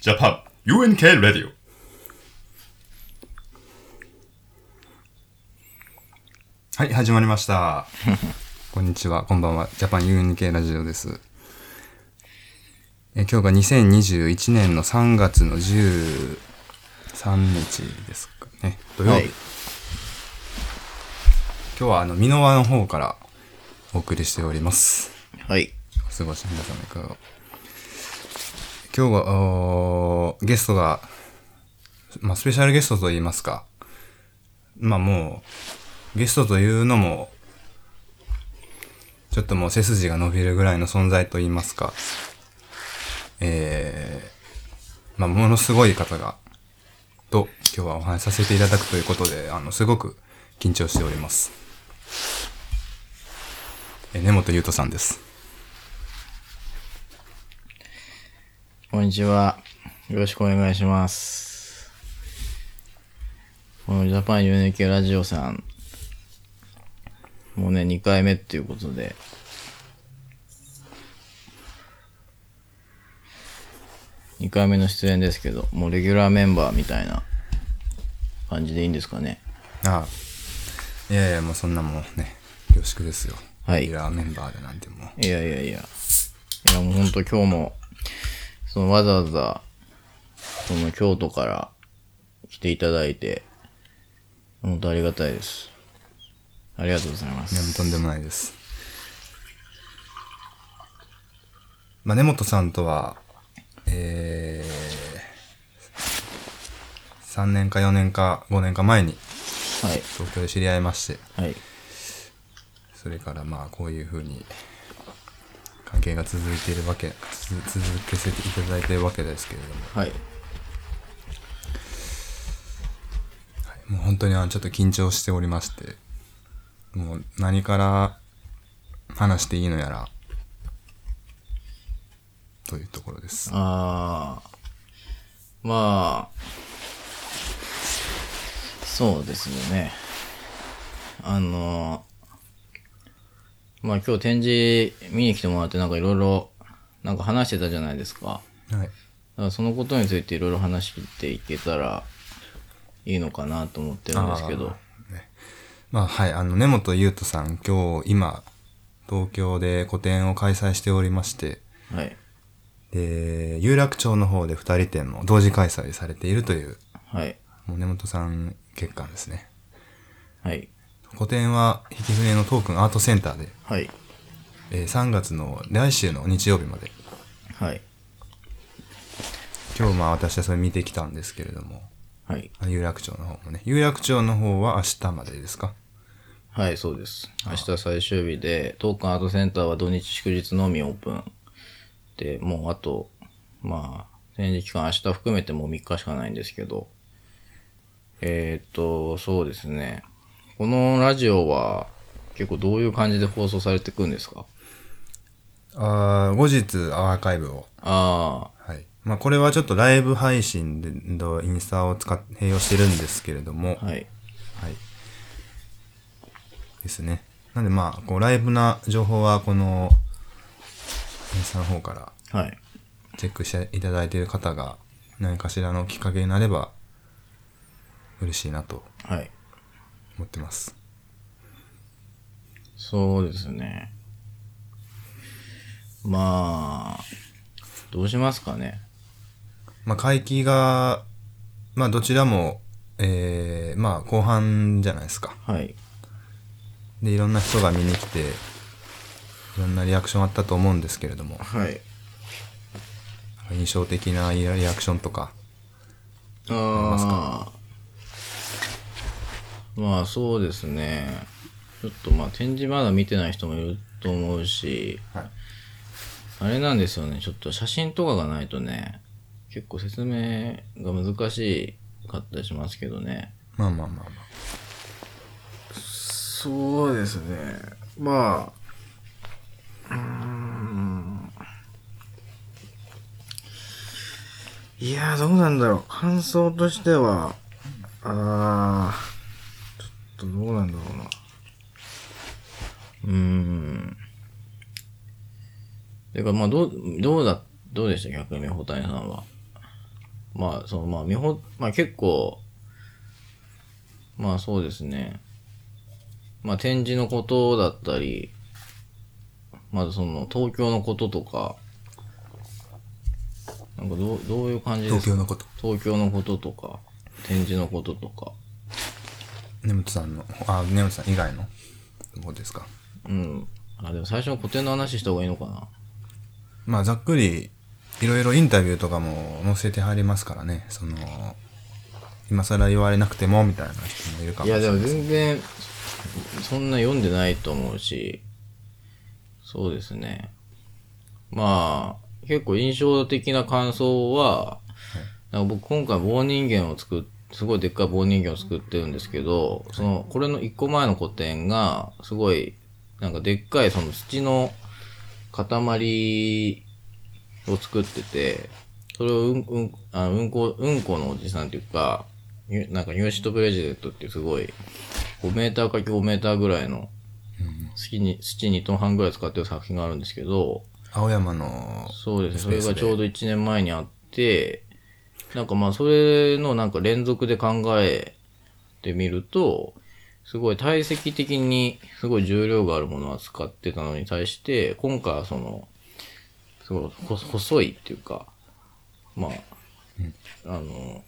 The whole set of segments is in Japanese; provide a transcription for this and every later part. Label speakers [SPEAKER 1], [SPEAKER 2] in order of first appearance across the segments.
[SPEAKER 1] ジャパン UNK レディオはい始まりましたこんにちはこんばんはジャパン UNK ラジオですえ今日が2021年の3月の13日ですかね土曜日、
[SPEAKER 2] はい
[SPEAKER 1] 今日はあの箕輪の方からお送りしております
[SPEAKER 2] はい。
[SPEAKER 1] お過ごし皆様いかが今日はおーゲストが、まあ、スペシャルゲストと言いますかまあもうゲストというのもちょっともう背筋が伸びるぐらいの存在と言いますかえー、まあものすごい方がと今日はお話しさせていただくということであのすごく緊張しております、えー根本優斗さんです
[SPEAKER 2] こんにちは。よろしくお願いします。このジャパン UNK ラジオさん、もうね、2回目っていうことで、2回目の出演ですけど、もうレギュラーメンバーみたいな感じでいいんですかね。
[SPEAKER 1] ああいやいやもうそんなもうね恐縮ですよ
[SPEAKER 2] はい
[SPEAKER 1] レギュラーメンバーでなんてもう
[SPEAKER 2] いやいやいや。いやもうほんと今日も、そのわざわざ、その京都から来ていただいて、本当ありがたいです。ありがとうございま
[SPEAKER 1] いやもう
[SPEAKER 2] す。
[SPEAKER 1] とんでもないですまあ根本さんとはえー、3年か4年か5年か前に
[SPEAKER 2] はい。
[SPEAKER 1] 東京で知り合いまして
[SPEAKER 2] はい。
[SPEAKER 1] それからまあこういうふうに関係が続いているわけつ続けせていただいているわけですけれども
[SPEAKER 2] はい。
[SPEAKER 1] もう本当にあのちょっと緊張しておりまして、もう何から話していいのやら、というところです。
[SPEAKER 2] あー。まあ、そうですよね。あの、まあ今日展示見に来てもらってなんかいろいろ、なんか話してたじゃないですか。
[SPEAKER 1] はい。
[SPEAKER 2] だからそのことについていろいろ話していけたらいいのかなと思ってるんですけど。
[SPEAKER 1] まあはい、あの根本優斗さん、今日、今、東京で個展を開催しておりまして、
[SPEAKER 2] はい。
[SPEAKER 1] で、有楽町の方で二人展も同時開催されているという、
[SPEAKER 2] はい。
[SPEAKER 1] もう根本さん欠陥ですね。
[SPEAKER 2] はい。
[SPEAKER 1] 個展は、引き船のトークンアートセンターで、
[SPEAKER 2] はい。
[SPEAKER 1] えー3月の来週の日曜日まで
[SPEAKER 2] はい。
[SPEAKER 1] 今日まあ私はそれ見てきたんですけれども、
[SPEAKER 2] はい。
[SPEAKER 1] あ有楽町の方もね。有楽町の方は明日までですか
[SPEAKER 2] はい、そうです。明日最終日で、トークンアートセンターは土日祝日のみオープン。で、もうあと、まあ、展示期間明日含めてもう3日しかないんですけど、えー、っと、そうですね。このラジオは結構どういう感じで放送されていくんですか
[SPEAKER 1] あー後日アーカイブを。
[SPEAKER 2] あ
[SPEAKER 1] はい。まあこれはちょっとライブ配信で、のインスタを使っ、併用してるんですけれども、
[SPEAKER 2] あ、
[SPEAKER 1] はい。
[SPEAKER 2] はい。
[SPEAKER 1] ですね。なんでまあ、こうライブな情報はこの、インスタの方から
[SPEAKER 2] はい。
[SPEAKER 1] チェックしていただいている方が何かしらのきっかけになれば嬉しいなと
[SPEAKER 2] はい。
[SPEAKER 1] 思ってます。
[SPEAKER 2] そうですね。まあ、どうしますかね。
[SPEAKER 1] まあ、会期が、まあ、どちらも、えーまあ、後半じゃないですか。
[SPEAKER 2] はい。
[SPEAKER 1] で、いろんな人が見に来て、いろんなリアクションあったと思うんですけれども、
[SPEAKER 2] はい。
[SPEAKER 1] 印象的なリアクションとか、
[SPEAKER 2] ああ。まあ、そうですね。ちょっとまあ、展示まだ見てない人もいると思うし、
[SPEAKER 1] はい
[SPEAKER 2] あれなんですよね。ちょっと写真とかがないとね、結構説明が難しかったりしますけどね。
[SPEAKER 1] まあまあまあま
[SPEAKER 2] そうですね。まあ、うーん。いやー、どうなんだろう。感想としては、あー、ちょっとどうなんだろうな。うーん。てか、まあ、どう、どうだ、どうでした逆に、ホタイさんは。まあ、その、まあ、見本、まあ結構、まあそうですね。まあ展示のことだったり、まずその東京のこととか、なんかどう、どういう感じですか
[SPEAKER 1] 東京のこと
[SPEAKER 2] 東京のこととか、展示のこととか、
[SPEAKER 1] 根本さんのあ根本さん以外のどこですか
[SPEAKER 2] うん。あ、でも最初の古典の話した方がいいのかな。
[SPEAKER 1] まあざっくりいろいろインタビューとかも載せてはりますからねその今更言われなくてもみたいな人もいるかも
[SPEAKER 2] い
[SPEAKER 1] しれ
[SPEAKER 2] や、
[SPEAKER 1] ない
[SPEAKER 2] でも全然、そんな読んでないと思うし、そうですね。まあ、結構印象的な感想は、なんか僕今回棒人間を作っすごいでっかい棒人間を作ってるんですけど、その、これの一個前の個展が、すごい、なんかでっかいその土の塊を作ってて、それをうん、うん、あうんこ、うんこのおじさんっていうか、ゆなんかニューシットプレジデントっていうすごい、5メーターかけ5メーターぐらいの、土に、土2トン半ぐらい使ってる作品があるんですけど、
[SPEAKER 1] 青山の
[SPEAKER 2] そうですね。そ
[SPEAKER 1] スペー
[SPEAKER 2] れ
[SPEAKER 1] ス
[SPEAKER 2] がちょうど1年前にあって、なんかまあそれのなんか連続で考えてみると、すごい体積的にすごい重量があるものは使ってたのに対して、今回はその、すごいほ細いっていうか、まあ、あの、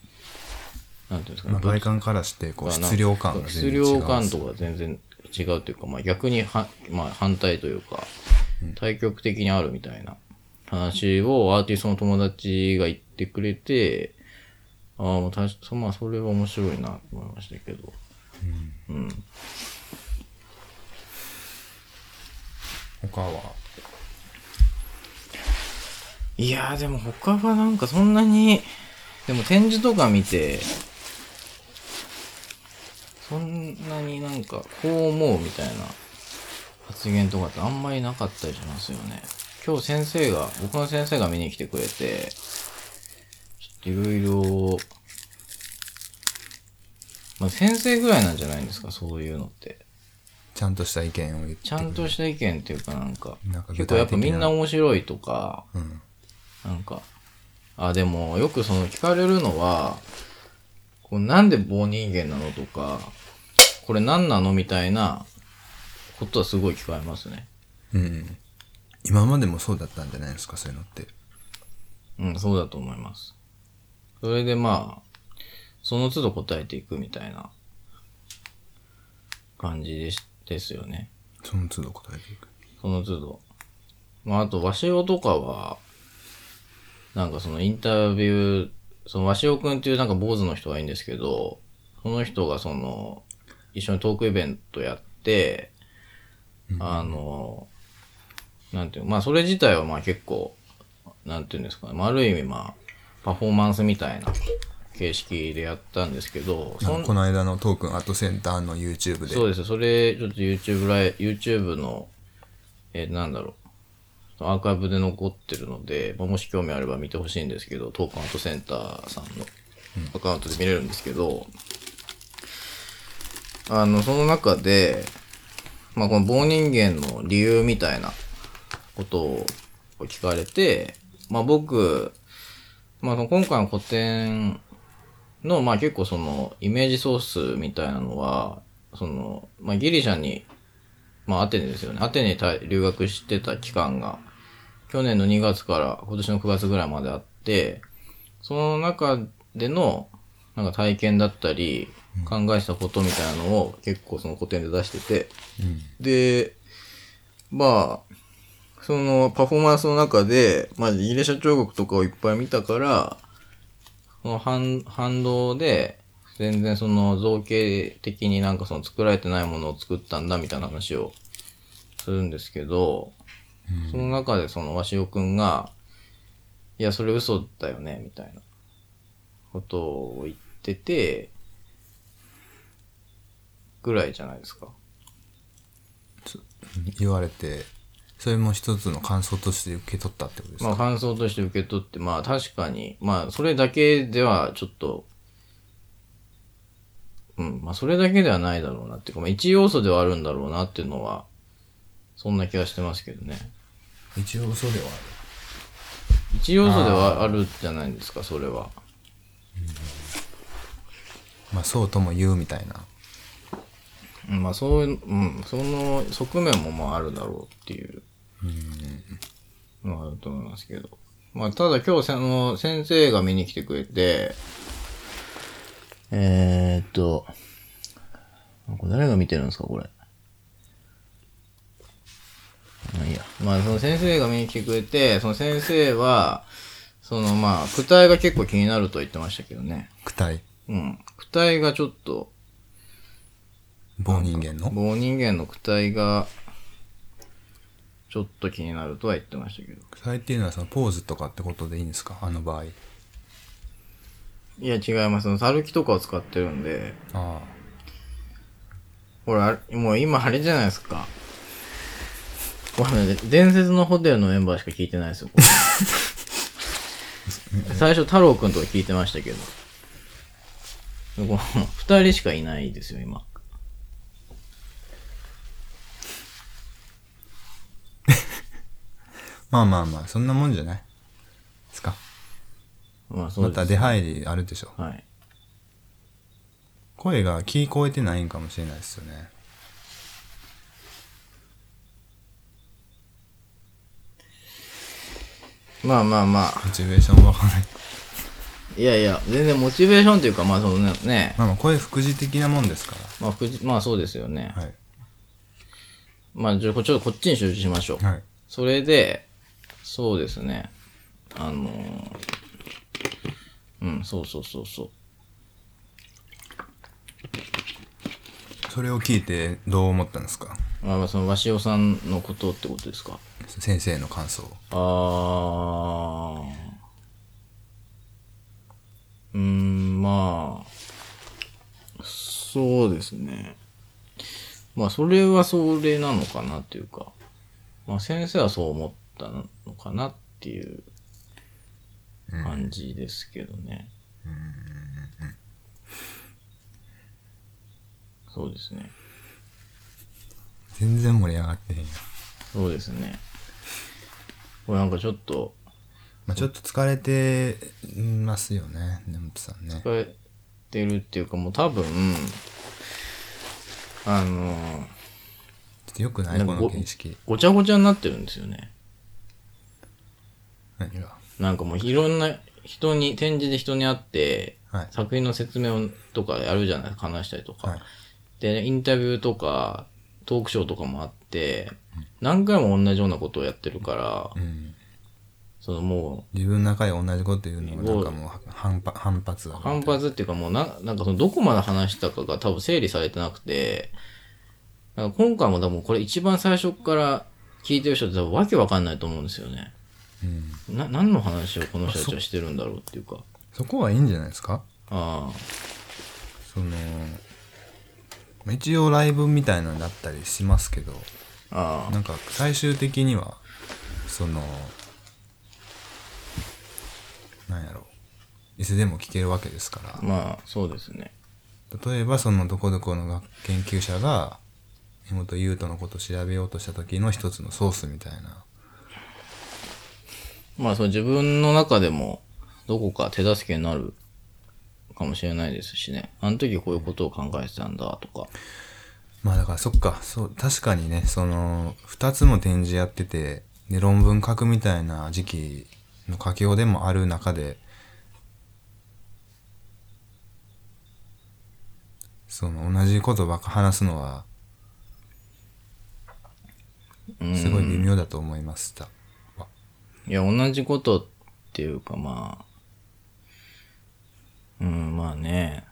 [SPEAKER 2] なんていうんですかね
[SPEAKER 1] まあ、外観からしてこう
[SPEAKER 2] まあ
[SPEAKER 1] 質量感が
[SPEAKER 2] 質
[SPEAKER 1] 全然違う
[SPEAKER 2] 量感とか全然違うというか、まあ、逆には、まあ、反対というか、対極的にあるみたいな話をアーティストの友達が言ってくれて、ああ、もうたし、そまあ、それは面白いなと思いましたけど。
[SPEAKER 1] 他はい
[SPEAKER 2] やーでも他はなんかそんなに、でも展示とか見て、そんなになんかこう思うみたいな発言とかってあんまりなかったりしますよね。今日先生が、僕の先生が見に来てくれて、ちょっといろいろ、まあ先生ぐらいなんじゃないんですか、そういうのって。
[SPEAKER 1] ちゃんとした意見を言って
[SPEAKER 2] ちゃんとした意見っていうかなんか、
[SPEAKER 1] なんか具体的な
[SPEAKER 2] 結構やっぱみんな面白いとか、
[SPEAKER 1] うん
[SPEAKER 2] なんか、あ、でも、よくその聞かれるのは、こうなんで棒人間なのとか、これ何なのみたいなことはすごい聞かれますね。
[SPEAKER 1] うんうん今までもそうだったんじゃないですかそういうのって
[SPEAKER 2] うん、そうだと思います。それでまあ、その都度答えていくみたいな感じでしですよね。
[SPEAKER 1] その都度答えていく
[SPEAKER 2] その都度。まあ、あと、和潮とかは、なんかそのインタビュー、その和潮くんっていうなんか坊主の人がいいんですけど、その人がその、一緒にトークイベントやって、あの、なんていう、まあそれ自体はまあ結構、なんていうんですかね、まあある意味まあ、パフォーマンスみたいな形式でやったんですけど、そん
[SPEAKER 1] この間のトークンアートセンターの YouTube で
[SPEAKER 2] そうです。それ、ちょっと YouTube ライ、YouTube の、えーなんだろう。アーカイブで残ってるので、まあもし興味あれば見てほしいんですけど、トークアウトセンターさんのアカウントで見れるんですけど、あの、その中で、まあ、この棒人間の理由みたいなことを聞かれて、まあ、僕、まあ、その今回の古典の、まあ結構その、イメージソースみたいなのは、その、まあギリシャに、まあアテネですよね。アテネに滞留学してた期間が、去年の2月から今年の9月ぐらいまであって、その中での、なんか体験だったり、考えしたことみたいなのを結構その古典で出してて、で、まあ、そのパフォーマンスの中で、まあギリシャ彫刻とかをいっぱい見たから、その反反動で、全然その造形的になんかその作られてないものを作ったんだみたいな話をするんですけど、その中でその鷲尾くんが、いや、それ嘘だよね、みたいなことを言ってて、ぐらいじゃないですか。
[SPEAKER 1] 言われてそれも一つの感想として受け取ったってことですか、
[SPEAKER 2] まあ感想として受け取って、まあ確かに、まあそれだけではちょっと、うん、まあそれだけではないだろうなっていうか、まあ一要素ではあるんだろうなっていうのは、そんな気がしてますけどね。
[SPEAKER 1] 一応そうではある
[SPEAKER 2] 一要素ではあるじゃないですか、それは。
[SPEAKER 1] まあそうとも言うみたいな。
[SPEAKER 2] うんまあそういう、うん、その側面もまああるだろうっていうのがあると思いますけど。まあただ今日その先生が見に来てくれて、えー、っと、これ誰が見てるんですかこれ。まあいいや。まあその先生が見に来てくれて、その先生は、そのまあ、躯体が結構気になると言ってましたけどね。
[SPEAKER 1] 躯体。
[SPEAKER 2] うん。躯体がちょっと、
[SPEAKER 1] 棒人間の。
[SPEAKER 2] 棒人間の躯体が、ちょっと気になるとは言ってましたけど。
[SPEAKER 1] 躯体っていうのはそのポーズとかってことでいいんですかあの場合。
[SPEAKER 2] いや、違います。その、猿木とかを使ってるんで、
[SPEAKER 1] あ
[SPEAKER 2] ほら、あれもう今あれじゃないですか。これ、ね、伝説のホテルのメンバーしか聞いてないですよ、 これ最初、太郎くんとか聞いてましたけど。この二人しかいないですよ、今。
[SPEAKER 1] あ。まあまあまあ、そんなもんじゃないですか。
[SPEAKER 2] まあ、そ
[SPEAKER 1] ま
[SPEAKER 2] うで
[SPEAKER 1] た
[SPEAKER 2] す。
[SPEAKER 1] 出入りあるでしょ。
[SPEAKER 2] はい。
[SPEAKER 1] 声が聞こえてないんかもしれないですよね。
[SPEAKER 2] まあまあまあ。
[SPEAKER 1] モチベーションわかんない。
[SPEAKER 2] いやいや、全然モチベーションというか、まあ、そのね、
[SPEAKER 1] まあまあ、声副次的なもんですか
[SPEAKER 2] まあ、副次まあそうですよね。
[SPEAKER 1] ら。はい。
[SPEAKER 2] まあ、じゃあこちょっとこっちに集中しましょう。
[SPEAKER 1] はい。
[SPEAKER 2] それで、そうですね。あのーうん、そうそうそうそう。
[SPEAKER 1] それを聞いてどう思ったんですか
[SPEAKER 2] まあ、まあその、鷲尾さんのことってことですか。
[SPEAKER 1] 先生の感想。
[SPEAKER 2] あー。うーん、まあ、そうですね。まあ、それはそれなのかなっていうか、まあ、先生はそう思ったのかなっていう感じですけどね。そうですね。
[SPEAKER 1] 全然盛り上がってへんやん。
[SPEAKER 2] そうですね。これなんかちょっと、
[SPEAKER 1] まあ、ちょっと疲れてますよね、根本さんね。
[SPEAKER 2] 疲れてるっていうかもう多分あの
[SPEAKER 1] よくない
[SPEAKER 2] なん
[SPEAKER 1] こ
[SPEAKER 2] か
[SPEAKER 1] の形式。
[SPEAKER 2] ごちゃごちゃになってるんですよね
[SPEAKER 1] 何が
[SPEAKER 2] なんかもういろんな人に展示で人に会って、
[SPEAKER 1] はい
[SPEAKER 2] 作品の説明をとかやるじゃない話したりとか、
[SPEAKER 1] はい。
[SPEAKER 2] でインタビューとかトークショーとかもあって、何回も同じようなことをやってるから、
[SPEAKER 1] うん。
[SPEAKER 2] そのも
[SPEAKER 1] 自分の中で同じこと言うのがなんかもう反発反発だ
[SPEAKER 2] う
[SPEAKER 1] から
[SPEAKER 2] 反発っていうかもうななんかそのどこまで話したかが多分整理されてなくてなんか今回も多分これ一番最初から聞いてる人って多分わけわかんないと思うんですよね。
[SPEAKER 1] うん。
[SPEAKER 2] な何の話をこの人たちはしてるんだろうっていうか
[SPEAKER 1] そこはいいんじゃないですか
[SPEAKER 2] あ
[SPEAKER 1] その、まあ一応ライブみたいなのだったりしますけど、
[SPEAKER 2] ああ
[SPEAKER 1] なんか最終的には、その、なんやろいつでも聴けるわけですから
[SPEAKER 2] あ。まあそうですね
[SPEAKER 1] 例えばそのどこどこの学研究者が江本優斗のことを調べようとした時の一つのソースみたいな
[SPEAKER 2] まあその自分の中でもどこか手助けになるかもしれないですしねあの時こういうことを考えてたんだとか
[SPEAKER 1] まあだからそっかそう確かにねその2つの展示やっててで論文書くみたいな時期の佳境でもある中でその同じことばっか話すのは
[SPEAKER 2] うん
[SPEAKER 1] すごい微妙だと思いました、
[SPEAKER 2] いや、同じことっていうか、まあ、うん、まあね。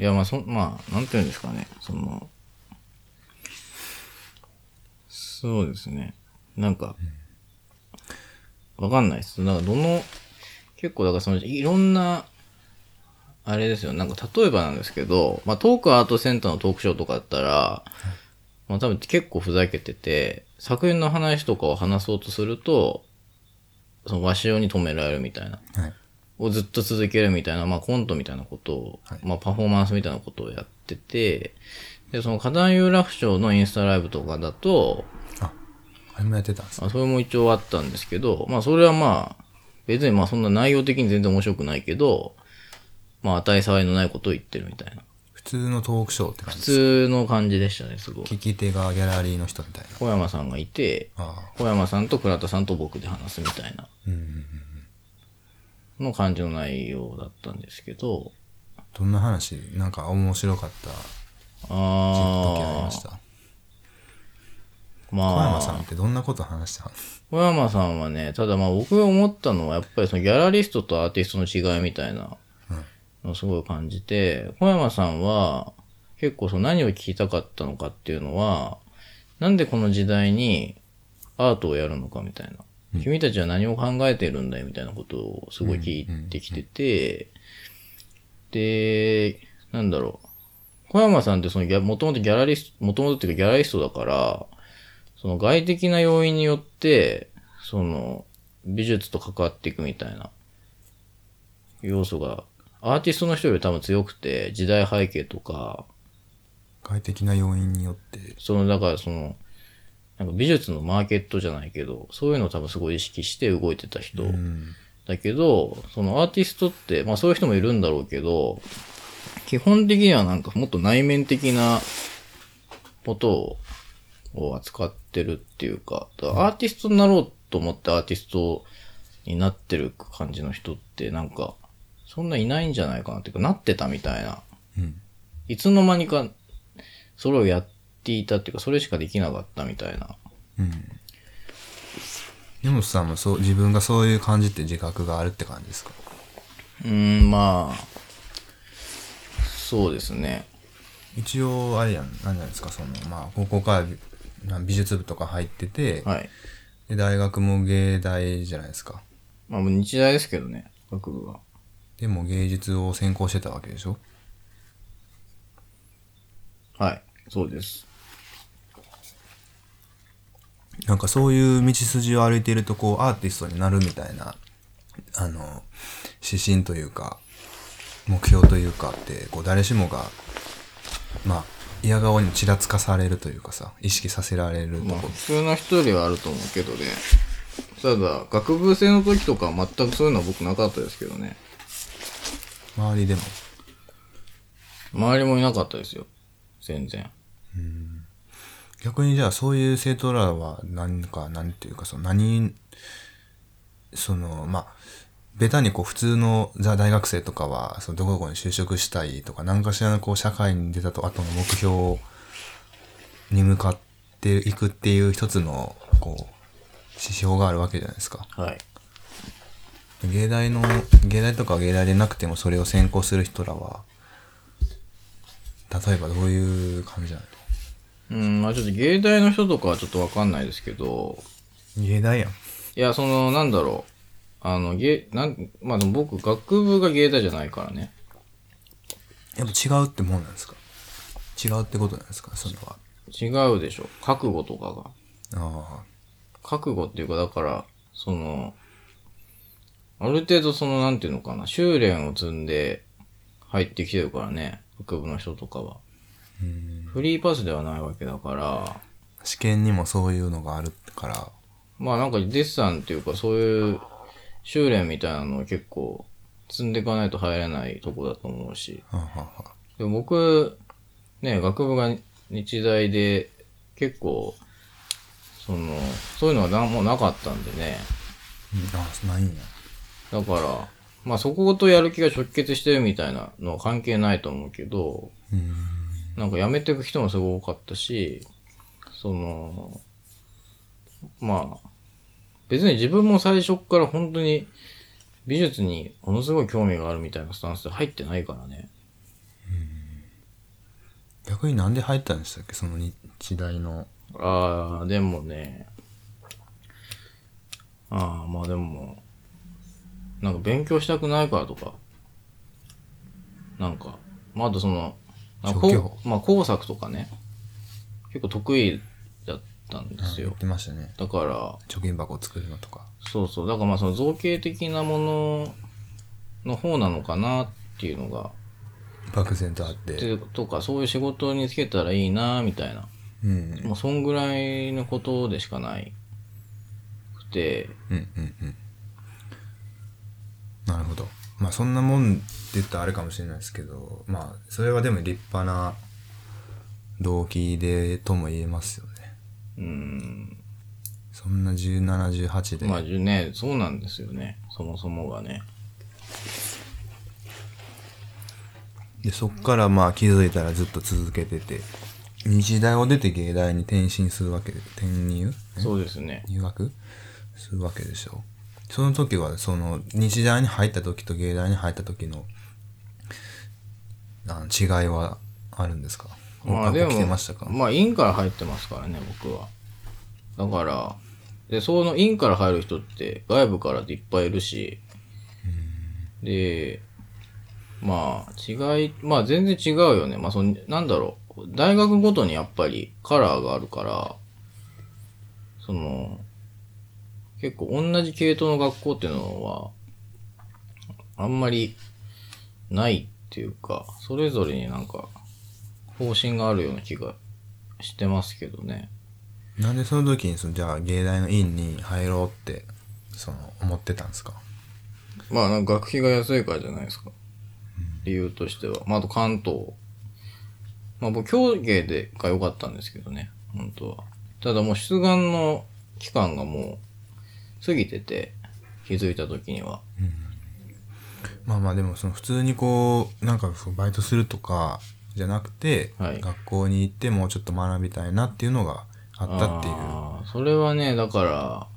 [SPEAKER 2] いや、まあ、そ、まあ、なんていうんですかね。その、そうですね。なんか、わかんないです。なんか、どの、結構、だから、その、いろんな、あれですよ。なんか、例えばなんですけど、まあ、トークアートセンターのトークショーとかだったら、まあ、多分結構ふざけてて、作品の話とかを話そうとすると、その和紙用に止められるみたいな。
[SPEAKER 1] はい
[SPEAKER 2] をずっと続けるみたいな、まあコントみたいなことを、
[SPEAKER 1] はい
[SPEAKER 2] まあパフォーマンスみたいなことをやってて、で、その花壇有楽町のインスタライブとかだと、
[SPEAKER 1] ああれもやってたんですね
[SPEAKER 2] まあそれも一応あったんですけど、まあそれはまあ、別にまあそんな内容的に全然面白くないけど、まあ与え障りのないことを言ってるみたいな。
[SPEAKER 1] 通のトークショーって感
[SPEAKER 2] 普
[SPEAKER 1] じ
[SPEAKER 2] 通の感じでしたね、すごい。
[SPEAKER 1] 聞き手がギャラリーの人みたいな
[SPEAKER 2] 小山さんがいて、
[SPEAKER 1] あ
[SPEAKER 2] 小山さんと倉田さんと僕で話すみたいな
[SPEAKER 1] あうん
[SPEAKER 2] の感じの内容だったんですけど、
[SPEAKER 1] どんな話なんか面白かった時あり
[SPEAKER 2] あ
[SPEAKER 1] ま
[SPEAKER 2] ー
[SPEAKER 1] した
[SPEAKER 2] まあ、
[SPEAKER 1] 小山さんってどんなこと話したの
[SPEAKER 2] 小山さんはね、ただまあ僕が思ったのはやっぱりそのギャラリストとアーティストの違いみたいなのをすごい感じて、小山さんは結構その何を聞きたかったのかっていうのは、なんでこの時代にアートをやるのかみたいな。君たちは何を考えてるんだよみたいなことをすごい聞いてきてて、で、なんだろう。小山さんってそのギャ、もともとギャラリスト、もともとっていうかギャラリストだから、その外的な要因によって、その、美術と関わっていくみたいな要素が、アーティストの人より多分強くて、時代背景とか、
[SPEAKER 1] 外的な要因によって
[SPEAKER 2] その、だからその、なんか美術のマーケットじゃないけど、そういうのを多分すごい意識して動いてた人。
[SPEAKER 1] うん
[SPEAKER 2] だけど、そのアーティストって、まあそういう人もいるんだろうけど、基本的にはなんかもっと内面的なことをを扱ってるっていうか、だからアーティストになろうと思ってアーティストになってる感じの人ってなんか、そんないないんじゃないかなっていうか、なってたみたいな。
[SPEAKER 1] うん
[SPEAKER 2] いつの間にか、それをやっていたっていうか、それしかできなかったみたいな。
[SPEAKER 1] うん根本さんもそう自分がそういう感じって自覚があるって感じですか
[SPEAKER 2] うーん、まあ、そうですね。
[SPEAKER 1] 一応あれやんなんじゃないですかそのまあ高校から美まあ美術部とか入ってて、
[SPEAKER 2] はい。
[SPEAKER 1] で大学も芸大じゃないですか
[SPEAKER 2] まあ、もう日大ですけどね、学部は。
[SPEAKER 1] でも芸術を専攻してたわけでしょ
[SPEAKER 2] はい、そうです。
[SPEAKER 1] なんかそういう道筋を歩いているとこうアーティストになるみたいなあの指針というか目標というかってこう誰しもがまあ嫌顔にちらつかされるというかさ意識させられると
[SPEAKER 2] まあ、
[SPEAKER 1] こ、
[SPEAKER 2] 普通の人よりはあると思うけどね。ただ、学部生の時とかは全くそういうのは僕なかったですけどね。
[SPEAKER 1] 周りでも
[SPEAKER 2] 周りもいなかったですよ。全然。
[SPEAKER 1] 逆にじゃあそういう生徒らは何か何ていうかその何そのまあベタにこう普通のザ大学生とかはそのどこどこに就職したいとか何かしらのこう社会に出たと後の目標に向かっていくっていう一つのこう指標があるわけじゃないですか。
[SPEAKER 2] はい。
[SPEAKER 1] 芸大の芸大とか芸大でなくてもそれを専攻する人らは例えばどういう感じなの
[SPEAKER 2] うん、まあちょっと芸大の人とかはちょっとわかんないですけど、
[SPEAKER 1] 芸大やん。
[SPEAKER 2] いや、その、なんだろう。あの、芸、なん、まあでも僕、学部が芸大じゃないからね。
[SPEAKER 1] やっぱ違うってもんなんですか違うってことなんですかそれは。
[SPEAKER 2] 違うでしょ。覚悟とかが。
[SPEAKER 1] あ
[SPEAKER 2] 覚悟っていうか、だから、その、ある程度その、なんていうのかな、修練を積んで入ってきてるからね、学部の人とかは。フリーパスではないわけだから、
[SPEAKER 1] あ。試験にもそういうのがあるから。
[SPEAKER 2] まあなんかデッサンっていうか、そういう修練みたいなのを結構積んでいかないと入れないとこだと思うし。
[SPEAKER 1] はあ、はあはあ、
[SPEAKER 2] でも僕、ね、学部が日大で、結構、その、そういうのはなんもなかったんでね、
[SPEAKER 1] うん、ああ、ないんや。
[SPEAKER 2] だから、まあそことやる気が直結してるみたいなのは関係ないと思うけど、
[SPEAKER 1] うん。
[SPEAKER 2] なんか辞めていく人もすごい多かったし、その、まあ、別に自分も最初から本当に美術にものすごい興味があるみたいなスタンスで入ってないからね。
[SPEAKER 1] 逆になんで入ったんでしたっけその日大の。
[SPEAKER 2] ああ、でもね、ああ、まあでも、なんか勉強したくないからとか、なんか、まああとその、まあ
[SPEAKER 1] 職
[SPEAKER 2] こう
[SPEAKER 1] 業
[SPEAKER 2] まあ工作とかね、結構得意だったんです
[SPEAKER 1] 言
[SPEAKER 2] よ
[SPEAKER 1] っ。てましたね。
[SPEAKER 2] だから、
[SPEAKER 1] 貯金箱作るのとか。
[SPEAKER 2] そうそう、だからまあその造形的なものの方なのかなっていうのが、
[SPEAKER 1] 漠然とあっ
[SPEAKER 2] って
[SPEAKER 1] て。
[SPEAKER 2] いうとか、そういう仕事につけたらいいな、みたいな。
[SPEAKER 1] うん。
[SPEAKER 2] もうそんぐらいのことでしかないくて、
[SPEAKER 1] うんうんうん。なるほど。まあそんなもんって言ったらあれかもしれないですけど、まあそれはでも立派な動機でとも言えますよね。
[SPEAKER 2] うん。
[SPEAKER 1] そんな17、18で。
[SPEAKER 2] まあね、そうなんですよね。そもそもがね。
[SPEAKER 1] で、そっからまあ気づいたらずっと続けてて、日大を出て芸大に転身するわけで、転入
[SPEAKER 2] そうですね。
[SPEAKER 1] 入学するわけでしょ。その時は、その、日大に入った時と芸大に入った時の、あの違いはあるんですか
[SPEAKER 2] まあ
[SPEAKER 1] お
[SPEAKER 2] で
[SPEAKER 1] 来て
[SPEAKER 2] も、
[SPEAKER 1] ましたか、
[SPEAKER 2] まあ院から入ってますからね、僕は。だから、で、その院から入る人って外部からっていっぱいいるし、で、まあ違い、まあ全然違うよね。まあその、なんだろう。大学ごとにやっぱりカラーがあるから、その、結構同じ系統の学校っていうのは、あんまりないっていうか、それぞれになんか方針があるような気がしてますけどね。
[SPEAKER 1] なんでその時にそのじゃあ芸大の院に入ろうってその思ってたんですか
[SPEAKER 2] まあ、なんか学費が安いからじゃないですか。理由としては。まあ、あと関東。まあ、僕、競芸でが良かったんですけどね、本当は。ただもう出願の期間がもう過ぎてて、気づいた時には。
[SPEAKER 1] まあまあでもその普通にこうなんかそうバイトするとかじゃなくて、
[SPEAKER 2] はい
[SPEAKER 1] 学校に行ってもうちょっと学びたいなっていうのがあったっていう
[SPEAKER 2] あーそれはね、だから、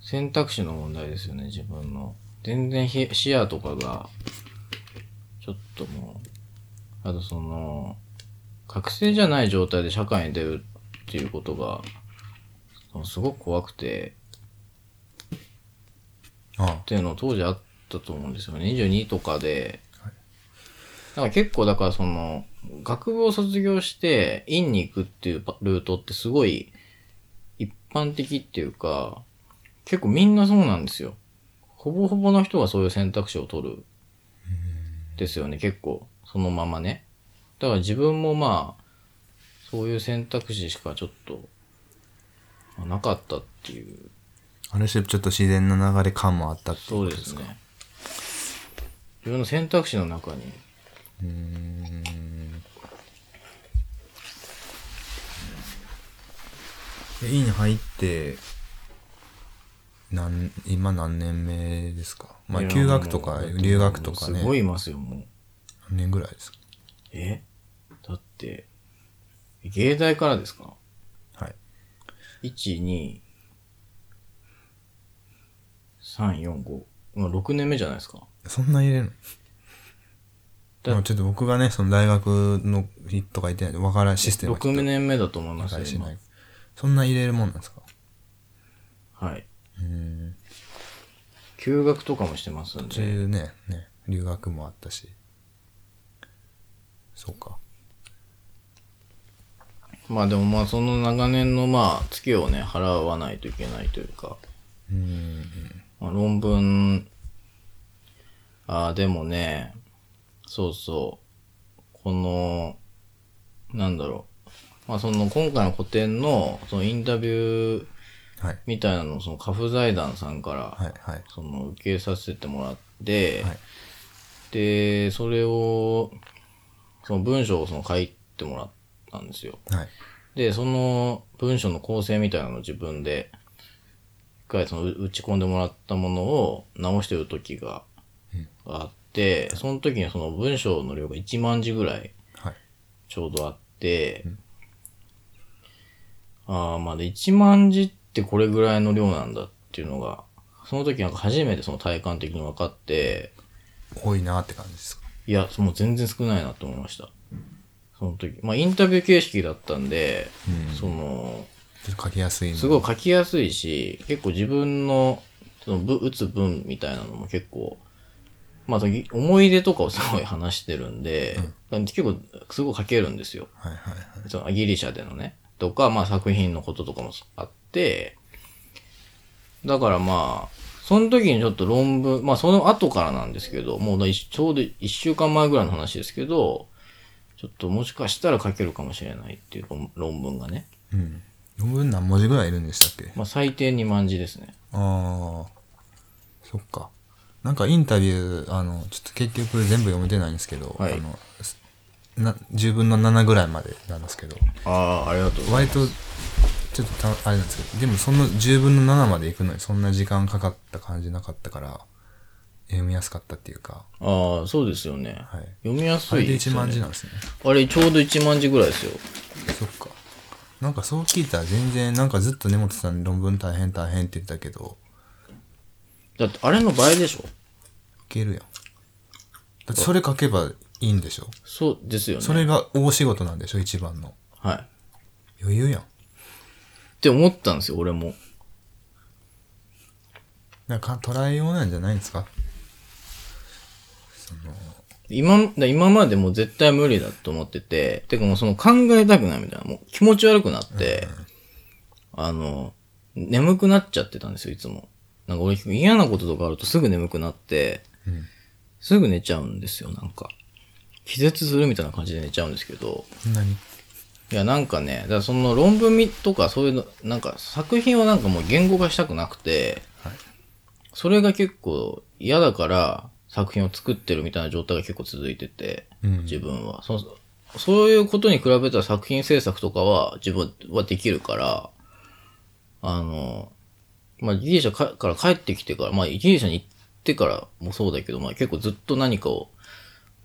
[SPEAKER 2] 選択肢の問題ですよね、自分の。全然ひ視野とかが、ちょっともう、あとその、覚醒じゃない状態で社会に出るっていうことが、そのすごく怖くて、
[SPEAKER 1] あ
[SPEAKER 2] っていうの当時あったと思うんですよね。22とかで。だから結構だからその、学部を卒業して院に行くっていうパルートってすごい一般的っていうか、結構みんなそうなんですよ。ほぼほぼの人がそういう選択肢を取る。ですよね、結構。そのままね。だから自分もまあ、そういう選択肢しかちょっと、まあなかったっていう
[SPEAKER 1] ある種ちょっと自然の流れ感もあったっていう
[SPEAKER 2] そ
[SPEAKER 1] こ
[SPEAKER 2] う
[SPEAKER 1] と
[SPEAKER 2] で
[SPEAKER 1] です
[SPEAKER 2] す
[SPEAKER 1] か
[SPEAKER 2] ね。自分の選択肢の中に。
[SPEAKER 1] で院入ってなん今何年目ですかまあ
[SPEAKER 2] いや
[SPEAKER 1] 休学とか
[SPEAKER 2] もう
[SPEAKER 1] 留学とかね
[SPEAKER 2] すごいいますよ、もう。
[SPEAKER 1] 何年ぐらいですか
[SPEAKER 2] えだって、芸大からですか
[SPEAKER 1] はい
[SPEAKER 2] ?1、2、3、4、5。まあ、6年目じゃないですか。
[SPEAKER 1] そんな入れる
[SPEAKER 2] だ
[SPEAKER 1] のまあちょっと僕がね、その大学の日とか行ってないんで、わからんシステムがちょっ
[SPEAKER 2] 6
[SPEAKER 1] と
[SPEAKER 2] 年目だと思いま
[SPEAKER 1] 理
[SPEAKER 2] すよ
[SPEAKER 1] 解しな
[SPEAKER 2] 今
[SPEAKER 1] い。そんな入れるもんなんですか
[SPEAKER 2] はい。
[SPEAKER 1] うん。
[SPEAKER 2] 休学とかもしてますん
[SPEAKER 1] 途
[SPEAKER 2] で。
[SPEAKER 1] 中ね、ね、留学もあったし。そうか。
[SPEAKER 2] まあでもまあその長年のまあ月をね、払わないといけないというか。
[SPEAKER 1] うん。
[SPEAKER 2] まあ、論文、ああ、でもね、そうそう、この、なんだろう、まあその今回の個展のそのインタビュー
[SPEAKER 1] はい。
[SPEAKER 2] みたいなのをそのカフ財団さんから、
[SPEAKER 1] はい、はい。
[SPEAKER 2] その受けさせてもらって、
[SPEAKER 1] はい
[SPEAKER 2] で、それを、その文章をその書いてもらったんですよ。
[SPEAKER 1] はい。
[SPEAKER 2] で、その文章の構成みたいなのを自分で、一回その打ち込んでもらったものを直してる時があって、その時にその文章の量が1万字ぐらい
[SPEAKER 1] はい。
[SPEAKER 2] ちょうどあって、ああ、まあで1万字ってこれぐらいの量なんだっていうのが、その時なんか初めてその体感的に分かって、
[SPEAKER 1] 多いなって感じですか。
[SPEAKER 2] いや、もう全然少ないなと思いました。その時。まあインタビュー形式だったんで、その、
[SPEAKER 1] ちょっと書きやすいの
[SPEAKER 2] すごい書きやすいし、結構自分の、その、ぶ打つ文みたいなのも結構、まあ、その思い出とかをすごい話してるんで、結構、すごい書けるんですよ。
[SPEAKER 1] はい、はい、はい。
[SPEAKER 2] そのギリシャでのね、とか、まあ作品のこととかもあって、だからまあ、その時にちょっと論文、まあその後からなんですけど、もうだいちょうど1週間前ぐらいの話ですけど、ちょっともしかしたら書けるかもしれないっていう論論文がね、
[SPEAKER 1] うん。論文何文字ぐらいいるんでしたっけ
[SPEAKER 2] まあ最低2万字ですね。
[SPEAKER 1] ああ、そっか。なんかインタビュー、あの、ちょっと結局全部読めてないんですけど、
[SPEAKER 2] はい
[SPEAKER 1] あの、すな10分の7ぐらいまでなんですけど、
[SPEAKER 2] ああ、ありがとうござい
[SPEAKER 1] 割と、ちょっとたあれなんですけど、でもその10分の7まで行くのにそんな時間かかった感じなかったから、読みやすかったっていうか、
[SPEAKER 2] ます。ああ、そうですよね。
[SPEAKER 1] はい
[SPEAKER 2] 読みや
[SPEAKER 1] あ
[SPEAKER 2] す
[SPEAKER 1] れ
[SPEAKER 2] い
[SPEAKER 1] で
[SPEAKER 2] です
[SPEAKER 1] 1
[SPEAKER 2] よ
[SPEAKER 1] 万字
[SPEAKER 2] ね。
[SPEAKER 1] なんですね。
[SPEAKER 2] あれ、ちょうど1万字ぐらいですよ。
[SPEAKER 1] そっか。なんかそう聞いたら全然、なんかずっと根本さん論文大変大変って言ってたけど、
[SPEAKER 2] だって、あれの倍でしょ
[SPEAKER 1] いけるやん。だってそれ書けばいいんでしょ
[SPEAKER 2] そうですよね。
[SPEAKER 1] それが大仕事なんでしょ一番の。
[SPEAKER 2] はい。っ
[SPEAKER 1] 余裕やん。
[SPEAKER 2] て思ったんですよ、俺も。
[SPEAKER 1] なんかトライ用なんじゃないんですか
[SPEAKER 2] 今、だから今までもう絶対無理だと思ってて、てかもうその考えたくないみたいな、もう気持ち悪くなって、あの、眠くなっちゃってたんですよ、いつも。なんか俺嫌なこととかあるとすぐ眠くなって、すぐ寝ちゃうんですよ、なんか。気絶するみたいな感じで寝ちゃうんですけど、
[SPEAKER 1] 何
[SPEAKER 2] いや、なんかね、だからその論文みとかそういうの、なんか作品をなんかもう言語化したくなくて、
[SPEAKER 1] はい
[SPEAKER 2] それが結構嫌だから作品を作ってるみたいな状態が結構続いてて、
[SPEAKER 1] うん
[SPEAKER 2] 自分は。そそういうことに比べたら作品制作とかは自分はできるから、あの、まあ、ギリシャかから帰ってきてから、まあ、ギリシャに行ってからもそうだけど、まあ、結構ずっと何かを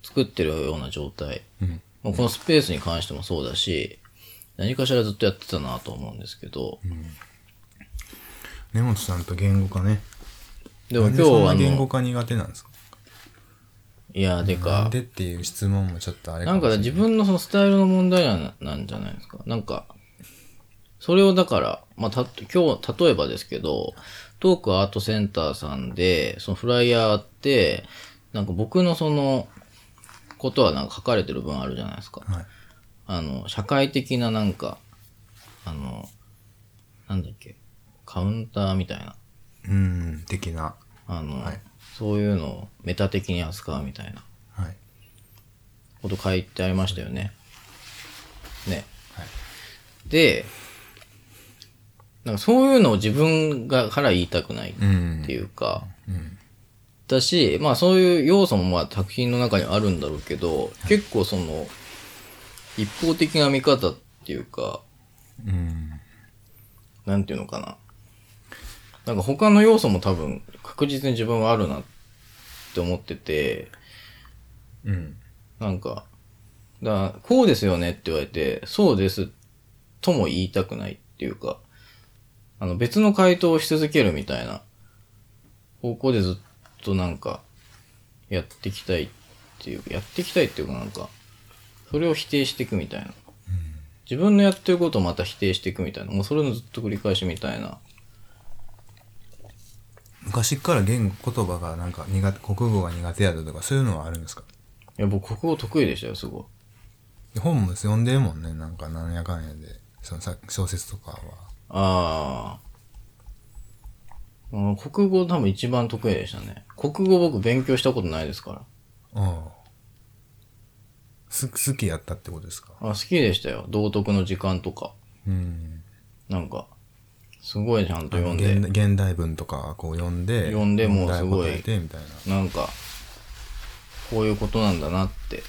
[SPEAKER 2] 作ってるような状態。
[SPEAKER 1] うん。
[SPEAKER 2] もうこのスペースに関してもそうだし、何かしらずっとやってたなと思うんですけど、
[SPEAKER 1] 根本さんと言語化ね。
[SPEAKER 2] でも今日
[SPEAKER 1] なんで
[SPEAKER 2] は
[SPEAKER 1] そ
[SPEAKER 2] あ
[SPEAKER 1] んな言語
[SPEAKER 2] の、
[SPEAKER 1] 化苦手なんですか
[SPEAKER 2] いや、でか
[SPEAKER 1] なん、でっていう質問もちょっとあれ
[SPEAKER 2] なんか
[SPEAKER 1] もしれ
[SPEAKER 2] 自分のそのスタイルの問題なんなんじゃないですか。なんか、それをだから、まあ、た、今日、例えばですけど、トークアートセンターさんで、そのフライヤーあって、なんか僕のその、ことはなんか書かれてる分あるじゃないですか。
[SPEAKER 1] はい。
[SPEAKER 2] あの、社会的ななんか、あの、なんだっけ、カウンターみたいな。
[SPEAKER 1] うん、的な。
[SPEAKER 2] あの、
[SPEAKER 1] はい
[SPEAKER 2] そういうのをメタ的に扱うみたいな
[SPEAKER 1] はい。
[SPEAKER 2] こと書いてありましたよね。ね。
[SPEAKER 1] はい。
[SPEAKER 2] で、なんかそういうのを自分がから言いたくないっ
[SPEAKER 1] うん
[SPEAKER 2] ていうか、
[SPEAKER 1] うん。
[SPEAKER 2] だし、まあそういう要素もまあ作品の中にあるんだろうけど、結構その、一方的な見方っていうか、
[SPEAKER 1] うん。
[SPEAKER 2] なんていうのかな。なんか他の要素も多分確実に自分はあるなって思ってて、
[SPEAKER 1] うん。
[SPEAKER 2] なんか、だからこうですよねって言われて、そうですとも言いたくないっていうか、あの別の回答をし続けるみたいな方向でずっとなんか、やっていきたいっていうやっていきたいっていうかなんか、それを否定していくみたいな。自分のやってることをまた否定していくみたいな。もうそれのずっと繰り返しみたいな。
[SPEAKER 1] 昔っから言語、言葉がなんか苦手、国語が苦手やだとか、そういうのはあるんですか
[SPEAKER 2] いや、僕国語得意でしたよ、すごい。
[SPEAKER 1] 本も読んでるもんね、なんか、なんやかんやで。そのさ小説とかは。
[SPEAKER 2] ああ。うん国語多分一番得意でしたね。国語僕勉強したことないですか。
[SPEAKER 1] ああ。す、好きやったってことですから
[SPEAKER 2] あ好きでしたよ。道徳の時間とか。
[SPEAKER 1] うん。
[SPEAKER 2] なんか、すごいちゃんと読ん
[SPEAKER 1] 現
[SPEAKER 2] で。
[SPEAKER 1] 現代文とかこう読んで
[SPEAKER 2] 読んでもうすご
[SPEAKER 1] 問題
[SPEAKER 2] い
[SPEAKER 1] 答えてみたいな
[SPEAKER 2] なんか、こういうことなんだなって。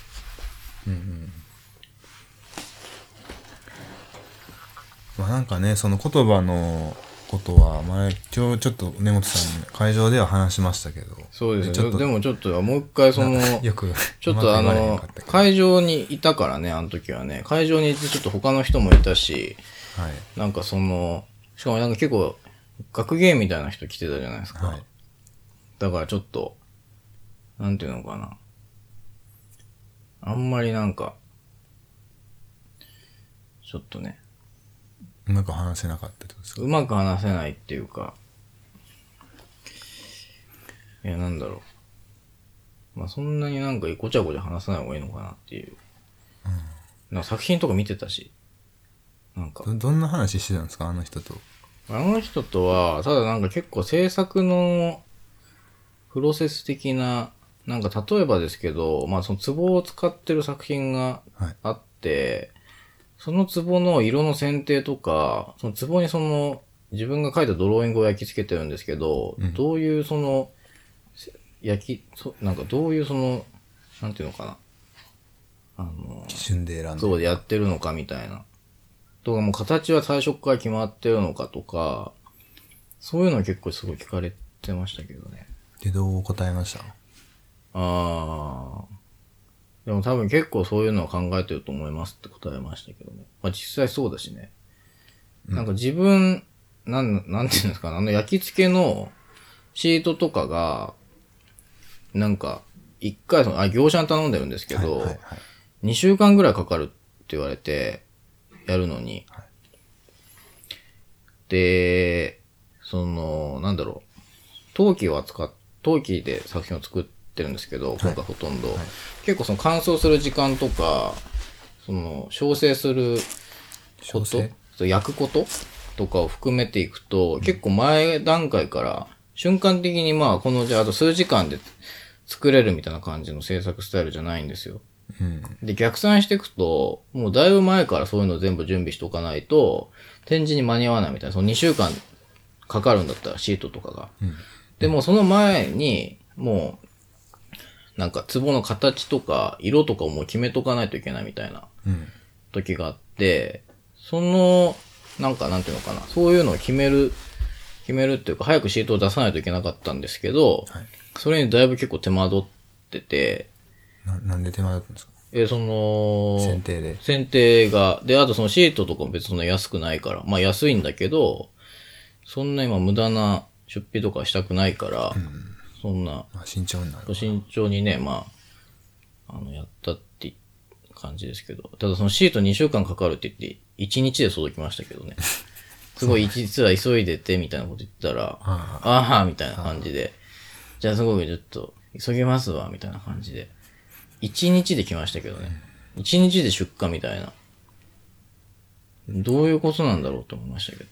[SPEAKER 1] まあなんかねその言葉のことは前今日ちょっと根本さんに会場では話しましたけど
[SPEAKER 2] そうです
[SPEAKER 1] ちょっ
[SPEAKER 2] よ。
[SPEAKER 1] と
[SPEAKER 2] でもちょっと、もう一回その、
[SPEAKER 1] よく
[SPEAKER 2] ちょっとあ
[SPEAKER 1] うまく言われへん
[SPEAKER 2] の
[SPEAKER 1] かった、けど
[SPEAKER 2] 会場にいたからね、あの時はね。会場にいてちょっと他の人もいたし、
[SPEAKER 1] はい
[SPEAKER 2] なんかその、しかもなんか結構、学芸みたいな人来てたじゃないですか。
[SPEAKER 1] はい
[SPEAKER 2] だからちょっと、なんていうのかな。あんまりなんか、ちょっとね、
[SPEAKER 1] うまく話せなかったってことですか
[SPEAKER 2] うまく話せないっていうか、いや、なんだろう。まあ、そんなになんかごちゃごちゃ話さない方がいいのかなっていう。なんか作品とか見てたし、なんか。
[SPEAKER 1] どどんな話してたんですかあの人と
[SPEAKER 2] あの人とは、ただなんか結構制作のプロセス的な、なんか例えばですけど、まあその壺を使ってる作品が
[SPEAKER 1] はい
[SPEAKER 2] あって、その壺の色の選定とか、その壺にその自分が描いたドローイングを焼き付けてるんですけど、どういうその、せ焼き、そなんかどういうその、なんていうのかな。あの、
[SPEAKER 1] 基準で選んで。
[SPEAKER 2] そうでやってるのかみたいな。とか、もう形は最初から決まってるのかとか、そういうのは結構すごい聞かれてましたけどね。
[SPEAKER 1] で、どう答えました
[SPEAKER 2] あー。でも多分結構そういうのは考えてると思いますって答えましたけどね。まあ実際そうだしね。なんか自分、なん、なんていうんですかね、あの焼き付けのシートとかが、なんか、一回その、あ、業者に頼んでるんですけ
[SPEAKER 1] はい
[SPEAKER 2] ど、
[SPEAKER 1] はいはい
[SPEAKER 2] 2週間ぐらいかかるって言われて、やるのに。
[SPEAKER 1] はい
[SPEAKER 2] で、その、なんだろう。陶器を扱っ、陶器で作品を作ってるんですけど、今回ほとんど。結構その乾燥する時間とか、その、調整するこ
[SPEAKER 1] 調
[SPEAKER 2] と
[SPEAKER 1] 整、
[SPEAKER 2] そう焼くこととかを含めていくと、結構前段階から、瞬間的にまあ、この、じゃああと数時間で作れるみたいな感じの制作スタイルじゃないんですよ。
[SPEAKER 1] うん。
[SPEAKER 2] で、逆算していくと、もうだいぶ前からそういうの全部準備しておかないと、展示に間に合わないみたいな、その2週間かかるんだったらシートとかが。でもうその前に、もう、なんか壺の形とか色とかをもう決めとかないといけないみたいな
[SPEAKER 1] うん。
[SPEAKER 2] 時があって、その、なんかなんていうのかな、そういうのを決める、決めるっていうか、早くシートを出さないといけなかったんですけど、
[SPEAKER 1] はい
[SPEAKER 2] それにだいぶ結構手間取ってて、
[SPEAKER 1] ななんで手間だったんですか
[SPEAKER 2] えーその、
[SPEAKER 1] 選定で。
[SPEAKER 2] 選定が、で、あとそのシートとかも別にそんな安くないから、まあ安いんだけど、そんな今無駄な出費とかしたくないから、そんな、
[SPEAKER 1] まあ、慎重になる。
[SPEAKER 2] 慎重にね、まあ、あの、やったって感じですけど、ただそのシート2週間かかるって言って、1日で届きましたけ どね。すごい、実は急いでてみたいなこと言ったら、ああー、みたいな感じで、じゃあすごいちょっと、急ぎますわ、みたいな感じで。1日で来ましたけどね。1日で出荷みたいな。どういうことなんだろうと思いましたけど。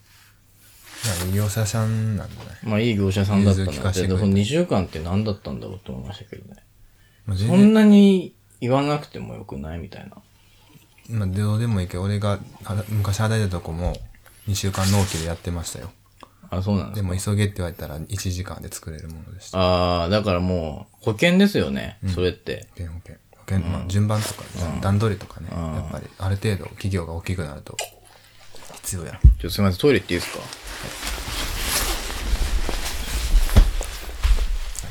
[SPEAKER 1] まあ、利用者さんなんじゃない
[SPEAKER 2] まあいい業者さんだったんだ
[SPEAKER 1] 融通聞かせ
[SPEAKER 2] け
[SPEAKER 1] てくれ
[SPEAKER 2] ど、その2週間って何だったんだろうと思いましたけどね。
[SPEAKER 1] まあ、全
[SPEAKER 2] そ
[SPEAKER 1] 然、
[SPEAKER 2] んなに言わなくてもよくないみたいな。
[SPEAKER 1] まあ、どうでもいいけど、俺があ昔働いたとこも、2週間納期でやってましたよ。
[SPEAKER 2] あ、そうなん
[SPEAKER 1] で
[SPEAKER 2] で
[SPEAKER 1] す
[SPEAKER 2] か。
[SPEAKER 1] も、急げって言われたら、1時間で作れるものでした。
[SPEAKER 2] ああ、だからもう、保険ですよね。それって。
[SPEAKER 1] 保険保険。保険、まあ、順番とか、段取りとかね。やっぱり、ある程度、企業が大きくなると、必要やん。
[SPEAKER 2] ちょっとすみません、トイレ行っていいですか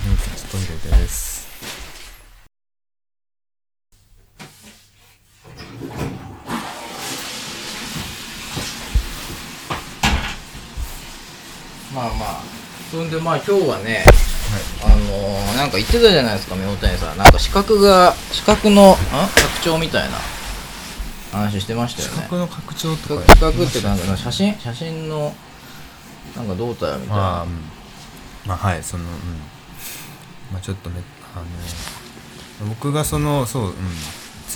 [SPEAKER 1] 荷物のトイレです。
[SPEAKER 2] まあまあ。そんでまあ今日はね、あのー、なんか言ってたじゃないですか、妙谷さん。なんか資格が、資格の、ん拡張みたいな話してましたよ
[SPEAKER 1] 資
[SPEAKER 2] ね。
[SPEAKER 1] 格の拡張とか。
[SPEAKER 2] 資格ってなんか写真写真のなんかどうたらみたい
[SPEAKER 1] まあ、
[SPEAKER 2] な
[SPEAKER 1] うん、まあはいそのうんまあちょっとめあの僕がそのそううん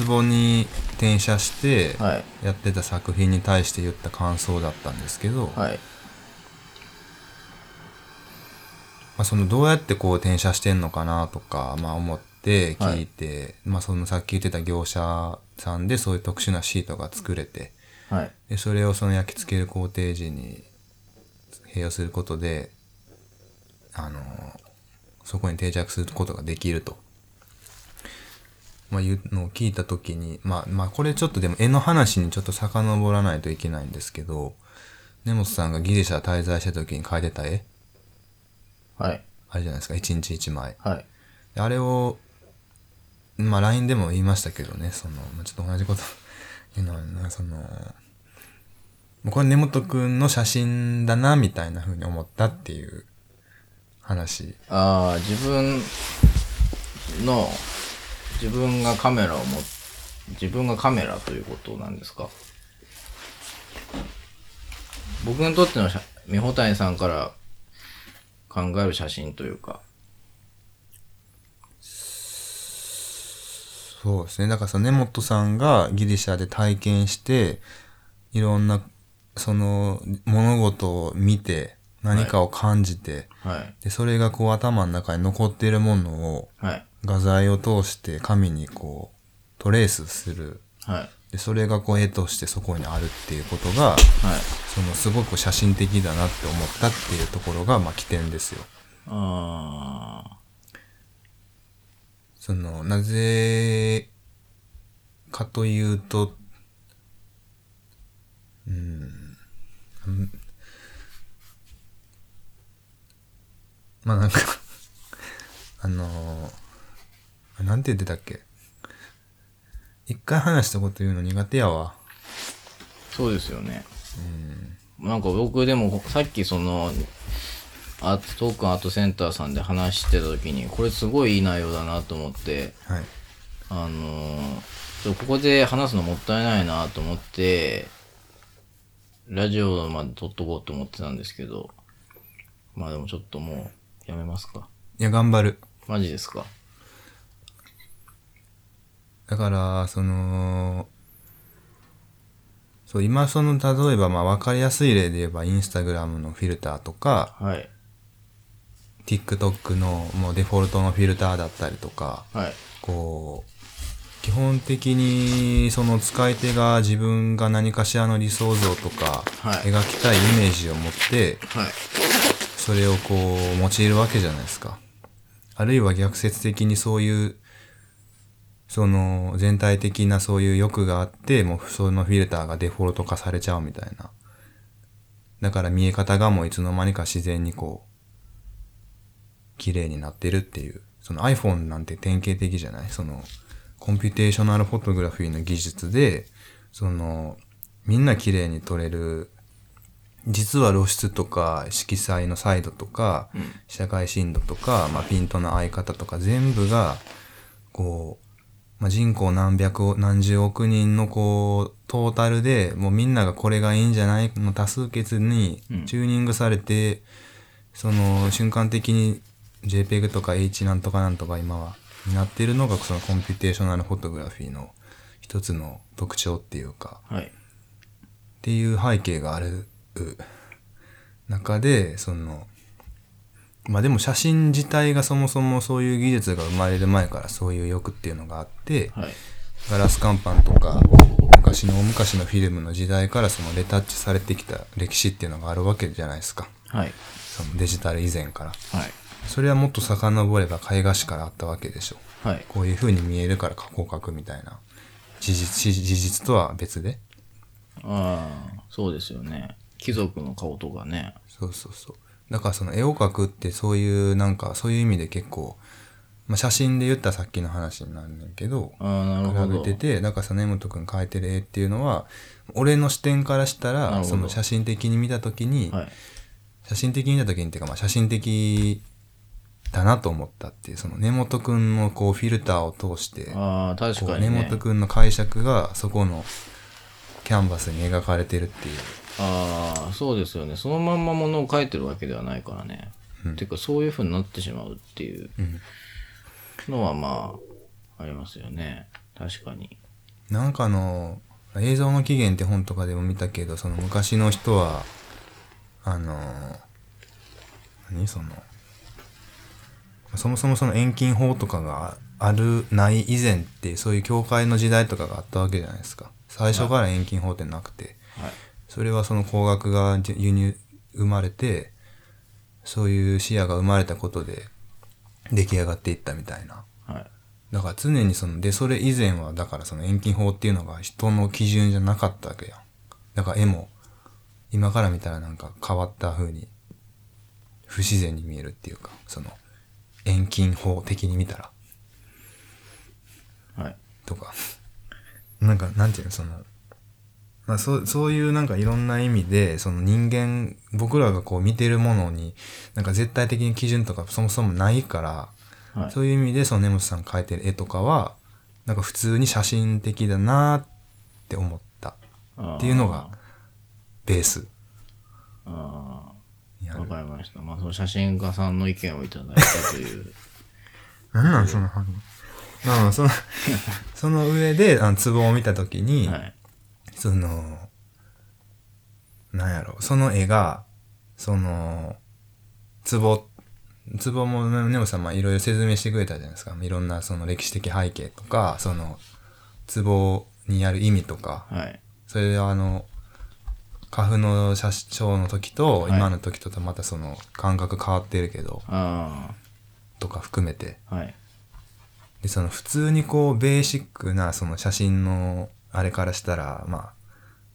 [SPEAKER 1] 壺に転写して
[SPEAKER 2] はい
[SPEAKER 1] やってた作品に対して言った感想だったんですけど、ま
[SPEAKER 2] はい
[SPEAKER 1] あ、そのどうやってこう転写してんのかなとか、まあ、思って聞いて、まあ、そのさっき言ってた業者さんでそういう特殊なシートが作れて
[SPEAKER 2] はい
[SPEAKER 1] でそれをその焼き付ける工程時に併用することであのそこに定着することができると、まあ、いうのを聞いた時に、まあ、まあこれちょっとでも絵の話にちょっと遡らないといけないんですけど根本さんがギリシャ滞在した時に描いてた絵
[SPEAKER 2] はい
[SPEAKER 1] あれじゃないですか一日一枚
[SPEAKER 2] はい
[SPEAKER 1] であれを、まあ、LINE でも言いましたけどね、その、まあ、ちょっと同じこと言うのはな、その、もうこれ根本くんの写真だな、みたいな風に思ったっていう話。
[SPEAKER 2] ああ自分の自分がカメラを持っ自分がカメラということなんですか僕にとっての写美穂谷さんから考える写真というか
[SPEAKER 1] そうですね。だからその根本さんがギリシャで体験して、いろんな、その、物事を見て、何かを感じて、
[SPEAKER 2] はい
[SPEAKER 1] で、それがこう頭の中に残っているものを、
[SPEAKER 2] はい
[SPEAKER 1] 画材を通して紙にこう、トレースする
[SPEAKER 2] はいはい
[SPEAKER 1] でそれがこう絵としてそこにあるっていうことがそのすごく写真的だなって思ったっていうところがまあ起点ですよ。
[SPEAKER 2] あ
[SPEAKER 1] その、なぜかというと、うん、うん まあなんか、あのー、なんて言ってたっけ一回話したこと言うの苦手やわ。
[SPEAKER 2] そうですよね。なんか僕でもさっきその、アートトークンアートセンターさんで話してた時に、これすごいいい内容だなと思って、
[SPEAKER 1] はい。
[SPEAKER 2] あのーちょっとここで話すのもったいないなと思って、ラジオまで撮っとこうと思ってたんですけど、まあでもちょっともうやめますか。
[SPEAKER 1] いや、頑張る。
[SPEAKER 2] マジですか。
[SPEAKER 1] だから、その、そう、今その、例えば、まあ、わかりやすい例で言えば、インスタグラムのフィルターとか、
[SPEAKER 2] はい。
[SPEAKER 1] TikTok のもうデフォルトのフィルターだったりとか、
[SPEAKER 2] はい。
[SPEAKER 1] こう、基本的に、その使い手が自分が何かしらの理想像とか、
[SPEAKER 2] はい
[SPEAKER 1] 描きたいイメージを持って、
[SPEAKER 2] はい。
[SPEAKER 1] それをこう、用いるわけじゃないですか。あるいは逆説的にそういう、その、全体的なそういう欲があって、もうそのフィルターがデフォルト化されちゃうみたいな。だから見え方がもういつの間にか自然にこう、綺麗になってるっていう。その iPhone なんて典型的じゃないその、コンピュテーショナルフォトグラフィーの技術で、その、みんな綺麗に撮れる実は露出とか色彩の彩度とか、社会深度とか、まあ、ピントの合い方とか全部がこう、まあ、人口何百億何十億人のこうトータルでもうみんながこれがいいんじゃないの多数決にチューニングされて、その瞬間的に JPEG とか H なんとかなんとか今はになってるのがそのコンピュテーショナルフォトグラフィーの一つの特徴っていうか。
[SPEAKER 2] はい。
[SPEAKER 1] っていう背景がある中でそのまあでも写真自体がそもそもそういう技術が生まれる前からそういう欲っていうのがあって、
[SPEAKER 2] はい。
[SPEAKER 1] ガラス乾板とか昔の大昔のフィルムの時代からそのレタッチされてきた歴史っていうのがあるわけじゃないですか
[SPEAKER 2] はい。
[SPEAKER 1] そのデジタル以前から
[SPEAKER 2] はい。
[SPEAKER 1] それはもっと遡れば絵画史からあったわけでしょ
[SPEAKER 2] はい。
[SPEAKER 1] こういう風に見えるから加工書くみたいな事実事実とは別で
[SPEAKER 2] ああ、そうですよね。貴族の顔とかね。
[SPEAKER 1] そうそうそう。だからその絵を描くってそういうなんかそういう意味で結構、まあ、写真で言ったらさっきの話になるんだけど、
[SPEAKER 2] ああ、なるほ
[SPEAKER 1] 比べ
[SPEAKER 2] ど。
[SPEAKER 1] てて、だからその根本くん描いてる絵っていうのは、俺の視点からした
[SPEAKER 2] なるほ
[SPEAKER 1] ら、
[SPEAKER 2] ど
[SPEAKER 1] その写真的に見たときに、
[SPEAKER 2] はい。
[SPEAKER 1] 写真的に見たときにっていうか、まあ、写真的だなと思ったっていう、その根本くんのこうフィルターを通して、
[SPEAKER 2] ああ、確
[SPEAKER 1] こ
[SPEAKER 2] か
[SPEAKER 1] う
[SPEAKER 2] に
[SPEAKER 1] 根
[SPEAKER 2] ね
[SPEAKER 1] 本。くんの解釈がそこのキャンバスに描かれてるっていう。
[SPEAKER 2] ああ、そうですよね。そのまんまものを書いてるわけではないからね。ていうか、そういう風になってしまうっていうのは、まあ、ありますよね。確かに。
[SPEAKER 1] なんかあの映像の起源って本とかでも見たけどその昔の人はあの何そのそもそもその遠近法とかがあるない以前ってそういう教会の時代とかがあったわけじゃないですか最初から遠近法ってなくて
[SPEAKER 2] はい。
[SPEAKER 1] それはその工学が輸入生まれてそういう視野が生まれたことで出来上がっていったみたいな。
[SPEAKER 2] はい。
[SPEAKER 1] だから常にその、で、それ以前は、だからその遠近法っていうのが人の基準じゃなかったわけやん。だから絵も、今から見たらなんか変わった風に、不自然に見えるっていうか、その、遠近法的に見たら、
[SPEAKER 2] はい。
[SPEAKER 1] とか。なんか、なんていうの、その、まあそう、そういうなんかいろんな意味で、その人間、僕らがこう見てるものに、なんか絶対的に基準とかそもそもないから、
[SPEAKER 2] はい。
[SPEAKER 1] そういう意味でその根本さんが描いてる絵とかはなんか普通に写真的だなって思った
[SPEAKER 2] っ
[SPEAKER 1] っていうのがベース
[SPEAKER 2] あ
[SPEAKER 1] にあ
[SPEAKER 2] あ、
[SPEAKER 1] る
[SPEAKER 2] わかりました。まあ、その写真家さんの意見をいただいたと いう。
[SPEAKER 1] なんなんその反応まあまあ そのその上であの壺を見た時に、
[SPEAKER 2] はい。
[SPEAKER 1] そのなんやろその絵がその壺壺もね根本さんまあいろいろ説明してくれたじゃないですかいろんなその歴史的背景とかその壺にある意味とか
[SPEAKER 2] はい。
[SPEAKER 1] それであの花粉の写真ショーの時と
[SPEAKER 2] はい
[SPEAKER 1] 今の時ととまたその感覚変わってるけど、
[SPEAKER 2] あ
[SPEAKER 1] とか含めて
[SPEAKER 2] あ、はい。
[SPEAKER 1] でその普通にこうベーシックなその写真のあれからしたら、まあ、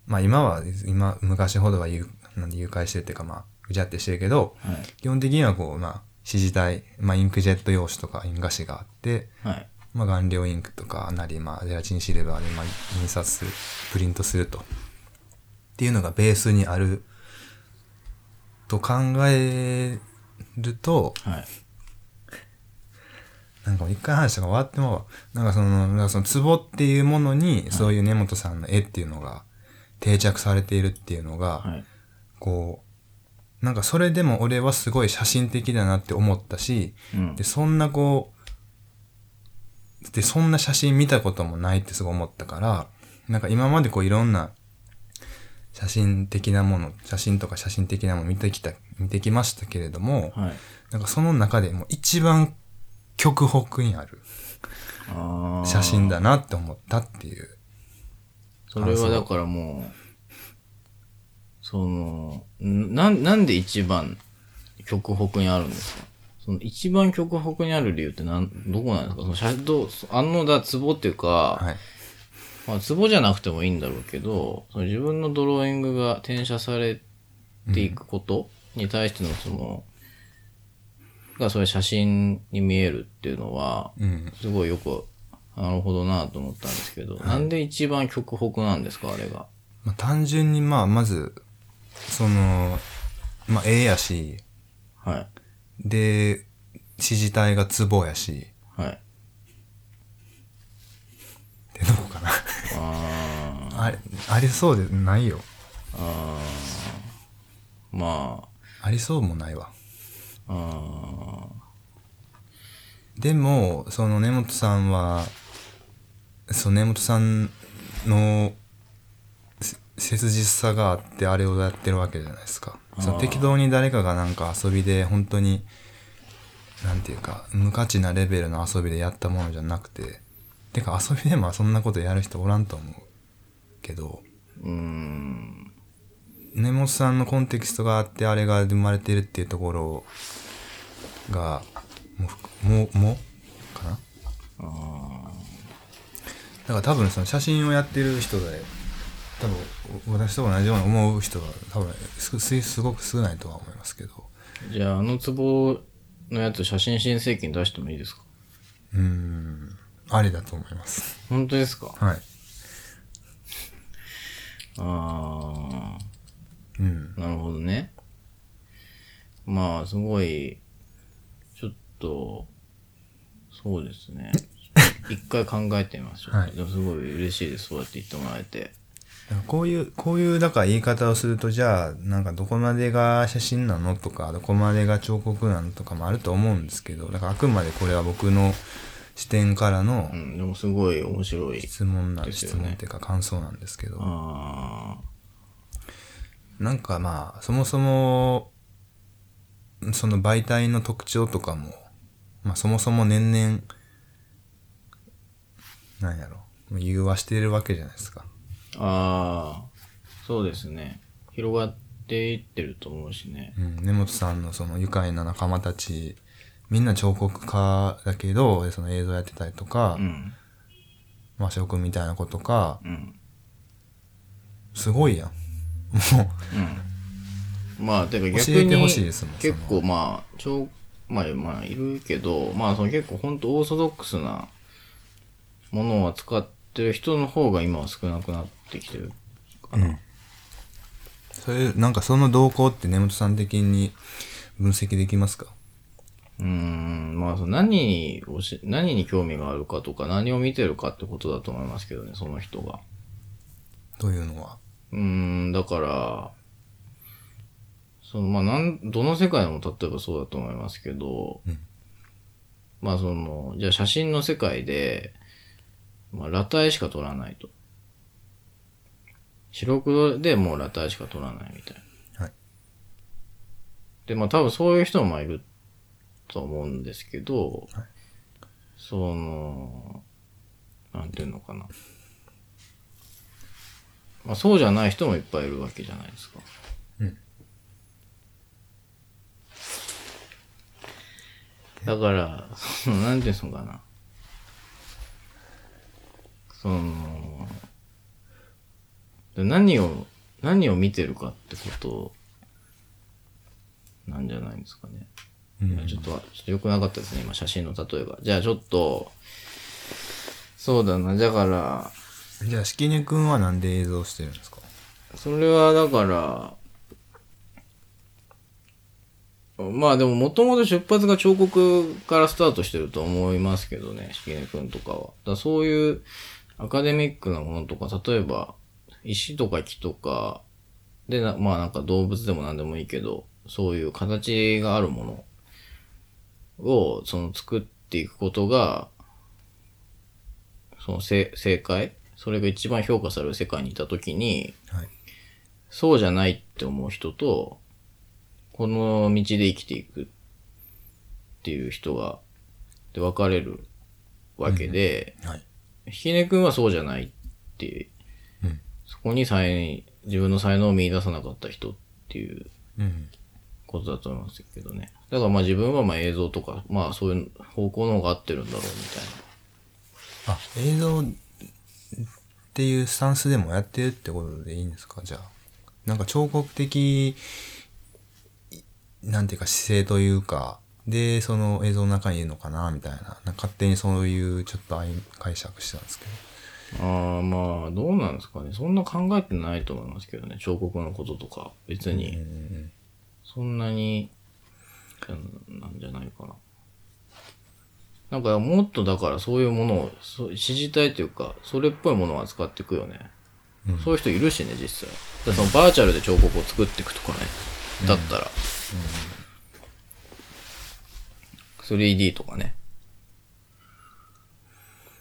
[SPEAKER 1] まあ今は今昔ほどは誘なんで誘拐してるっていうかまあぐちゃってしてるけど、
[SPEAKER 2] はい
[SPEAKER 1] 基本的にはこうまあ指示体、まあ、インクジェット用紙とか印画紙があって、
[SPEAKER 2] はい。
[SPEAKER 1] まあ、顔料インクとかなり、まあ、ゼラチンシルバーで、まあ、印刷するプリントするとっていうのがベースにあると考えると
[SPEAKER 2] はい。
[SPEAKER 1] なんか一回話が終わってもなんかそのなんかその壺っていうものにそういう根本さんの絵っていうのが定着されているっていうのが、
[SPEAKER 2] はい。
[SPEAKER 1] こうなんかそれでも俺はすごい写真的だなって思ったし、
[SPEAKER 2] うん
[SPEAKER 1] で、そんなこう、で、そんな写真見たこともないってすごい思ったから、なんか今までこういろんな写真的なもの、写真とか写真的なもの見てきた、見てきましたけれども、
[SPEAKER 2] はい。
[SPEAKER 1] なんかその中でも一番極北にある
[SPEAKER 2] ああ。
[SPEAKER 1] 写真だなって思ったっていう。
[SPEAKER 2] それはだからもう、その、な、なんで一番極北にあるんですかその一番極北にある理由ってなん、どこなんですかその写どうあのだ、壺っていうか、
[SPEAKER 1] はい。
[SPEAKER 2] まあ、壺じゃなくてもいいんだろうけど、その自分のドローイングが転写されていくことに対してのその、がそれ写真に見えるっていうのは、
[SPEAKER 1] うん。
[SPEAKER 2] すごいよく、なるほどなと思ったんですけど、なんで一番極北なんですか、あれが。
[SPEAKER 1] まあ、単純にまあ、まず、その、まあ、絵やし、
[SPEAKER 2] はい。
[SPEAKER 1] で、指示体がツボやし、
[SPEAKER 2] はい。
[SPEAKER 1] で、どこかな。
[SPEAKER 2] あ ー
[SPEAKER 1] あれ、ありそうでないよ。
[SPEAKER 2] あーま
[SPEAKER 1] ありそうもないわ。
[SPEAKER 2] あ、あ
[SPEAKER 1] でも、その根本さんは、そう、根本さんのせ切実さがあって、あれをやってるわけじゃないですか。その適当に誰かがなんか遊びで、本当に、なんていうか、無価値なレベルの遊びでやったものじゃなくて、てか遊びでもそんなことやる人おらんと思うけど、
[SPEAKER 2] ーうーん、
[SPEAKER 1] 根本さんのコンテキストがあってあれが生まれてるっていうところがもうふもうもかなだから多分その写真をやってる人で多分私と同じように思う人が多分すすすごく少ないとは思いますけど
[SPEAKER 2] じゃあ、あの壺のやつ写真申請機に出してもいいですか
[SPEAKER 1] うーんありだと思います
[SPEAKER 2] 本当ですか
[SPEAKER 1] はい
[SPEAKER 2] あ
[SPEAKER 1] うん
[SPEAKER 2] あ、なるほどね。まあ、すごい、ちょっと、そうですね。一回考えてみます。ちょっと
[SPEAKER 1] はい
[SPEAKER 2] でもすごい嬉しいです。そうやって言ってもらえて。
[SPEAKER 1] だからこういう、こういう、だから言い方をすると、じゃあ、なんかどこまでが写真なのとか、どこまでが彫刻なのとかもあると思うんですけど、だからあくまでこれは僕の視点からの
[SPEAKER 2] うん、でもすごい面白い。
[SPEAKER 1] 質問なん、
[SPEAKER 2] ですよ
[SPEAKER 1] 質
[SPEAKER 2] ね
[SPEAKER 1] 問っていうか感想なんですけど、
[SPEAKER 2] あ
[SPEAKER 1] なんかまあ、そもそも、その媒体の特徴とかも、まあそもそも年々、なんやろ、融和してるわけじゃないですか。
[SPEAKER 2] あ、ああ、そうですね。広がっていってると思うしね。
[SPEAKER 1] うん、根本さんのその愉快な仲間たちみんな彫刻家だけどその映像やってたりとか、
[SPEAKER 2] うん、
[SPEAKER 1] まあ職みたいなことか
[SPEAKER 2] うん、
[SPEAKER 1] すごいやんも
[SPEAKER 2] うん。まあ、てか逆
[SPEAKER 1] 教え
[SPEAKER 2] に、
[SPEAKER 1] てほしいですもん
[SPEAKER 2] 結構まあ、ちょまあ、まあ、いるけど、まあ、その結構本当オーソドックスなものを扱ってる人の方が今は少なくなってきてるかな。
[SPEAKER 1] うそれなんかその動向って根本さん的に分析できますか
[SPEAKER 2] うーん、まあ、その何をし、何に興味があるかとか、何を見てるかってことだと思いますけどね、その人が。
[SPEAKER 1] というのは
[SPEAKER 2] うーん、だから、その、まあ、なん、どの世界でも例えばそうだと思いますけど、
[SPEAKER 1] うん
[SPEAKER 2] まあ、その、じゃあ写真の世界で、まあ、裸体しか撮らないと。白黒でもう裸体しか撮らないみたいな。
[SPEAKER 1] はい
[SPEAKER 2] で、まあ、多分そういう人もまあいると思うんですけど、
[SPEAKER 1] はい
[SPEAKER 2] その、なんていうのかな。まあ、そうじゃない人もいっぱいいるわけじゃないですか。
[SPEAKER 1] うん
[SPEAKER 2] だから、その、なんていうのかな。その、で何を、何を見てるかってことなんじゃないですかね。
[SPEAKER 1] うん
[SPEAKER 2] いやちょっと、ちょっと良くなかったですね、今、写真の例えが。じゃあちょっと、そうだな、だから、
[SPEAKER 1] じゃあ、敷根くんはなんで映像してるんですか
[SPEAKER 2] それはだから、まあでももともと出発が彫刻からスタートしてると思いますけどね、しげくんとかは。だからそういうアカデミックなものとか、例えば石とか木とかでな、まあなんか動物でも何でもいいけど、そういう形があるものをその作っていくことが、その正正解それが一番評価される世界にいたときに、
[SPEAKER 1] はい。
[SPEAKER 2] そうじゃないって思う人と、この道で生きていくっていう人が、で分かれるわけで、
[SPEAKER 1] はい。
[SPEAKER 2] ひきねくんはそうじゃないって、
[SPEAKER 1] うん
[SPEAKER 2] そこに才自分の才能を見出さなかった人っていう
[SPEAKER 1] うん。
[SPEAKER 2] ことだと思いますけどね。だからまあ自分はまあ映像とか、まあそういう方向の方が合ってるんだろうみたいな。
[SPEAKER 1] あ、映像っていうスタンスでもやってるってことでいいんですかじゃあ。なんか彫刻的、いなんていうか姿勢というか、で、その映像の中にいるのかなみたいな。なんか勝手にそういうちょっとあい解釈してたんですけど。
[SPEAKER 2] ああまあどうなんですかねそんな考えてないと思いますけどね彫刻のこととか別にそんなにうんなんじゃないかななんかもっとだからそういうものをそう支持体というかそれっぽいものを扱っていくよね、そういう人いるしね実際だからそのバーチャルで彫刻を作っていくとかねだったら、3D とかね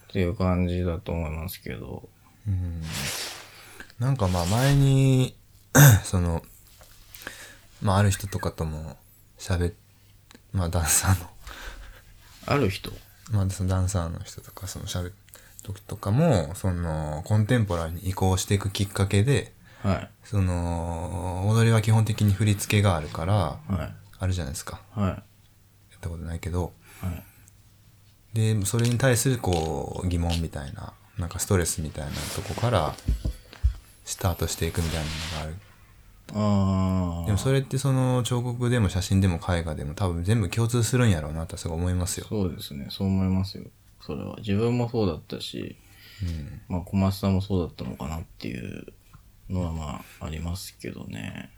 [SPEAKER 2] っていう感じだと思いますけど
[SPEAKER 1] なんかまあ前に、 その、まあある人とかとも喋っ、まあダンサーの、
[SPEAKER 2] ある人
[SPEAKER 1] まあ、そのダンサーの人とか、その喋る時とかも、その、コンテンポラリーに移行していくきっかけで、
[SPEAKER 2] はい
[SPEAKER 1] その、踊りは基本的に振り付けがあるから、
[SPEAKER 2] はい
[SPEAKER 1] あるじゃないですか。
[SPEAKER 2] はい
[SPEAKER 1] やったことないけど。
[SPEAKER 2] はい
[SPEAKER 1] で、それに対する、こう、疑問みたいな、なんかストレスみたいなとこから、スタートしていくみたいなのがある。
[SPEAKER 2] あ
[SPEAKER 1] で
[SPEAKER 2] あ
[SPEAKER 1] もそれってその彫刻でも写真でも絵画でも多分全部共通するんやろうなってすごい思いますよ。
[SPEAKER 2] そうですねそう思いますよそれは自分もそうだったし、まあ小松さんもそうだったのかなっていうのはまあありますけどね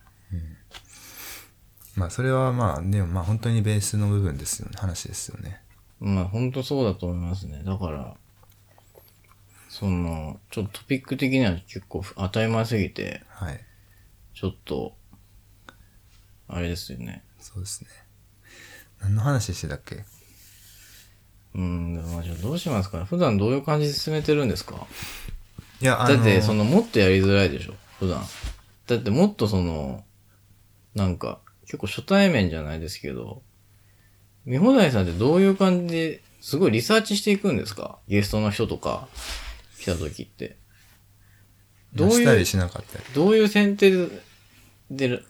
[SPEAKER 1] まあそれはまあ、でもまあ本当にベースの部分ですよね。話ですよね。
[SPEAKER 2] まあ本当そうだと思いますねだからそのちょっとトピック的には結構当たり前すぎて
[SPEAKER 1] はい。
[SPEAKER 2] ちょっとあれですよね
[SPEAKER 1] そうですね。何の話してたっけ
[SPEAKER 2] うんでもまあじゃあどうしますかね普段どういう感じで進めてるんですか
[SPEAKER 1] いや、
[SPEAKER 2] だって、そ
[SPEAKER 1] の、
[SPEAKER 2] の、もっとやりづらいでしょ、普段。だって、もっとその、なんか、結構初対面じゃないですけど、美穂台さんってどういう感じで、すごいリサーチしていくんですかゲストの人とか、来た時って。どう
[SPEAKER 1] 出した
[SPEAKER 2] い
[SPEAKER 1] り
[SPEAKER 2] う、
[SPEAKER 1] しなかったり。
[SPEAKER 2] どういう選定で、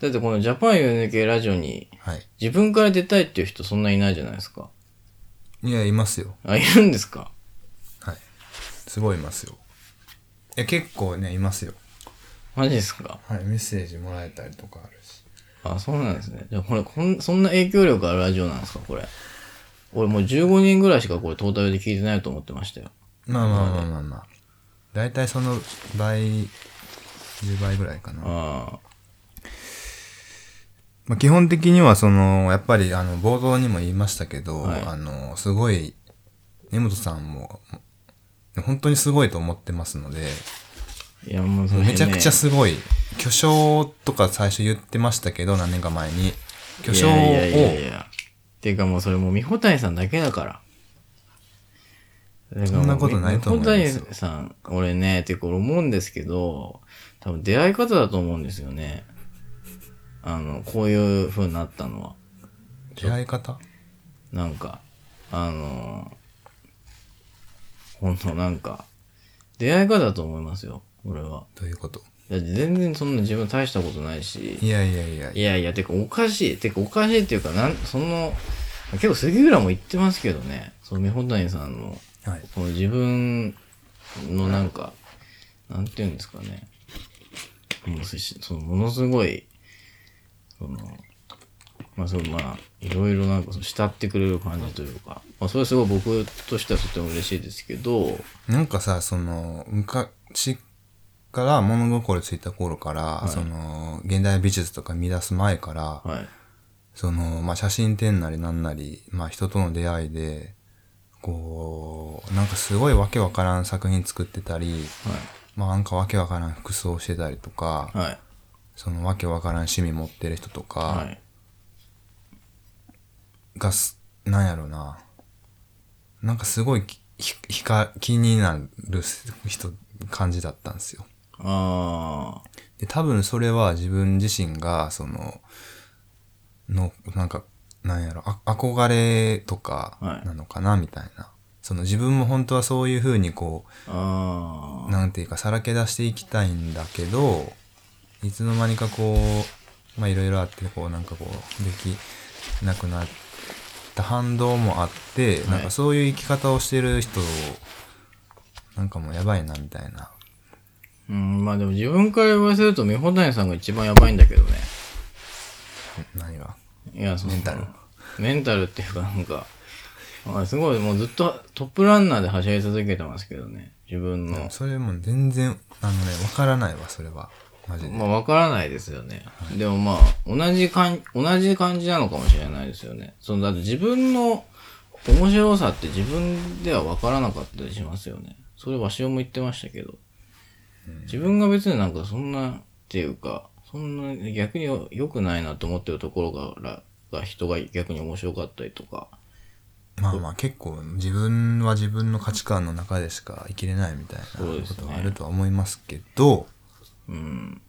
[SPEAKER 2] だってこのジャパン UNK ラジオに、
[SPEAKER 1] はい。
[SPEAKER 2] 自分から出たいっていう人そんないないじゃないですか。
[SPEAKER 1] いや、いますよ。
[SPEAKER 2] あ、いるんですか
[SPEAKER 1] はい。すごいいますよ。いや、結構ね、いますよ。
[SPEAKER 2] マジですか
[SPEAKER 1] はい、メッセージもらえたりとかあるし。
[SPEAKER 2] あ、そうなんですね。じゃあこれ、こん、そんな影響力あるラジオなんですか、これ。俺もう15人ぐらいしかこれトータルで聞いてないと思ってましたよ。
[SPEAKER 1] まあまあまあまあまあ。大体その倍、10倍ぐらいかな。
[SPEAKER 2] あ
[SPEAKER 1] まあ、基本的にはそのやっぱりあの冒頭にも言いましたけど、
[SPEAKER 2] はい
[SPEAKER 1] あのすごい根本さんも本当にすごいと思ってますので、
[SPEAKER 2] あ。いや、もうそれ、ね、
[SPEAKER 1] めちゃくちゃすごい巨匠とか最初言ってましたけど何年か前に巨匠を
[SPEAKER 2] いやいやいやいや。ていうかもうそれもう、みほたいさんだけだから。
[SPEAKER 1] そんなことないと思いますよ
[SPEAKER 2] みほたいさん、俺ね、ていうか俺思うんですけど、多分出会い方だと思うんですよね。あの、こういう風になったのは。
[SPEAKER 1] 出会い方
[SPEAKER 2] なんか、あのー、ほんとなんか、出会い方だと思いますよ、俺は。
[SPEAKER 1] ということ
[SPEAKER 2] だって全然そんな自分大したことないし、
[SPEAKER 1] いやいやいや
[SPEAKER 2] いやいや、てかおかしい、てかおかしいっていうか、なん、その、結構杉浦も言ってますけどね、その、美穂谷さんの、
[SPEAKER 1] はい
[SPEAKER 2] この自分のなんか、なんていうんですかね。もうせしそのものすごい、その、まあそう、まあ、いろいろなんかその慕ってくれる感じというか、まあそれはすごい僕としてはとても嬉しいですけど、
[SPEAKER 1] なんかさ、その、昔から物心ついた頃から、その、現代美術とか見出す前から、
[SPEAKER 2] はい。
[SPEAKER 1] その、まあ、写真展なりなんなり、まあ、人との出会いで、こう、なんかすごいわけわからん作品作ってたり、まあ、なんかわけわからん服装してたりとか、
[SPEAKER 2] はい。はい。
[SPEAKER 1] そのわけわからん趣味持ってる人と
[SPEAKER 2] は
[SPEAKER 1] か
[SPEAKER 2] い。
[SPEAKER 1] がす、なんやろな。なんかすごいき、ひ、ひか、気になる人、感じだったんですよ。
[SPEAKER 2] あ
[SPEAKER 1] で、多分それは自分自身が、その、の、なんか、なんやろ、あ憧れとか
[SPEAKER 2] はい
[SPEAKER 1] なのかな、みたいな。その自分も本当はそういう風にこ
[SPEAKER 2] あ、あ
[SPEAKER 1] う、なんていうか、さらけ出していきたいんだけど、いつの間にかこう、まあいろいろあって、こう、なんかこう、できなくなった反動もあって、
[SPEAKER 2] い
[SPEAKER 1] なんかそういう生き方をしてる人を、なんかもうやばいな、みたいな。
[SPEAKER 2] あ、うん、まあでも自分から言わせると、美穂谷さんが一番やばいんだけどね。
[SPEAKER 1] 何が
[SPEAKER 2] いや、その
[SPEAKER 1] メンタル
[SPEAKER 2] メンタルっていうか、なんか、まあすごい、もうずっとトップランナーで走り続けてますけどね。自分
[SPEAKER 1] でも
[SPEAKER 2] の。
[SPEAKER 1] それも全然あのねわからないわそれはマジで、
[SPEAKER 2] まあ、わからないですよね。でもまあ、同じかん、同じ感じなのかもしれないですよね。その、だって自分の面白さって自分ではわからなかったりしますよね。それ、わしおも言ってましたけど。自分が別になんかそんな、っていうか、そんな逆によ良くないなと思ってるところから、が人が逆に面白かったりとか、
[SPEAKER 1] まあまあ結構自分は自分の価値観の中でしか生きれないみたい
[SPEAKER 2] そうで
[SPEAKER 1] な
[SPEAKER 2] す
[SPEAKER 1] こ
[SPEAKER 2] ね
[SPEAKER 1] とはあるとは思いますけど
[SPEAKER 2] うん。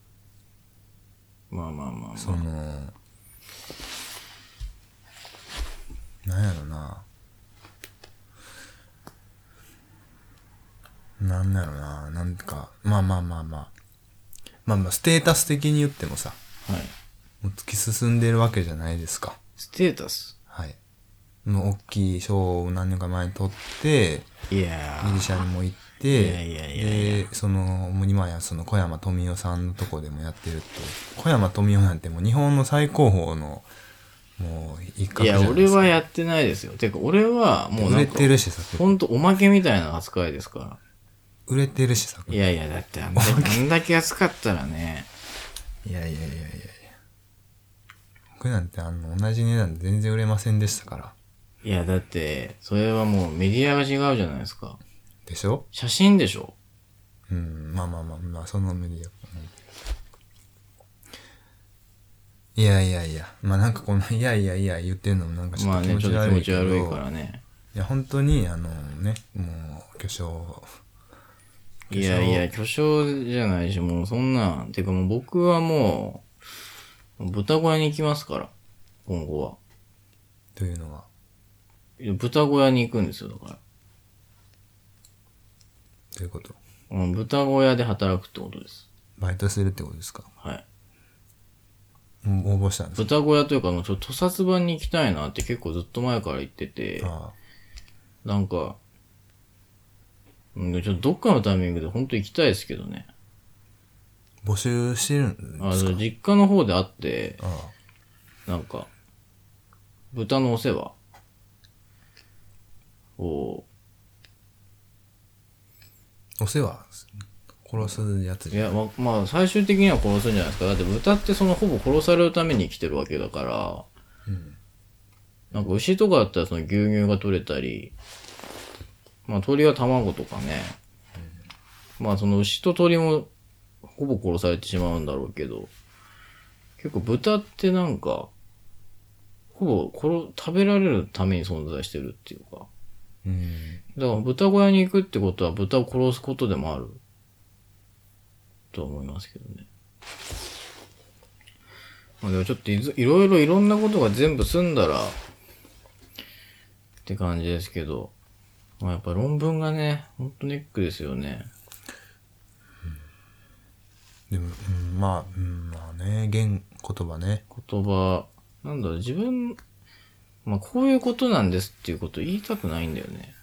[SPEAKER 2] まあまあまあまあ。
[SPEAKER 1] そ,、のなんやろななんやろななんかまあまあまあまあまあまあステータス的に言ってもさ
[SPEAKER 2] はい。
[SPEAKER 1] もう突き進んでるわけじゃないですか
[SPEAKER 2] ステータス。
[SPEAKER 1] はい。もう大きい賞を何年か前に取って、
[SPEAKER 2] いや
[SPEAKER 1] ギリシャにも行って、
[SPEAKER 2] いやいやいやい
[SPEAKER 1] で、その、もう今やその小山富代さんのとこでもやってると、小山富代なんてもう日本の最高峰の、もう一角
[SPEAKER 2] い
[SPEAKER 1] じゃな
[SPEAKER 2] や、
[SPEAKER 1] いで
[SPEAKER 2] 俺
[SPEAKER 1] すか。
[SPEAKER 2] はやってないですよ。てか、俺はもう
[SPEAKER 1] 売
[SPEAKER 2] なん
[SPEAKER 1] れ
[SPEAKER 2] か、
[SPEAKER 1] てるしさ、
[SPEAKER 2] ほんとおまけみたいな扱いですか
[SPEAKER 1] 売れてるしさ、
[SPEAKER 2] ら。いやいや、だってあんだけ、あんだけ安かったらね。
[SPEAKER 1] いやいやいやいやいや僕なんてあの、同じ値段で全然売れませんでしたから。
[SPEAKER 2] いや、だって、それはもうメディアが違うじゃないですか。
[SPEAKER 1] でしょ
[SPEAKER 2] 写真でしょ
[SPEAKER 1] うん、まあまあまあまあ、そのメディア。うんいやいやいや、まあなんかこの、いやいやいや言ってるのもなんかちょっ
[SPEAKER 2] まあ
[SPEAKER 1] と
[SPEAKER 2] ね、ち
[SPEAKER 1] 気
[SPEAKER 2] ょ
[SPEAKER 1] 持ち
[SPEAKER 2] っと気
[SPEAKER 1] 悪
[SPEAKER 2] 持
[SPEAKER 1] いけ
[SPEAKER 2] ち
[SPEAKER 1] ど、
[SPEAKER 2] 悪い
[SPEAKER 1] い
[SPEAKER 2] からね。
[SPEAKER 1] や本当にあのね、もう巨匠、
[SPEAKER 2] いやいや、巨匠じゃないし、もうそんな、てかもう僕はもう、豚小屋に行きますから、今後は。
[SPEAKER 1] というのは、
[SPEAKER 2] いや豚小屋に行くんですよ、だから。
[SPEAKER 1] ということ。
[SPEAKER 2] うん、豚小屋で働くってことです。
[SPEAKER 1] バイトするってことですか
[SPEAKER 2] はい。
[SPEAKER 1] もう応募したんですか
[SPEAKER 2] 豚小屋というか、もうちょっと屠殺版に行きたいなって結構ずっと前から言ってて、
[SPEAKER 1] あ
[SPEAKER 2] なんか、うん、ちょっとどっかのタイミングで本当行きたいですけどね。
[SPEAKER 1] あ募集してるん
[SPEAKER 2] あの実家の方であって、
[SPEAKER 1] あ
[SPEAKER 2] なんか、豚のお世話
[SPEAKER 1] あ
[SPEAKER 2] を、
[SPEAKER 1] お世話殺すやつ
[SPEAKER 2] い
[SPEAKER 1] じゃん。
[SPEAKER 2] や、ま、まあ、最終的には殺すんじゃないですか。だって豚ってそのほぼ殺されるために生きてるわけだから、
[SPEAKER 1] うん
[SPEAKER 2] なんか牛とかだったらその牛乳が取れたり、まあ鳥は卵とかね。まあその牛と鳥もほぼ殺されてしまうんだろうけど、結構豚ってなんか、ほぼ殺、食べられるために存在してるっていうか。
[SPEAKER 1] うん。
[SPEAKER 2] だから豚小屋に行くってことは豚を殺すことでもある。とは思いますけどね。まあでもちょっといずいろいろいろんなことが全部済んだら、って感じですけど、まあやっぱ論文がね、ほんとネックですよね。
[SPEAKER 1] でも、うん、まあ、うん、まあね、言、言葉ね。
[SPEAKER 2] 言葉、なんだろう、自分、まあこういうことなんですっていうことを言いたくないんだよね。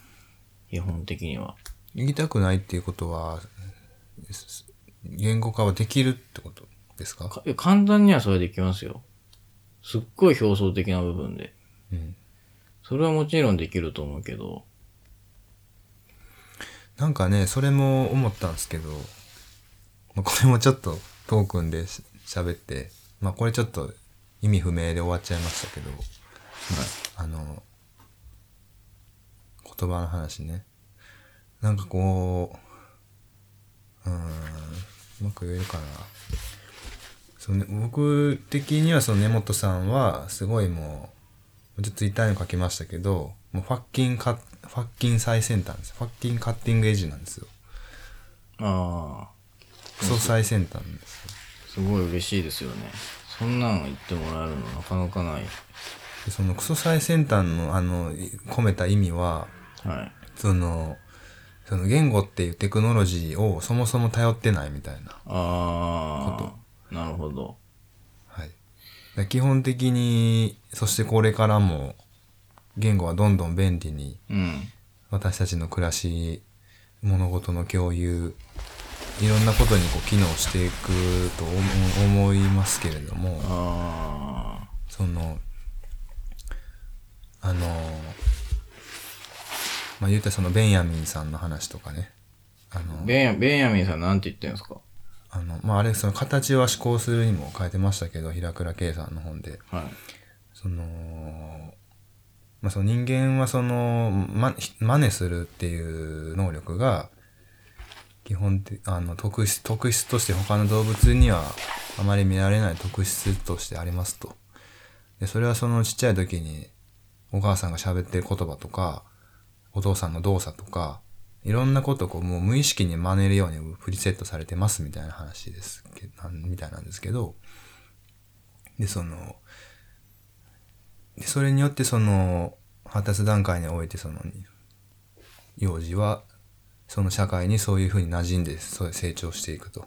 [SPEAKER 2] 基本的には。
[SPEAKER 1] 行きたくないっていうことは、す言語化はできるってことですか
[SPEAKER 2] か簡単にはそれできますよ。すっごい表層的な部分で。
[SPEAKER 1] うん。
[SPEAKER 2] それはもちろんできると思うけど。
[SPEAKER 1] なんかね、それも思ったんですけど、まあ、これもちょっとトークンでし喋って、まあこれちょっと意味不明で終わっちゃいましたけど、あの、言葉の話ね。なんかこう、うーん、うまく言えるかな。そのね僕的にはその根本さんは、すごいもう、ちょっとツイッターにも書きましたけど、もうファッキンカッ、ファッキン最先端です。ファッキンカッティングエッジなんですよ。
[SPEAKER 2] ああ、
[SPEAKER 1] クソ最先端ですよ。
[SPEAKER 2] すごい嬉しいですよね。そんなの言ってもらえるのなかなかない。
[SPEAKER 1] でそのクソ最先端のあの、込めた意味は、
[SPEAKER 2] はい。
[SPEAKER 1] その、その言語っていうテクノロジーをそもそも頼ってないみたいな。
[SPEAKER 2] ああ、なるほど。
[SPEAKER 1] はい。だから基本的に、そしてこれからも、言語はどんどん便利に、
[SPEAKER 2] うん。
[SPEAKER 1] 私たちの暮らし、物事の共有、いろんなことにこう機能していくと思思いますけれども、
[SPEAKER 2] あ
[SPEAKER 1] その、あの、まあ、言うたらそのベンヤミンさんの話とかね、あ
[SPEAKER 2] あ、
[SPEAKER 1] の、
[SPEAKER 2] ベンヤベンヤミンさんなんて言ってんですか
[SPEAKER 1] あの、まあ、あれ、その形は思考するにも変えてましたけど、平倉圭さんの本で。
[SPEAKER 2] はい。
[SPEAKER 1] その、まあ、その人間はその、ま、真似するっていう能力が、基本的、あの、特質、特質として他の動物にはあまり見られない特質としてありますと。で、それはそのちっちゃい時に、お母さんが喋ってる言葉とか、お父さんの動作とか、いろんなことをこう、もう無意識に真似るようにプリセットされてますみたいな話ですけど、なんみたいなんですけど、で、その、でそれによってその発達段階においてその幼児はその社会にそういうふうに馴染んでそう成長していくと。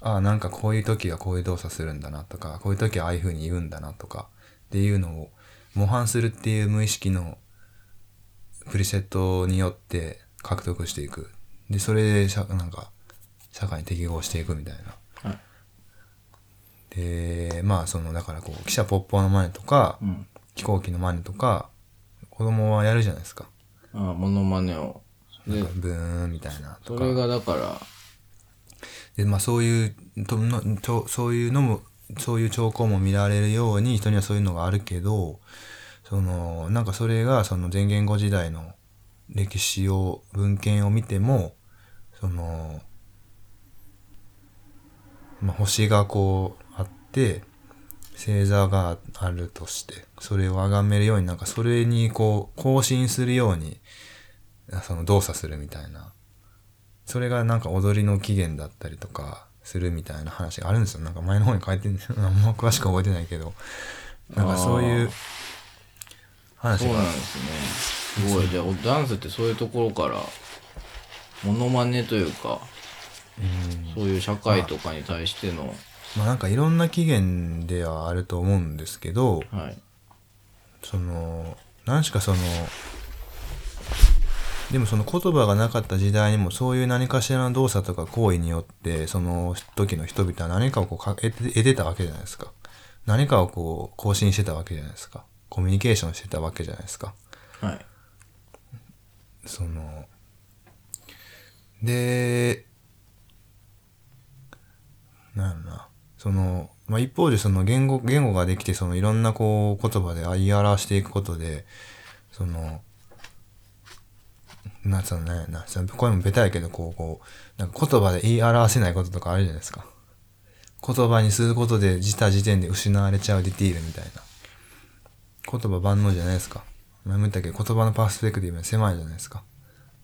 [SPEAKER 1] ああなんかこういう時はこういう動作するんだなとかこういう時はああいうふうに言うんだなとかっていうのを模範するっていう無意識のプリセットによって獲得していく。でそれで社なんか社会に適合していくみたいな。
[SPEAKER 2] はい。
[SPEAKER 1] でまあそのだからこう記者ポッポの真似とか、
[SPEAKER 2] うん。
[SPEAKER 1] 飛行機の真似とか、子供はやるじゃないですか。
[SPEAKER 2] あーモノマネを。
[SPEAKER 1] な
[SPEAKER 2] で
[SPEAKER 1] んかブーンみたいなと
[SPEAKER 2] そ
[SPEAKER 1] か。
[SPEAKER 2] れがだから、
[SPEAKER 1] で、まあそういう、とのとそういうのも、そういう兆候も見られるように、人にはそういうのがあるけど、その、なんかそれが、その前言語時代の歴史を、文献を見ても、その、まあ星がこうあって、星座があるとして、それを崇めるように、なんかそれにこう、更新するように、その動作するみたいな。それがなんか踊りの起源だったりとかするみたいな話があるんですよ。なんか前の方に書いてるんですよ。あんま詳しく覚えてないけど。なんかそういう話
[SPEAKER 2] そう
[SPEAKER 1] が
[SPEAKER 2] なんですね。すごい。じゃあ、おダンスってそういうところから、モノマネというか、そういう社会とかに対しての、
[SPEAKER 1] まあなんかいろんな起源ではあると思うんですけど、
[SPEAKER 2] はい。
[SPEAKER 1] その、何しかその、でもその言葉がなかった時代にもそういう何かしらの動作とか行為によって、その時の人々は何かをこうか得て得てたわけじゃないですか。何かをこう更新してたわけじゃないですか。コミュニケーションしてたわけじゃないですか。
[SPEAKER 2] はい。
[SPEAKER 1] その、で、なんやろな。その、まあ、一方でその言語、言語ができて、そのいろんなこう言葉で言い表していくことで、その、なんそのなんやろな、そのこれもベタやけど、こう、こう、なんか言葉で言い表せないこととかあるじゃないですか。言葉にすることで、自他時点で失われちゃうディティールみたいな。言葉万能じゃないですか。前も言ったけど、言葉のパースペクティブは狭いじゃないですか。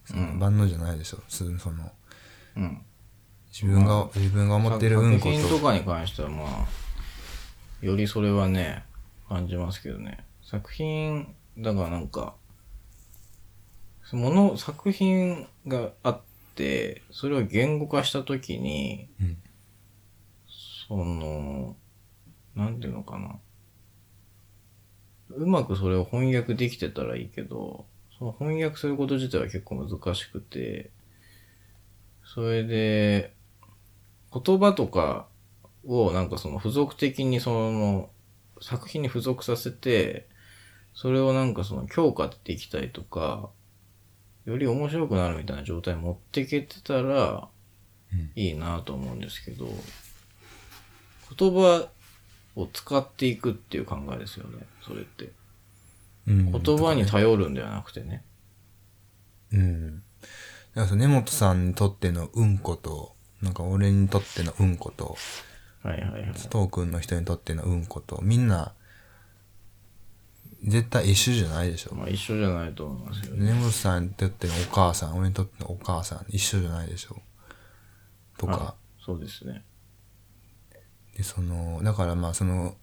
[SPEAKER 1] その万能じゃないでしょ。その、その
[SPEAKER 2] うん。
[SPEAKER 1] 自分が、自分が思ってるうんこ
[SPEAKER 2] 作品
[SPEAKER 1] と
[SPEAKER 2] と。かに関してはまあよりそれはね感じますけどね作品だからなんかもの作品があってそれを言語化した時に
[SPEAKER 1] うん
[SPEAKER 2] そのなんていうのかなうまくそれを翻訳できてたらいいけどその翻訳すること自体は結構難しくてそれで、言葉とかをなんかその付属的にその作品に付属させて、それをなんかその強化できたりとか、より面白くなるみたいな状態に持っていけてたらいいなと思うんですけど、言葉を使っていくっていう考えですよね、それって。
[SPEAKER 1] うん
[SPEAKER 2] 言葉に頼るんではなくてね。
[SPEAKER 1] うん。だからその根本さんにとってのうんこと、なんか俺にとってのうんこと、
[SPEAKER 2] はいはいはい。
[SPEAKER 1] 佐藤君の人にとってのうんこと、みんな、絶対一緒じゃないでしょ。
[SPEAKER 2] まあ一緒じゃないと思いますよね。
[SPEAKER 1] 根本さんにとってのお母さん、俺にとってのお母さん、一緒じゃないでしょ。とか。
[SPEAKER 2] そうですね。
[SPEAKER 1] でそのだからまあその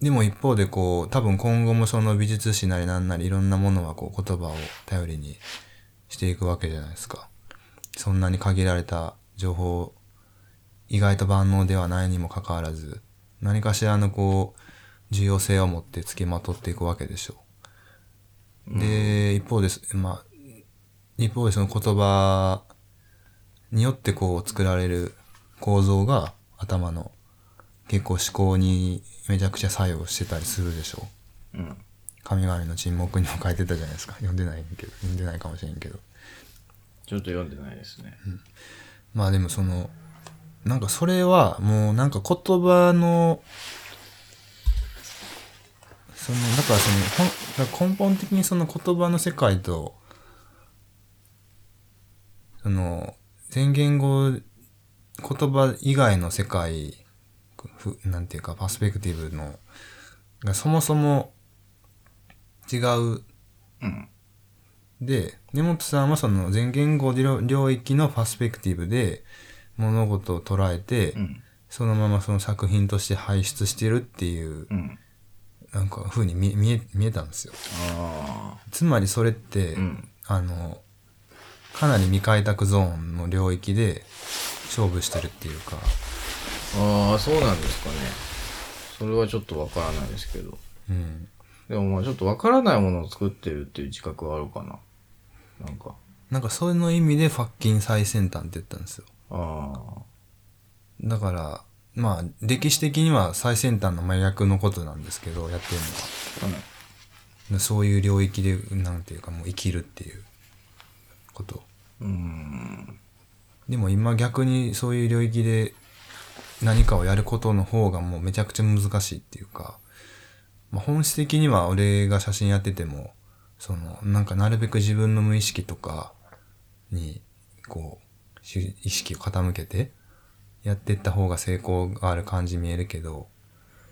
[SPEAKER 1] でも一方でこう多分今後もその美術史なりなんなりいろんなものはこう言葉を頼りにしていくわけじゃないですかそんなに限られた情報意外と万能ではないにもかかわらず何かしらのこう重要性を持って付きまとっていくわけでしょうで一方ですまあ一方でその言葉によってこう作られる構造が頭の結構思考にめちゃくちゃ作用してたりするでしょ
[SPEAKER 2] うん。
[SPEAKER 1] 神々の沈黙にも書いてたじゃないですか読んでないけど読んでないかもしれんけど
[SPEAKER 2] ちょっと読んでないですね。
[SPEAKER 1] まあでもそのなんかそれはもうなんか言葉のそのだからそのほんだから根本的にその言葉の世界とその全言語言葉以外の世界ふなんていうかパースペクティブのがそもそも違う
[SPEAKER 2] うん。
[SPEAKER 1] で根本さんはその全言語領領域のパースペクティブで物事を捉えて、
[SPEAKER 2] うん。
[SPEAKER 1] そのままその作品として排出してるっていう、
[SPEAKER 2] うん。
[SPEAKER 1] なんか風に見見え見えたんですよ
[SPEAKER 2] あ
[SPEAKER 1] つまりそれって、
[SPEAKER 2] あ。うん。
[SPEAKER 1] あのかなり未開拓ゾーンの領域で勝負してるっていうか
[SPEAKER 2] ああ、そうなんですかね。それはちょっとわからないですけど。
[SPEAKER 1] うん
[SPEAKER 2] でもまあちょっとわからないものを作ってるっていう自覚はあるかな。なんか。
[SPEAKER 1] なんかそういうの意味でファッキン最先端って言ったんですよ
[SPEAKER 2] あ
[SPEAKER 1] だからまあ歴史的には最先端の真逆のことなんですけどやってるのは。
[SPEAKER 2] あ。うん。
[SPEAKER 1] そういう領域で、なんていうかもう生きるっていうこと。
[SPEAKER 2] うーん。
[SPEAKER 1] でも今逆にそういう領域で何かをやることの方がもうめちゃくちゃ難しいっていうか、まあ、本質的には俺が写真やってても、その、なんかなるべく自分の無意識とかに、こう、し意識を傾けてやってった方が成功がある感じ見えるけど、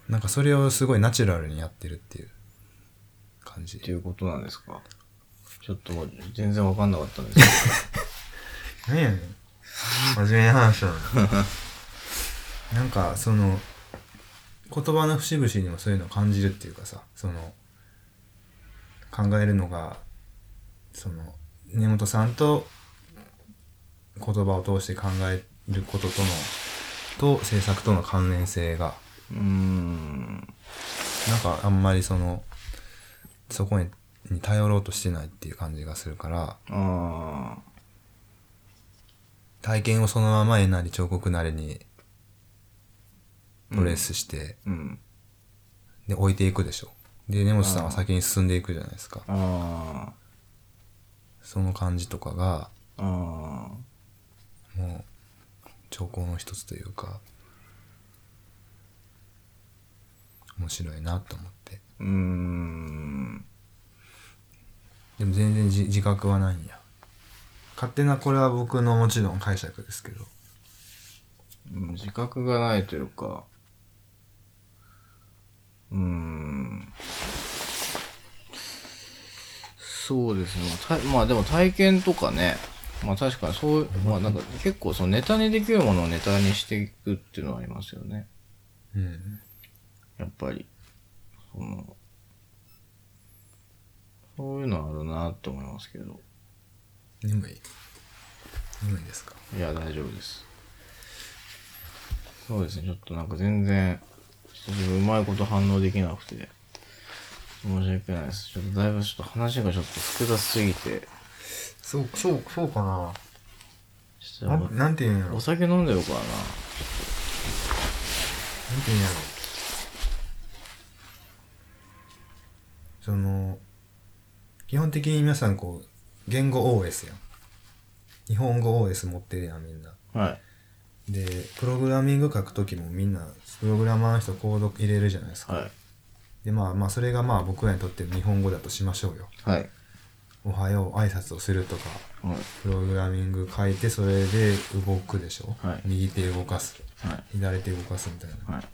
[SPEAKER 1] なんかそれをすごいナチュラルにやってるっていう感じ。
[SPEAKER 2] っていうことなんですか。ちょっと全然わかんなかったんですけ
[SPEAKER 1] 何やねん真面目な話なの なんかその言葉の節々にもそういうのを感じるっていうかさその考えるのがその根本さんと言葉を通して考えることとのと制作との関連性が
[SPEAKER 2] ど。うーん。
[SPEAKER 1] なんかあんまりそのそこにに頼ろうとしてないっていう感じがするから
[SPEAKER 2] ああ。
[SPEAKER 1] 体験をそのまま絵なり彫刻なりにトレースして、
[SPEAKER 2] うん。
[SPEAKER 1] で置いていくでしょで根本さんは先に進んでいくじゃないですか
[SPEAKER 2] あ
[SPEAKER 1] その感じとかが
[SPEAKER 2] あ。ああ。
[SPEAKER 1] もう兆候の一つというか面白いなと思って
[SPEAKER 2] うーん。
[SPEAKER 1] でも全然じ自覚はないんや勝手なこれは僕のもちろん解釈ですけど
[SPEAKER 2] うん自覚がないというか、うーん。そうですね。まあた、まあでも体験とかね、まあ確かにそう、まあなんか結構そのネタにできるものをネタにしていくっていうのはありますよね。
[SPEAKER 1] うん
[SPEAKER 2] やっぱり。その、そういうのあるなと思いますけど。
[SPEAKER 1] 眠い眠いですか
[SPEAKER 2] いや、大丈夫です。そうですね、ちょっとなんか全然、ちょっとうまいこと反応できなくて、申し訳ないです。ちょっとだいぶちょっと話がちょっと複雑すぎて、
[SPEAKER 1] そうそうそうかな
[SPEAKER 2] ちょ
[SPEAKER 1] な
[SPEAKER 2] っと
[SPEAKER 1] んなんて言うんやろ
[SPEAKER 2] お酒飲んでようかな。
[SPEAKER 1] なんて言うんやろその基本的に皆さんこう言語 OS やん日本語 OS 持ってるやんみんな
[SPEAKER 2] はい。
[SPEAKER 1] でプログラミング書く時もみんなプログラマーの人コード入れるじゃないですか、
[SPEAKER 2] は
[SPEAKER 1] でまあまあそれがまあ僕らにとって日本語だとしましょうよ
[SPEAKER 2] い。はい。
[SPEAKER 1] おはよう挨拶をするとか
[SPEAKER 2] はい。
[SPEAKER 1] プログラミング書いてそれで動くでしょ、
[SPEAKER 2] はい
[SPEAKER 1] 右手動かす
[SPEAKER 2] はい。
[SPEAKER 1] 左手動かすみたいな
[SPEAKER 2] はい。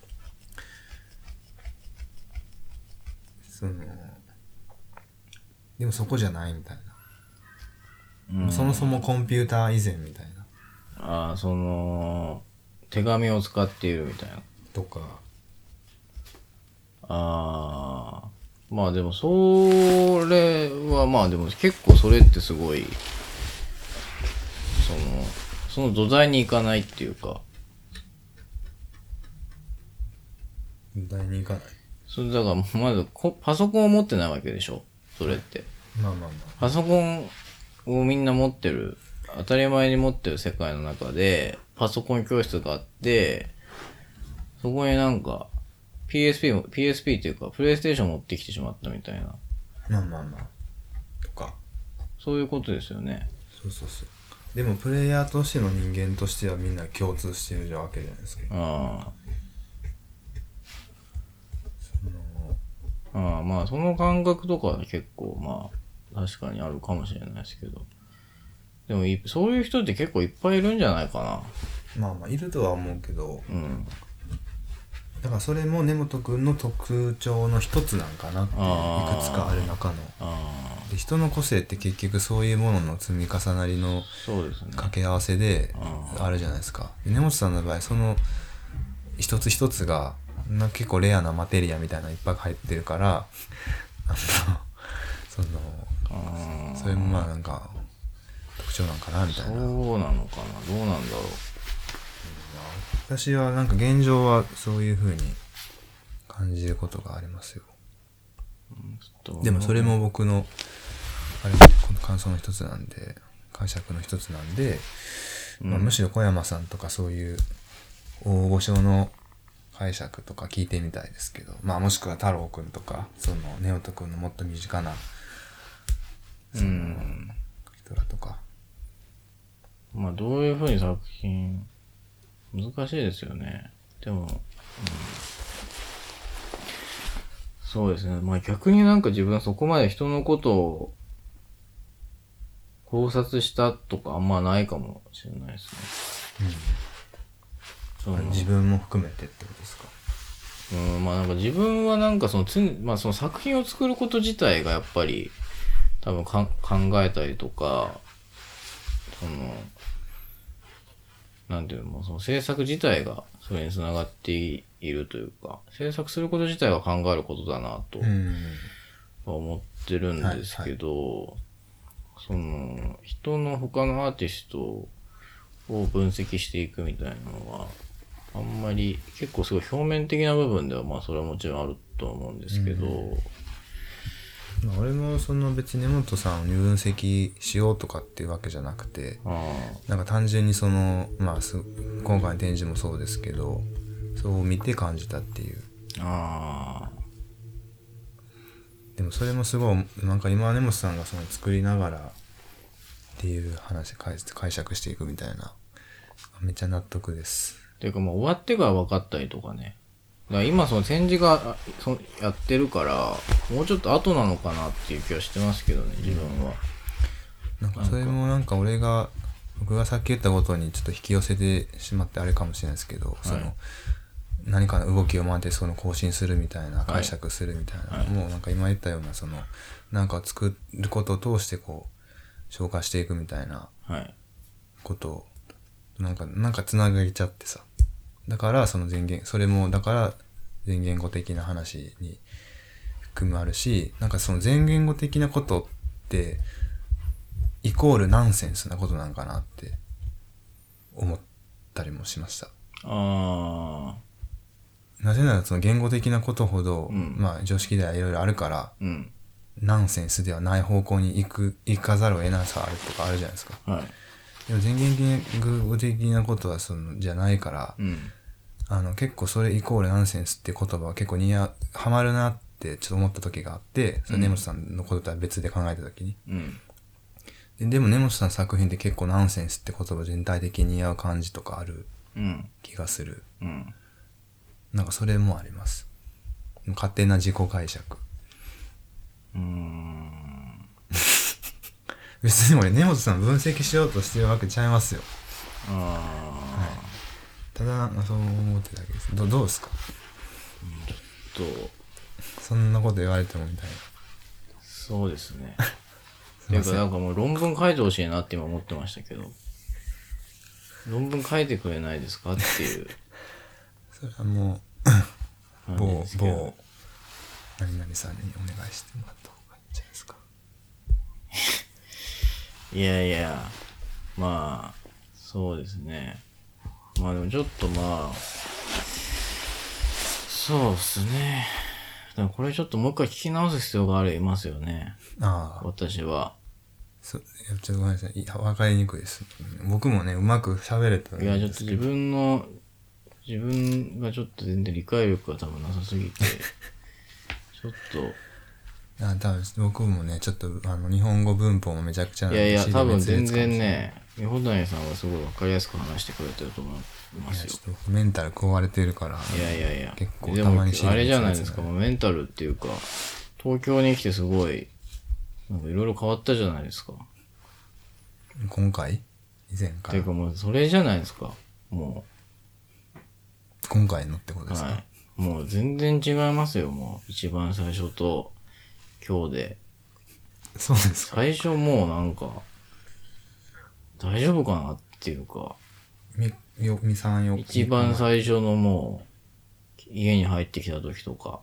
[SPEAKER 1] そのでもそこじゃないみたいな、
[SPEAKER 2] うん
[SPEAKER 1] そもそもコンピューター以前みたいな
[SPEAKER 2] ああ、その、手紙を使っているみたいな。
[SPEAKER 1] とか
[SPEAKER 2] ああ、まあでも、それはまあでも結構それってすごい、その、その土台に行かないっていうか、
[SPEAKER 1] 第二いかない
[SPEAKER 2] それだからまずこパソコンを持ってないわけでしょそれって。
[SPEAKER 1] まあまあま
[SPEAKER 2] パソコンをみんな持ってる、当たり前に持ってる世界の中で、パソコン教室があって、そこになんか、PSP も、PSP っていうか、プレイステーション持ってきてしまったみたいな、
[SPEAKER 1] あまあまあまあとか
[SPEAKER 2] そういうことですよね。
[SPEAKER 1] そうそうそうでもプレイヤーとしての人間としてはみんな共通してるわけじゃないですか
[SPEAKER 2] あ
[SPEAKER 1] その
[SPEAKER 2] あ、ああまあ、その感覚とかは結構、まあ、確かにあるかもしれないですけど。でもい、そういう人って結構いっぱいいるんじゃないか
[SPEAKER 1] まあまあいるとは思うけど
[SPEAKER 2] な。うん。
[SPEAKER 1] だからそれも根本君の特徴の一つなんかなってい
[SPEAKER 2] あー
[SPEAKER 1] くつかある中の
[SPEAKER 2] ああ、
[SPEAKER 1] で人の個性って結局そういうものの積み重なりの
[SPEAKER 2] そうですね。
[SPEAKER 1] 掛け合わせであるじゃないですかで根本さんの場合その一つ一つがな結構レアなマテリアみたいなのいっぱい入ってるからあのその
[SPEAKER 2] ああ
[SPEAKER 1] それもまあなんか特徴なんかなみたい
[SPEAKER 2] そう
[SPEAKER 1] な
[SPEAKER 2] なのかなどうなんだろう
[SPEAKER 1] 私はなんか現状はそういう風に感じることがありますよ
[SPEAKER 2] ちょっと
[SPEAKER 1] でもそれも僕の、あれ、この感想の一つなんで、解釈の一つなんで、まあ、むしろ小山さんとかそういう大御所の解釈とか聞いてみたいですけど、まあもしくは太郎くんとか、そのネオトくんのもっと身近な
[SPEAKER 2] うん
[SPEAKER 1] 人らとか、
[SPEAKER 2] まあどういうふうに作品難しいですよねでも、うん、そうですねまあ逆になんか自分はそこまで人のことを考察したとかあんまないかもしれないですねその
[SPEAKER 1] 自分も含めてってことですか。
[SPEAKER 2] うん、まあなんか自分はなんかそのつ、まあその作品を作ること自体がやっぱり多分かん考えたりとか、その、なんていうの、もうその制作自体がそれにつながっているというか、制作すること自体が考えることだなと
[SPEAKER 1] うん。
[SPEAKER 2] 思ってるんですけど、その、人の他のアーティストを分析していくみたいなのは、あんまり、結構すごい表面的な部分では、まあそれはもちろんあると思うんですけど、
[SPEAKER 1] まあ、俺もその別に根本さんを分析しようとかっていうわけじゃなくて、
[SPEAKER 2] あ
[SPEAKER 1] なんか単純にそのまあす今回の展示もそうですけどそう見て感じたっていう
[SPEAKER 2] あ、あ
[SPEAKER 1] でもそれもすごいなんか今根本さんがその作りながらっていう話解解釈していくみたいなめっちゃ納得です
[SPEAKER 2] あ、ていうかまあ終わってから分かったりとかね、だから今その展示があそのやってるから、もうちょっと後なのかなっていう気はしてますけどね、自分は。
[SPEAKER 1] なんかそれもなんか俺が僕がさっき言ったことにちょっと引き寄せてしまってあれかもしれないですけど、その何かの動きを待ってその更新するみたいな解釈するみたいな、もうなんか今言ったようなそのなんか作ることを通してこう消化していくみたいな
[SPEAKER 2] はい。
[SPEAKER 1] ことをなんかなんかつなげちゃってさだからその前言それもだから前言語的な話に含まるしなんかその前言語的なことってイコールナンセンスなことなんかなって思ったりもしました
[SPEAKER 2] ああ、
[SPEAKER 1] なぜならその言語的なことほど、
[SPEAKER 2] うん
[SPEAKER 1] まあ常識ではいろいろあるから
[SPEAKER 2] うん。
[SPEAKER 1] ナンセンスではない方向に行く行かざるを得なさあるとかあるじゃないですか
[SPEAKER 2] はい。
[SPEAKER 1] でも全言語的なことはそのじゃないから、
[SPEAKER 2] うん。
[SPEAKER 1] あの結構それイコールナンセンスって言葉は結構似合うハマるなってちょっと思った時があってそれ根本さんのこととは別で考えた時に、
[SPEAKER 2] うん。
[SPEAKER 1] ででも根本さんの作品って結構ナンセンスって言葉全体的に似合う感じとかある
[SPEAKER 2] うん。
[SPEAKER 1] 気がする
[SPEAKER 2] うん。
[SPEAKER 1] なんかそれもあります勝手な自己解釈
[SPEAKER 2] うーん。
[SPEAKER 1] 別に俺根本さん分析しようとしてるわけちゃいますよ
[SPEAKER 2] あ
[SPEAKER 1] ただなんかそう思ってただけですどどうですか
[SPEAKER 2] ーと、
[SPEAKER 1] そんなこと言われてもみたいな
[SPEAKER 2] そうです ね。ていうか、なんかもう論文書いてほしいなって今思ってましたけど、論文書いてくれないですかっていう
[SPEAKER 1] それはもう
[SPEAKER 2] 感じ
[SPEAKER 1] 某
[SPEAKER 2] ですけど。
[SPEAKER 1] 某何々さんにお願いしてもらった方がいいんじゃないですか
[SPEAKER 2] いやいや、まあ、そうですね。まあでもちょっとまあ、そうですね。でもこれちょっともう一回聞き直す必要がありますよね。
[SPEAKER 1] ああ
[SPEAKER 2] 私は。
[SPEAKER 1] そいやちょっとごめんなさいいや分かりにくいです僕もねうまく喋れたん
[SPEAKER 2] いや、ち
[SPEAKER 1] で
[SPEAKER 2] ょっと
[SPEAKER 1] す
[SPEAKER 2] 自分の、自分がちょっと全然理解力が多分なさすぎ て、ちょっ
[SPEAKER 1] あ多分僕もねちょっとあの日本語文法もめちゃくちゃ
[SPEAKER 2] と、
[SPEAKER 1] ない
[SPEAKER 2] やいや、多分全然
[SPEAKER 1] ね
[SPEAKER 2] ね、美穂谷さんはすごいわかりやすく話してくれてると思いますよ
[SPEAKER 1] ち。ょっとメンタル壊れてるから
[SPEAKER 2] いやいやいや。
[SPEAKER 1] 結構
[SPEAKER 2] で
[SPEAKER 1] た
[SPEAKER 2] も
[SPEAKER 1] まに知
[SPEAKER 2] あれじゃないですか、もうメンタルっていうか、東京に来てすごい、なんかいろいろ変わったじゃないですか。
[SPEAKER 1] 今回以前か
[SPEAKER 2] てい
[SPEAKER 1] ら
[SPEAKER 2] うかもうそれじゃないですか。も
[SPEAKER 1] 今回のってこと
[SPEAKER 2] う、
[SPEAKER 1] ですか、
[SPEAKER 2] はい。もう全然違いますよ、もう。一番最初と、今日で。
[SPEAKER 1] そうですか
[SPEAKER 2] 最初もうなんか、大丈夫かなっていうか、
[SPEAKER 1] みよみさんよ
[SPEAKER 2] 一番最初のもう、家に入ってきた時とか。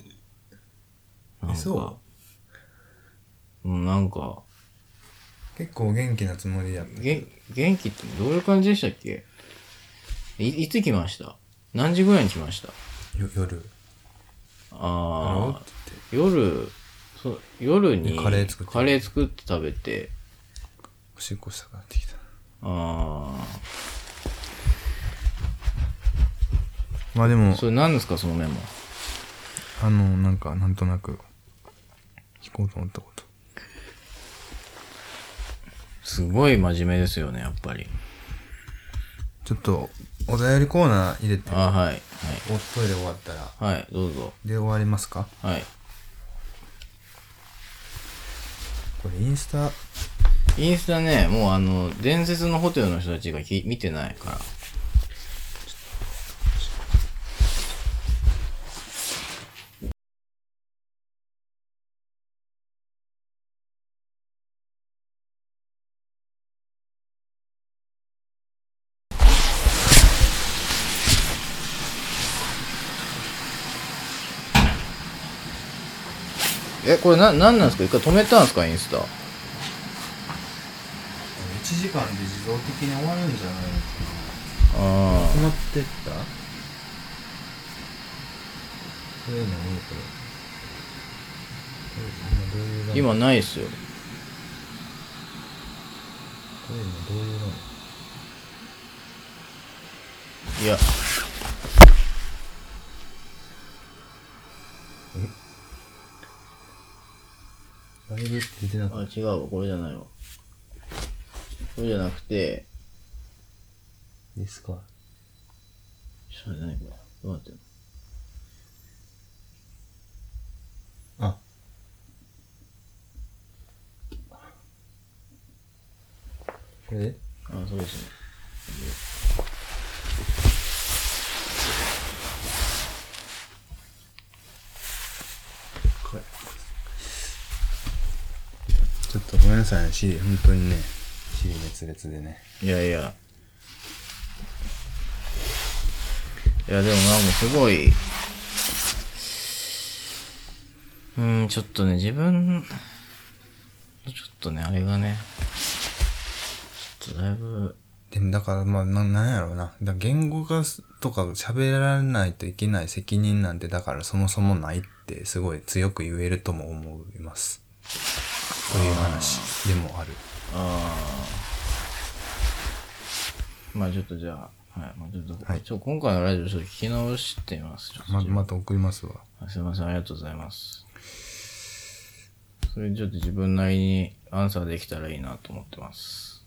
[SPEAKER 2] なん
[SPEAKER 1] え
[SPEAKER 2] か。
[SPEAKER 1] そう
[SPEAKER 2] うん、なんか、
[SPEAKER 1] 結構元気なつもりやった
[SPEAKER 2] げ元気ってどういう感じでしたっけいいつ来ました何時ぐらいに来ました
[SPEAKER 1] よ夜
[SPEAKER 2] あ
[SPEAKER 1] あ
[SPEAKER 2] あ夜そ夜に
[SPEAKER 1] カレー作って
[SPEAKER 2] カレー作って食べて
[SPEAKER 1] おしっこしたくなってきた
[SPEAKER 2] あ
[SPEAKER 1] まあで
[SPEAKER 2] あ
[SPEAKER 1] も
[SPEAKER 2] それ何ですかそのメモ
[SPEAKER 1] あのなんかなんとなく聞こうと思ったこと
[SPEAKER 2] すごい真面目ですよねやっぱり
[SPEAKER 1] ちょっとお便りコーナー入れて
[SPEAKER 2] あーはい
[SPEAKER 1] おトイレ終わったら
[SPEAKER 2] はいはいどうぞ
[SPEAKER 1] で終わりますか
[SPEAKER 2] はい
[SPEAKER 1] これインスタ
[SPEAKER 2] インスタねもうあの伝説のホテルの人たちがき見てないからえこれな何なんですか一回止めたんですかインスタ
[SPEAKER 1] 1時間で自動的に終わるんじゃない
[SPEAKER 2] あ
[SPEAKER 1] の止まってったそういうのもいいこれこれ今どういうライ
[SPEAKER 2] あ
[SPEAKER 1] ン
[SPEAKER 2] 今ないっすよ
[SPEAKER 1] これ今どういうライン
[SPEAKER 2] いや
[SPEAKER 1] ライブって出てなかっ
[SPEAKER 2] あ違うわこれじゃないわこれじゃなくて
[SPEAKER 1] たですか
[SPEAKER 2] それ何これどうなってんの
[SPEAKER 1] あこれ
[SPEAKER 2] あそうですね
[SPEAKER 1] ちょっとごめんなさいね、シリ、本当にね、シリ熱烈でね。
[SPEAKER 2] いやいやいやでもなんかすごいうーんちょっとね自分ちょっとねあれがねちょっとだいぶ
[SPEAKER 1] でもだから、まあ、ななんやろうな。だから言語化すとか喋られないといけない責任なんて、だからそもそもないって、すごい強く言えるとも思います。という話でもある。
[SPEAKER 2] ああまあちょっとじゃあ、はい。まあ、ちょっと、ちょっと今回のラジオちょっと聞き直してみます。ちょっと
[SPEAKER 1] ま、また送りますわ。
[SPEAKER 2] あすいません、ありがとうございます。それちょっと自分なりにアンサーできたらいいなと思ってます。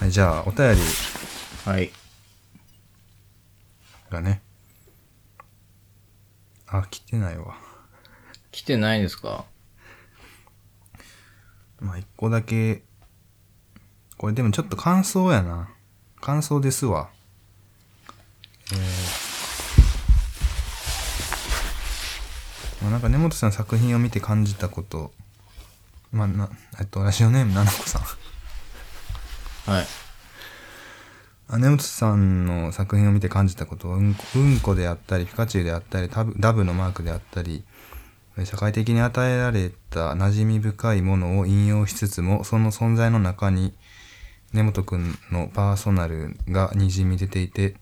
[SPEAKER 1] はい、じゃあ、お便り
[SPEAKER 2] はい。
[SPEAKER 1] がね。あ、来てないわ。
[SPEAKER 2] 来てないですか
[SPEAKER 1] まあ、一個だけ。これでもちょっと感想やな。感想ですわ。えーまあ、なんか根本さんの作品を見て感じたこと。まあ、な、えっと、ラジオネーム、ななこさん。
[SPEAKER 2] はい。
[SPEAKER 1] アネオツさんの作品を見て感じたことはうんこうんこであったりピカチュウであったりタブダブのマークであったりえ社会的に与えられた馴染み深いものを引用しつつもその存在の中に根本くんのパーソナルがにじみ出ていて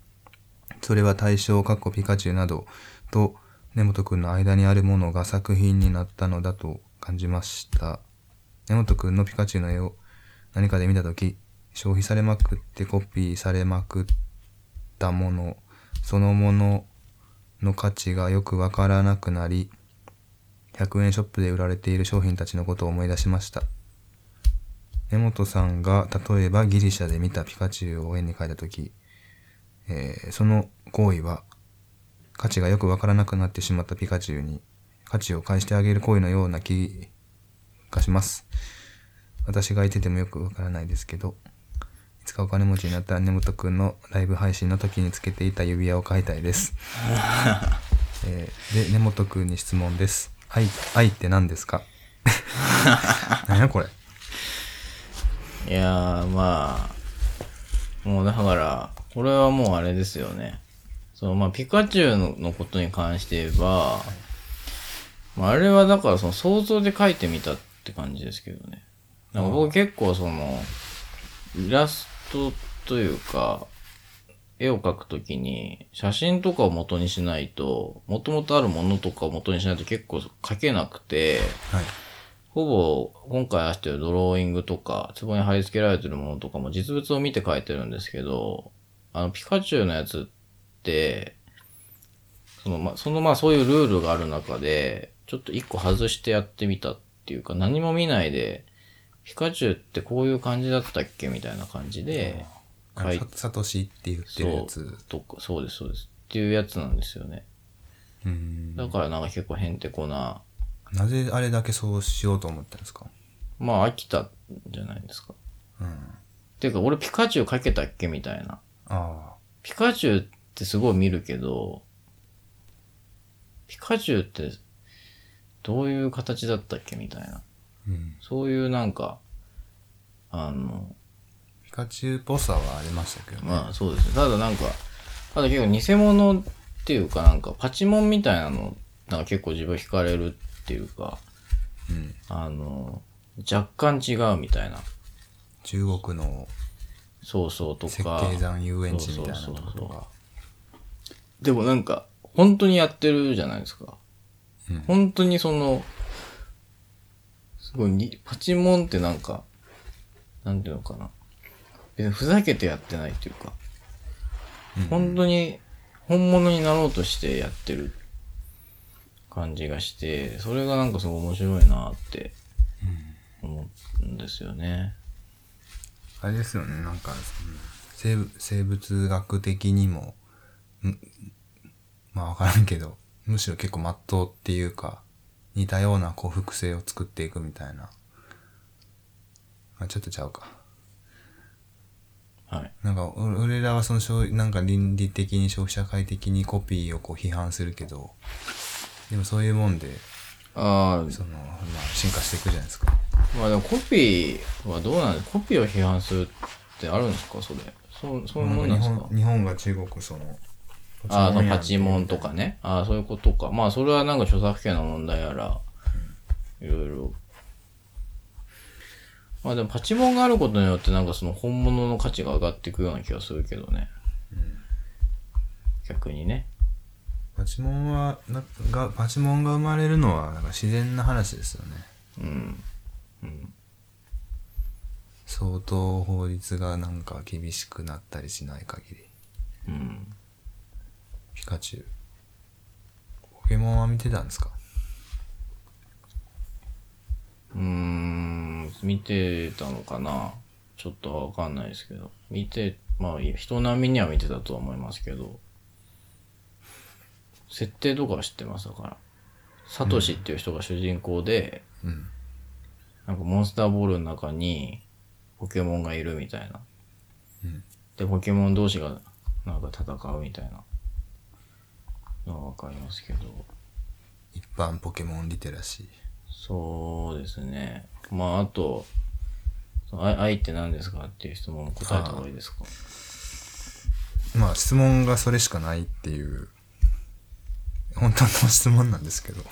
[SPEAKER 1] それは対象かっこピカチュウなどと根本くんの間にあるものが作品になったのだと感じました根本くんのピカチュウの絵を何かで見た時消費されまくってコピーされまくったものそのものの価値がよくわからなくなり100円ショップで売られている商品たちのことを思い出しました根本さんが例えばギリシャで見たピカチュウを絵に描いた時、えーその行為は価値がよくわからなくなってしまったピカチュウに価値を返してあげる行為のような気がします私がいててもよくわからないですけどいつかお金持ちになったら根本くんのライブ配信の時につけていた指輪を買いたい です、えーで根本くんに質問です愛愛って何です か何やこれ
[SPEAKER 2] いやー、まあ、もうだから、これはもうあれですよね。そう、まあ、ピカチュウののことに関して言えば、まあ、あれはだからその想像で描いてみたって感じですけどね。なんか僕結構その、イラストというか、絵を描くときに、写真とかを元にしないと、元々あるものとかを元にしないと結構描けなくて、
[SPEAKER 1] はい
[SPEAKER 2] ほぼ今回出してるドローイングとか、壺に貼り付けられてるものとかも実物を見て描いてるんですけど、あのピカチュウのやつって、そのま、そのまあそういうルールがある中で、ちょっと一個外してやってみたっていうか、何も見ないで、ピカチュウってこういう感じだったっけみたいな感じで、
[SPEAKER 3] あの
[SPEAKER 2] はい
[SPEAKER 3] さサトシって言ってるやつ
[SPEAKER 2] とかそうです、そうです。っていうやつなんですよね。
[SPEAKER 1] うん
[SPEAKER 2] だからなんか結構へんてこな、
[SPEAKER 3] なぜあれだけそうしようと思ったんですか
[SPEAKER 2] まあ飽きたんじゃないですか。
[SPEAKER 3] うんあ
[SPEAKER 2] ていうか、俺ピカチュウかけたっけみたいな。
[SPEAKER 3] あ
[SPEAKER 2] ピカチュウってすごい見るけど、ピカチュウってどういう形だったっけみたいな。
[SPEAKER 1] うん
[SPEAKER 2] そういうなんか、あの、
[SPEAKER 3] ピカチュウっぽさはありましたけどね
[SPEAKER 2] まあそうですね。ただなんか、ただ結構偽物っていうかなんかパチモンみたいなの、なんか結構自分惹かれるっていうか、
[SPEAKER 3] うん
[SPEAKER 2] あの、若干違うみたいな。
[SPEAKER 3] 中国の
[SPEAKER 2] そうそうと
[SPEAKER 3] 設
[SPEAKER 2] か。
[SPEAKER 3] 計山遊園地みたいなとこ
[SPEAKER 2] そうそうそ
[SPEAKER 3] ろ
[SPEAKER 2] うそう
[SPEAKER 3] が
[SPEAKER 2] でもなんか、本当にやってるじゃないですか。
[SPEAKER 3] うん
[SPEAKER 2] 本当にその、すごいに、パチモンってなんか、なんていうのかな。別にふざけてやってないっていうか、本当に本物になろうとしてやってる感じがして、それがなんかすごい面白いなって思うんですよね。
[SPEAKER 3] あれですよねなんか、うん生物生物学的にもんまあわからんけどむしろ結構まっとうっていうか似たようなこう複製を作っていくみたいな、まあ、ちょっとちゃうか
[SPEAKER 2] はい。
[SPEAKER 3] なんかお俺らはその消なんか倫理的に消費社会的にコピーをこう批判するけどでもそういうもんで
[SPEAKER 2] ああ、
[SPEAKER 3] その、まあ、進化していくじゃないですか
[SPEAKER 2] まあでもコピーはどうなんですかコピーを批判するってあるんですかそれ。そう、そういうもんなん
[SPEAKER 3] 日
[SPEAKER 2] ですか
[SPEAKER 3] 本日本が中国その
[SPEAKER 2] ああ、そのパチモンとかね。ああ、そういうことか。まあそれはなんか著作権の問題やら、いろいろ。まあでもパチモンがあることによってなんかその本物の価値が上がっていくような気がするけどね。逆にね。
[SPEAKER 3] パチモンはながパチモンが生まれるのはなんか自然な話ですよね
[SPEAKER 2] うん。うん。
[SPEAKER 1] 相当法律がなんか厳しくなったりしない限り
[SPEAKER 2] うん。
[SPEAKER 1] ピカチュウポケモンは見てたんですか
[SPEAKER 2] うーん、見てたのかなちょっとわかんないですけど。見て、まあ、人並みには見てたとは思いますけど、設定とかは知ってますだから。サトシっていう人が主人公で、
[SPEAKER 1] うん
[SPEAKER 2] なんかモンスターボールの中にポケモンがいるみたいな。
[SPEAKER 1] うん
[SPEAKER 2] で、ポケモン同士がなんか戦うみたいなのはわかりますけど。
[SPEAKER 1] 一般ポケモンリテラシー
[SPEAKER 2] そうですね。まあ、あと、その愛愛って何ですかっていう質問答えた方がいいですか
[SPEAKER 1] まあ質問がそれしかないっていう、本当の質問なんですけど。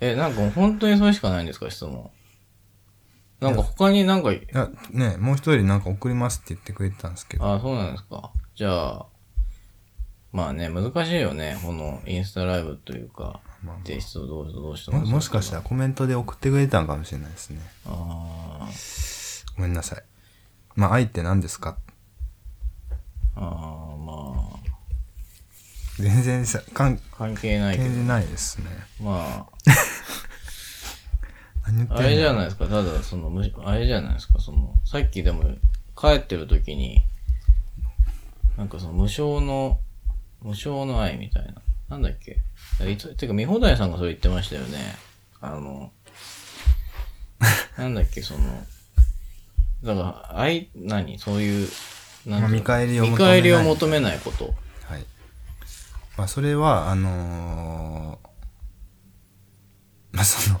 [SPEAKER 2] え、なんか本当にそれしかないんですか質問。なんか他になんか、
[SPEAKER 1] いや、ね、もう一人なんか送りますって言ってくれてたんですけど。
[SPEAKER 2] あ、そうなんですか。じゃあ、まあね、難しいよね。このインスタライブというか
[SPEAKER 1] まあまあ、
[SPEAKER 2] 提出をどうどうして
[SPEAKER 1] ももしかした
[SPEAKER 2] ら。
[SPEAKER 1] らコメントで送ってくれてたのかもしれないですね。
[SPEAKER 2] あー
[SPEAKER 1] ごめんなさい。まあ、愛って何ですか
[SPEAKER 2] あー、まあ、
[SPEAKER 1] 全然さ関
[SPEAKER 2] 関係ないけ
[SPEAKER 1] 係
[SPEAKER 2] ど。
[SPEAKER 1] ないですね。
[SPEAKER 2] まあ、
[SPEAKER 1] 何言ってん
[SPEAKER 2] あ
[SPEAKER 1] の
[SPEAKER 2] れじゃないですか、ただ、その、むしあれじゃないですか、その、さっきでも、帰ってる時に、なんかその、無償の、無償の愛みたいな。なんだっけいつ、てか、見放題さんがそれ言ってましたよね。あの、なんだっけ、その、だから、愛、何そういう、なんていうの
[SPEAKER 1] まあ見返りを求めない
[SPEAKER 2] 見返りを求めないこと。
[SPEAKER 1] はい。まあ、それは、あのーまあ、その、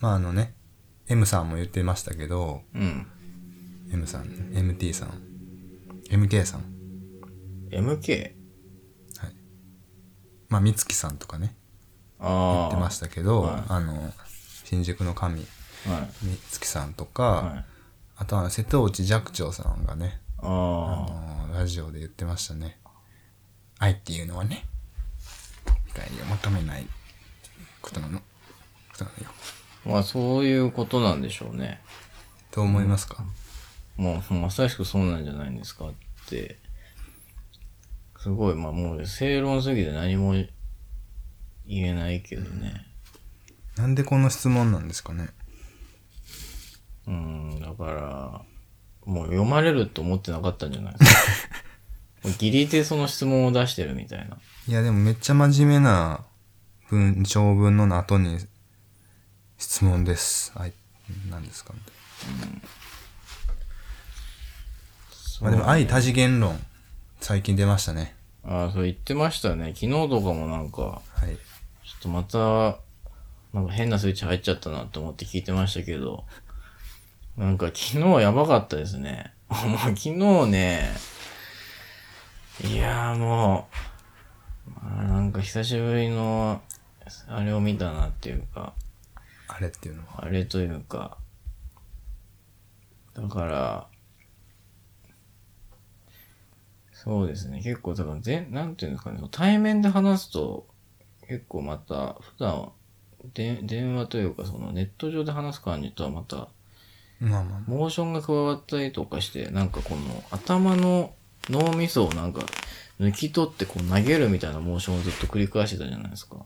[SPEAKER 1] まあ、あのね、M さんも言ってましたけど、
[SPEAKER 2] うん。
[SPEAKER 1] M さん、MT さん、MK さん、
[SPEAKER 2] MK?
[SPEAKER 1] はい。まあ、美月さんとかね、
[SPEAKER 2] あ
[SPEAKER 1] 言
[SPEAKER 2] あ。
[SPEAKER 1] ってましたけど、
[SPEAKER 2] はい
[SPEAKER 1] あの、新宿の神、
[SPEAKER 2] はい。
[SPEAKER 1] 美月さんと
[SPEAKER 2] は
[SPEAKER 1] か、
[SPEAKER 2] い。
[SPEAKER 1] あとは瀬戸内寂聴さんがね、
[SPEAKER 2] ああ
[SPEAKER 1] あ。のラジオで言ってましたね。愛っていうのはね、見返りを求めないことなの、ことなのよ。
[SPEAKER 2] まあそういうことなんでしょうね。
[SPEAKER 1] と思いますか、
[SPEAKER 2] もうまさしくそうなんじゃないんですかって。すごい、まあもう正論すぎて何も言えないけどね。
[SPEAKER 1] なんでこの質問なんですかね
[SPEAKER 2] うん、だから、もう読まれると思ってなかったんじゃないですか。 もうギリでその質問を出してるみたいな。
[SPEAKER 1] いや、でもめっちゃ真面目な文、長文の後に、質問です。愛、何ですかみたいな。まあでも愛多次元論、最近出ましたね。
[SPEAKER 2] ああ、そう言ってましたね。昨日とかもなんか、
[SPEAKER 1] はい。
[SPEAKER 2] ちょっとまた、なんか変なスイッチ入っちゃったなと思って聞いてましたけど、なんか昨日はやばかったですね。 もう昨日ね、いやーもう、まあなんか久しぶりの、あれを見たなっていうか、
[SPEAKER 1] あれっていうのは。
[SPEAKER 2] あれというか、だから、そうですね、結構、だから全、なんていうんですかね、対面で話すと、結構また、普段は、で電話というか、そのネット上で話す感じとはまた、
[SPEAKER 1] まあまあ。
[SPEAKER 2] モーションが加わったりとかして、なんかこの頭の脳みそをなんか抜き取ってこう投げるみたいなモーションをずっと繰り返してたじゃないですか。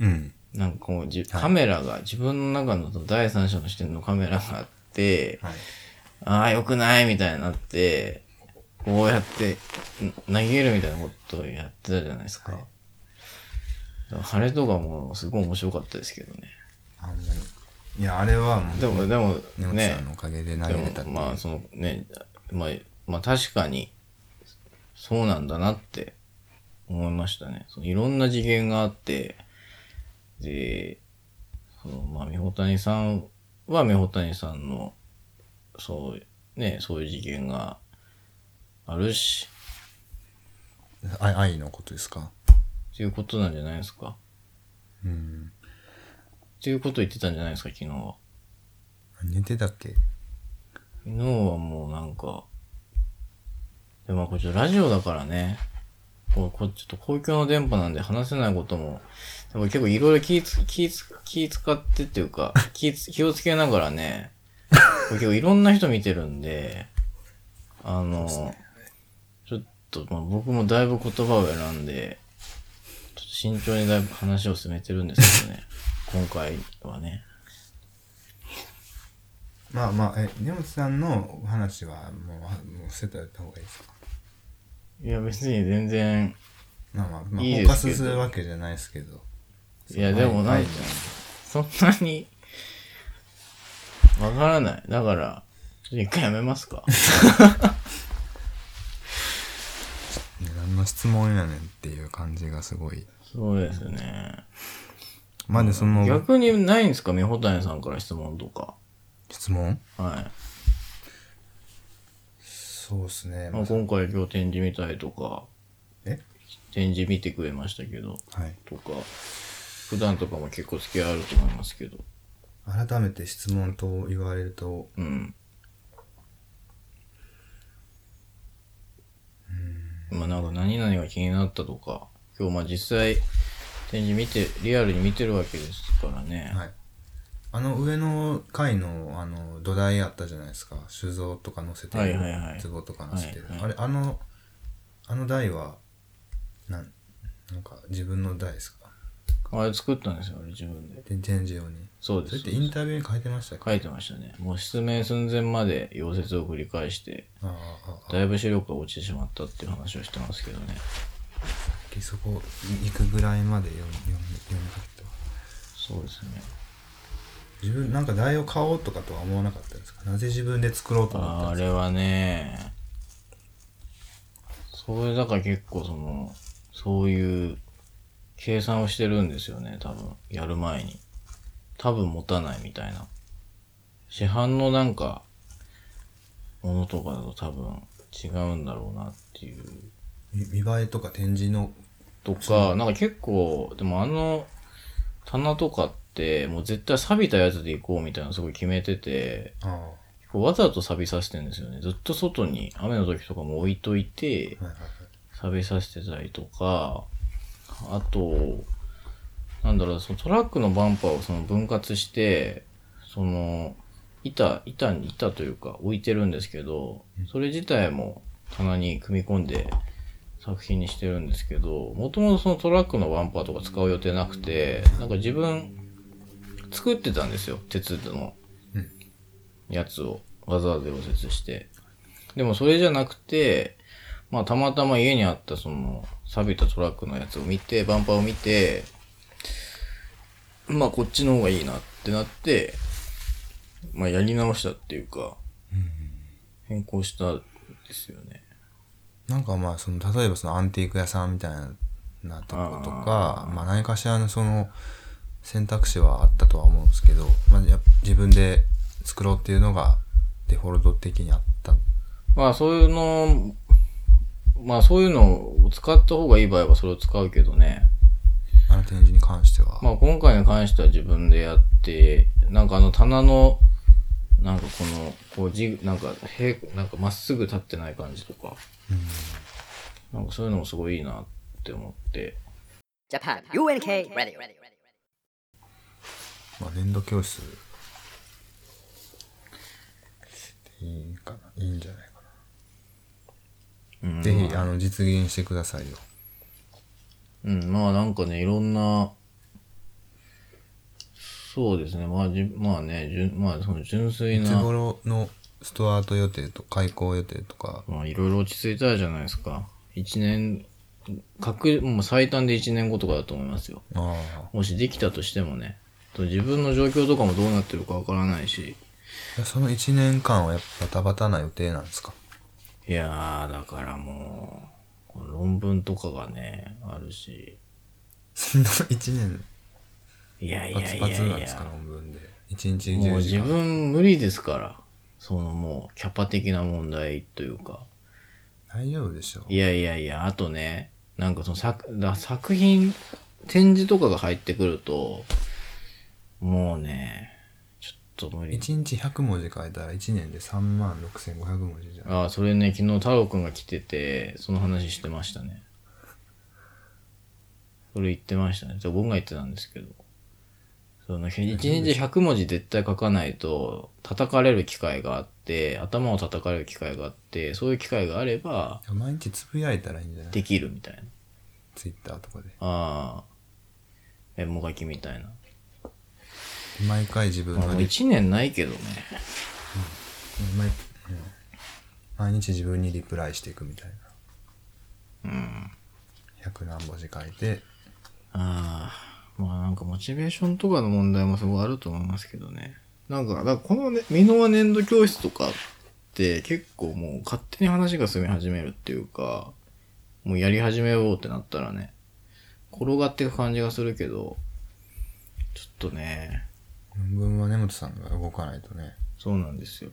[SPEAKER 1] うん。
[SPEAKER 2] なんかこうじ、
[SPEAKER 1] はい
[SPEAKER 2] カメラが、自分の中の第三者の視点のカメラがあって、
[SPEAKER 1] はい。
[SPEAKER 2] ああ、良くないみたいになって、こうやって、ん投げるみたいなことをやってたじゃないですか。
[SPEAKER 1] はい
[SPEAKER 2] だからあれとかもすごい面白かったですけどね。
[SPEAKER 1] あんまり。いや、あれはも
[SPEAKER 2] でも、でも
[SPEAKER 1] う、根本
[SPEAKER 2] ね
[SPEAKER 1] さん、のおかげで投げ
[SPEAKER 2] で
[SPEAKER 1] れたって
[SPEAKER 2] も
[SPEAKER 1] いう。
[SPEAKER 2] まあ、そのね、まあ、まあ確かに、そうなんだなって思いましたね。そのいろんな次元があって、で、そのまあ、美穂谷さんは美穂谷さんの、そう、ね、そういう次元があるし、
[SPEAKER 1] 愛愛のことですか
[SPEAKER 2] っていうことなんじゃないですか。
[SPEAKER 1] うん。
[SPEAKER 2] っていうこと言ってたんじゃないですか、昨日は。
[SPEAKER 1] 寝てたっけ
[SPEAKER 2] 昨日はもうなんか、でもまあこれちょっとラジオだからね、こうこうちょっと公共の電波なんで話せないことも、でも結構いろいろ気つ、気つ、気使ってっていうか、 気つ、気をつけながらね、これ結構いろんな人見てるんで、あの、ちょっと、まあ、僕もだいぶ言葉を選んで、ちょっと慎重にだいぶ話を進めてるんですけどね、今回はね。
[SPEAKER 1] まあまあ、え、根本さんのお話はもう、もう伏せておいた方がいいですか
[SPEAKER 2] いや、別に全然、
[SPEAKER 1] まあまあ、まあ、フ
[SPEAKER 2] いい
[SPEAKER 1] ォ
[SPEAKER 2] ですけど
[SPEAKER 1] ーカスするわけじゃないですけど。
[SPEAKER 2] いや、でもな
[SPEAKER 1] はい
[SPEAKER 2] ん
[SPEAKER 1] はい
[SPEAKER 2] そんなに、わからない。だから、ちょっと一回やめますか。
[SPEAKER 1] ね何の質問やねんっていう感じがすごい。
[SPEAKER 2] そうですね。
[SPEAKER 1] まあで、その、
[SPEAKER 2] 逆にないんですかみほたねさんから質問とか。
[SPEAKER 1] 質問
[SPEAKER 2] は
[SPEAKER 1] そうですね
[SPEAKER 2] い。まあ、今回今日展示見たいとか、
[SPEAKER 1] え
[SPEAKER 2] 展示見てくれましたけど、
[SPEAKER 1] はい。
[SPEAKER 2] とか、普段とかも結構付き合いあると思いますけど。
[SPEAKER 1] 改めて質問と言われると、
[SPEAKER 2] うん。まあなんか何々が気になったとか、今日まあ実際展示見て、リアルに見てるわけですからね。
[SPEAKER 1] はい。あの上の階のあの土台あったじゃないですか。酒造とか載せてる、
[SPEAKER 2] はいはいはい
[SPEAKER 1] 壺とか載せてる。
[SPEAKER 2] はいはい
[SPEAKER 1] あれ、あの、あの台は、なん、なんか自分の台ですか
[SPEAKER 2] あれ作ったんですよ、あれ自分
[SPEAKER 1] で
[SPEAKER 2] で。
[SPEAKER 1] 展示用に。
[SPEAKER 2] そうで
[SPEAKER 1] それっ
[SPEAKER 2] す
[SPEAKER 1] て。インタビューに書いてましたっけ
[SPEAKER 2] 書いてましたね。もう失明寸前まで溶接を繰り返して、
[SPEAKER 1] ああ、ああ、
[SPEAKER 2] だいぶ視力が落ちてしまったっていう話をしてますけどね。
[SPEAKER 1] あそこ行くぐらいまで読み、読み、読みかけたわ。
[SPEAKER 2] そうですね。
[SPEAKER 1] 自分、なんか台を買おうとかとは思わなかったんですかなぜ自分で作ろうと思った
[SPEAKER 2] あ
[SPEAKER 1] んです
[SPEAKER 2] れはね、それだから結構その、そういう計算をしてるんですよね、多分。やる前に。多分持たないみたいな。市販のなんか、ものとかだと多分違うんだろうなっていう。
[SPEAKER 1] かみ見栄えとか展示の、
[SPEAKER 2] とか、なんか結構、でもあの棚とかって、もう絶対錆びたやつで行こうみたいなのすごい決めてて、
[SPEAKER 1] ああ、
[SPEAKER 2] こうわざと錆びさせてるんですよね。ずっと外に雨の時とかも置いといて、
[SPEAKER 1] はいはいはい。
[SPEAKER 2] 錆びさせてたりとか、あと、なんだろう、そのトラックのバンパーをその分割して、その、板、板に、板というか置いてるんですけど、それ自体も棚に組み込んで作品にしてるんですけど、もともとそのトラックのバンパーとか使う予定なくて、なんか自分作ってたんですよ、鉄の
[SPEAKER 1] うん
[SPEAKER 2] やつをわざわざ溶接して。でもそれじゃなくて、まあたまたま家にあったその錆びたトラックのやつを見て、バンパーを見て、まあこっちの方がいいなってなって、まあやり直したっていうか、変更したんですよね。
[SPEAKER 1] なんかまあその例えばそのアンティーク屋さんみたいなとことかまあ何かしらのその選択肢はあったとは思うんですけど、まあ、やっ自分で作ろうっていうのがデフォルト的にあった
[SPEAKER 2] まあそういうの、まあそういうのを使った方がいい場合はそれを使うけどね。
[SPEAKER 1] あの展示に関しては、
[SPEAKER 2] まあ今回に関しては自分でやって、なんかあの棚の、なんかこの、こうじ、なんか平、なんかまっすぐ立ってない感じとか、なんかそういうのもすごいいいなって思って、
[SPEAKER 4] Japan UNK Radio.
[SPEAKER 1] まあ粘土教室でいいかないいんじゃないか
[SPEAKER 2] うん
[SPEAKER 1] な、ぜひあの実現してくださいよ
[SPEAKER 2] うん、まあなんかね、いろんな、そうですね、まあじ、まあね、純まあその純粋
[SPEAKER 1] いつ
[SPEAKER 2] な、
[SPEAKER 1] 頃のストアート予定と開校予定とか
[SPEAKER 2] まあいろいろ落ち着いたじゃないですか。一年、各、もう最短で1年後とかだと思いますよ。
[SPEAKER 1] ああ
[SPEAKER 2] もしできたとしてもね、と自分の状況とかもどうなってるかわからないし、
[SPEAKER 1] いやその1年間はやっぱバタバタな予定なんですか
[SPEAKER 2] いやー、だからもう、この論文とかがね、あるし、
[SPEAKER 1] そんな1年
[SPEAKER 2] いやい
[SPEAKER 1] パ
[SPEAKER 2] や
[SPEAKER 1] ツ
[SPEAKER 2] い
[SPEAKER 1] パ
[SPEAKER 2] や
[SPEAKER 1] ツなん
[SPEAKER 2] い
[SPEAKER 1] ですか
[SPEAKER 2] や、
[SPEAKER 1] 論文で1日
[SPEAKER 2] もう
[SPEAKER 1] 10時
[SPEAKER 2] 自
[SPEAKER 1] 間
[SPEAKER 2] 分無理ですから、そのもう、キャパ的な問題というか、
[SPEAKER 1] 大丈夫でしょ
[SPEAKER 2] いやいやいや、あとね、なんかその作、だ作品、展示とかが入ってくると、もうね、ちょっと無理。
[SPEAKER 1] 1日100文字書いたら1年で3万6500文字じゃん
[SPEAKER 2] ああ、それね、昨日太郎くんが来てて、その話してましたね。それ言ってましたね。僕が言ってたんですけど。その、1日100文字絶対書かないと、叩かれる機会があって、頭を叩かれる機会があって、そういう機会があれば、
[SPEAKER 1] 毎日つぶやいたらいいんじゃない
[SPEAKER 2] できるみたいな。
[SPEAKER 1] ツイッターとかで。
[SPEAKER 2] ああ、え、もがきみたいな。
[SPEAKER 1] 毎回自分
[SPEAKER 2] まあ、
[SPEAKER 1] の
[SPEAKER 2] もう
[SPEAKER 1] リ
[SPEAKER 2] 1年ないけどね。
[SPEAKER 1] 毎,うん、毎日自分にリプライしていくみたいな。うん。100何文字書いて、
[SPEAKER 2] ああ、まあなんかモチベーションとかの問題もすごいあると思いますけどね。なんか、だからこのね、ミノワ粘土教室とかって結構もう勝手に話が進み始めるっていうか、もうやり始めようってなったらね、転がっていく感じがするけど、ちょっとね、
[SPEAKER 1] 論文は根本さんが動かないとね。
[SPEAKER 2] そうなんですよ。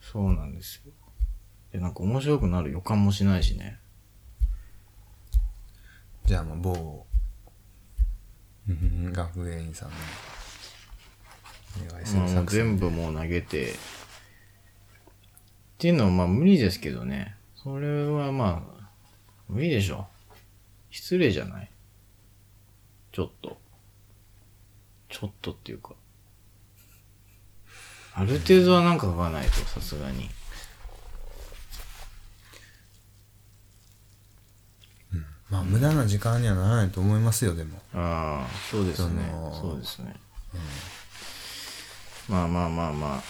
[SPEAKER 2] そうなんですよ。で、なんか面白くなる予感もしないしね。
[SPEAKER 1] じゃあもう某、うん学芸員さんのお願いす
[SPEAKER 2] まあ
[SPEAKER 1] る
[SPEAKER 2] もう
[SPEAKER 1] 作戦。
[SPEAKER 2] 全部もう投げて、っていうのはまあ無理ですけどね。それはまあ、無理でしょ。失礼じゃないちょっと。ちょっとっていうか。ある程度はなんか書かないと、さすがに。
[SPEAKER 1] まあ無駄な時間にはならないと思いますよ、でも。
[SPEAKER 2] ああ、そうですね
[SPEAKER 1] そ。の
[SPEAKER 2] そうですね。まあまあまあま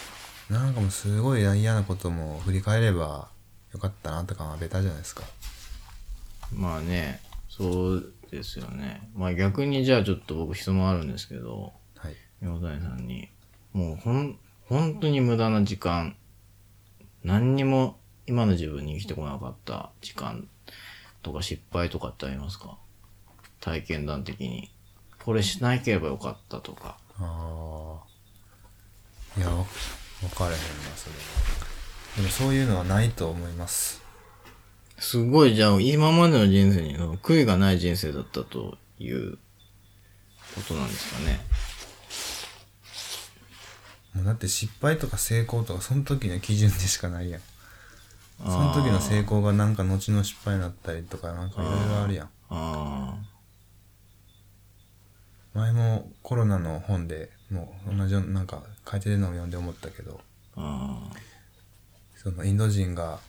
[SPEAKER 2] あ。
[SPEAKER 1] なんかもうすごい嫌なことも振り返ればよかったなとかはベタじゃないですか。
[SPEAKER 2] まあね、そうですよね。まあ逆にじゃあちょっと僕質問あるんですけど、
[SPEAKER 1] はい。
[SPEAKER 2] 陽谷さんに、もうほん、本当に無駄な時間、何にも今の自分に生きてこなかった時間とか失敗とかってありますか体験談的に。これしなければよかったとか。
[SPEAKER 1] ああ。いや、わ分かれへんな、それは。でもそういうのはないと思います。
[SPEAKER 2] すごい、じゃあ今までの人生にその悔いがない人生だったということなんですかね。
[SPEAKER 1] もうだって失敗とか成功とか、その時の基準でしかないやん。その時の成功がなんか後の失敗になったりとか、なんかいろいろあるやん。
[SPEAKER 2] ああ。
[SPEAKER 1] 前もコロナの本でもう同じようななんか書いてるのを読んで思ったけど
[SPEAKER 2] あ
[SPEAKER 1] そのインド人が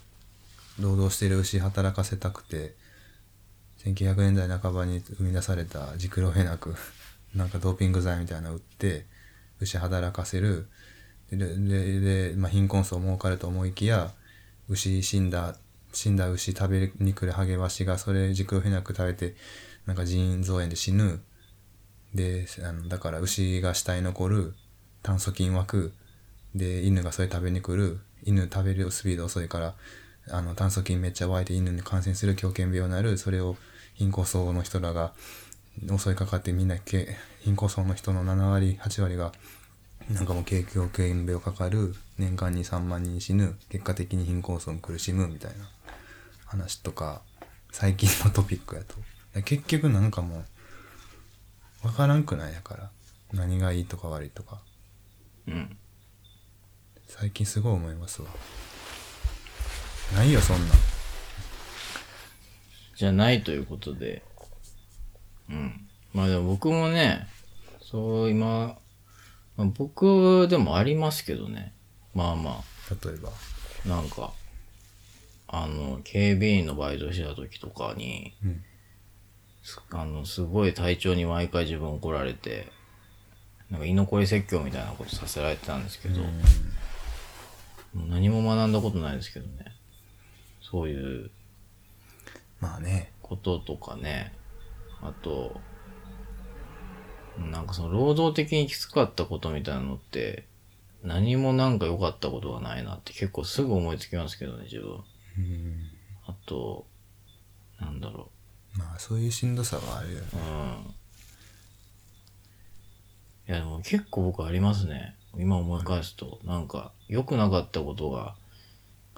[SPEAKER 1] 労働している牛働かせたくて1900年代半ばに生み出されたジクロヘナク なんかドーピング剤みたいなのを売って牛働かせるででで、まあ、貧困層儲かると思いきや牛死んだ死んだ牛食べに来るハゲワシがそれジクロヘナク食べてなんか腎臓炎で死ぬであのだから牛が死体に残る炭疽菌湧くで犬がそれ食べに来る犬食べるスピード遅いからあの炭疽菌めっちゃ湧いて犬に感染する狂犬病になるそれを貧困層の人らが襲いかかってみんなけ貧困層の人の7割8割がなんかもう軽狂犬病かかる年間に3万人死ぬ結果的に貧困層に苦しむみたいな話とか最近のトピックやとで結局なんかもう分からんくないやから何がいいとか悪いとか
[SPEAKER 2] あ。うん。
[SPEAKER 1] 最近すごい思いますわないよそんなん
[SPEAKER 2] じゃないということで。うん。まあでも僕もね、そう今、まあ僕でもありますけどね。まあま
[SPEAKER 1] 例えば
[SPEAKER 2] あ、なんか、あの、警備員のバイトしてた時とかに、
[SPEAKER 1] うん
[SPEAKER 2] すあの、すごい体調に毎回自分怒られて、なんか居残り説教みたいなことさせられてたんですけど、もう何も学んだことないですけどね。そういう
[SPEAKER 1] まあね
[SPEAKER 2] こととかね、あと、なんかその労働的にきつかったことみたいなのって、何もなんか良かったことがないなって結構すぐ思いつきますけどね、自分。あと、なんだろ
[SPEAKER 1] まあそういうしんどさはあるよね
[SPEAKER 2] う。うん。いやでも結構僕ありますね。今思い返すと、なんか良くなかったことが、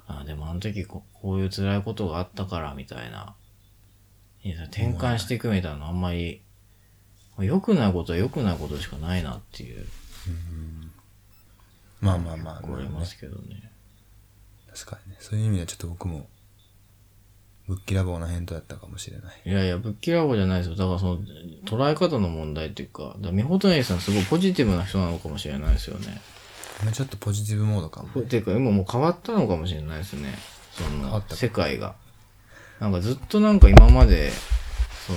[SPEAKER 2] あでもあの時ここういう辛いことがあったからみたいな。いや転換していくみたいなのあんまり、良くないことは良くないことしかないなっていう、
[SPEAKER 1] まあまあまあ、
[SPEAKER 2] 思い
[SPEAKER 1] ね
[SPEAKER 2] ますけどね。
[SPEAKER 1] 確かにねそういう意味ではちょっと僕もブッキラボーな返答やったかもしれない。
[SPEAKER 2] いやいや、ぶっきらぼうじゃないですよ。だからその、捉え方の問題っていうか、だから、みほとねさんすごいポジティブな人なのかもしれないですよね。
[SPEAKER 1] まあちょっとポジティブモードかも。
[SPEAKER 2] っていうか、今もう変わったのかもしれないですね。そ
[SPEAKER 1] わ
[SPEAKER 2] の
[SPEAKER 1] っ、た
[SPEAKER 2] 世界が。なんかずっとなんか今まで、そ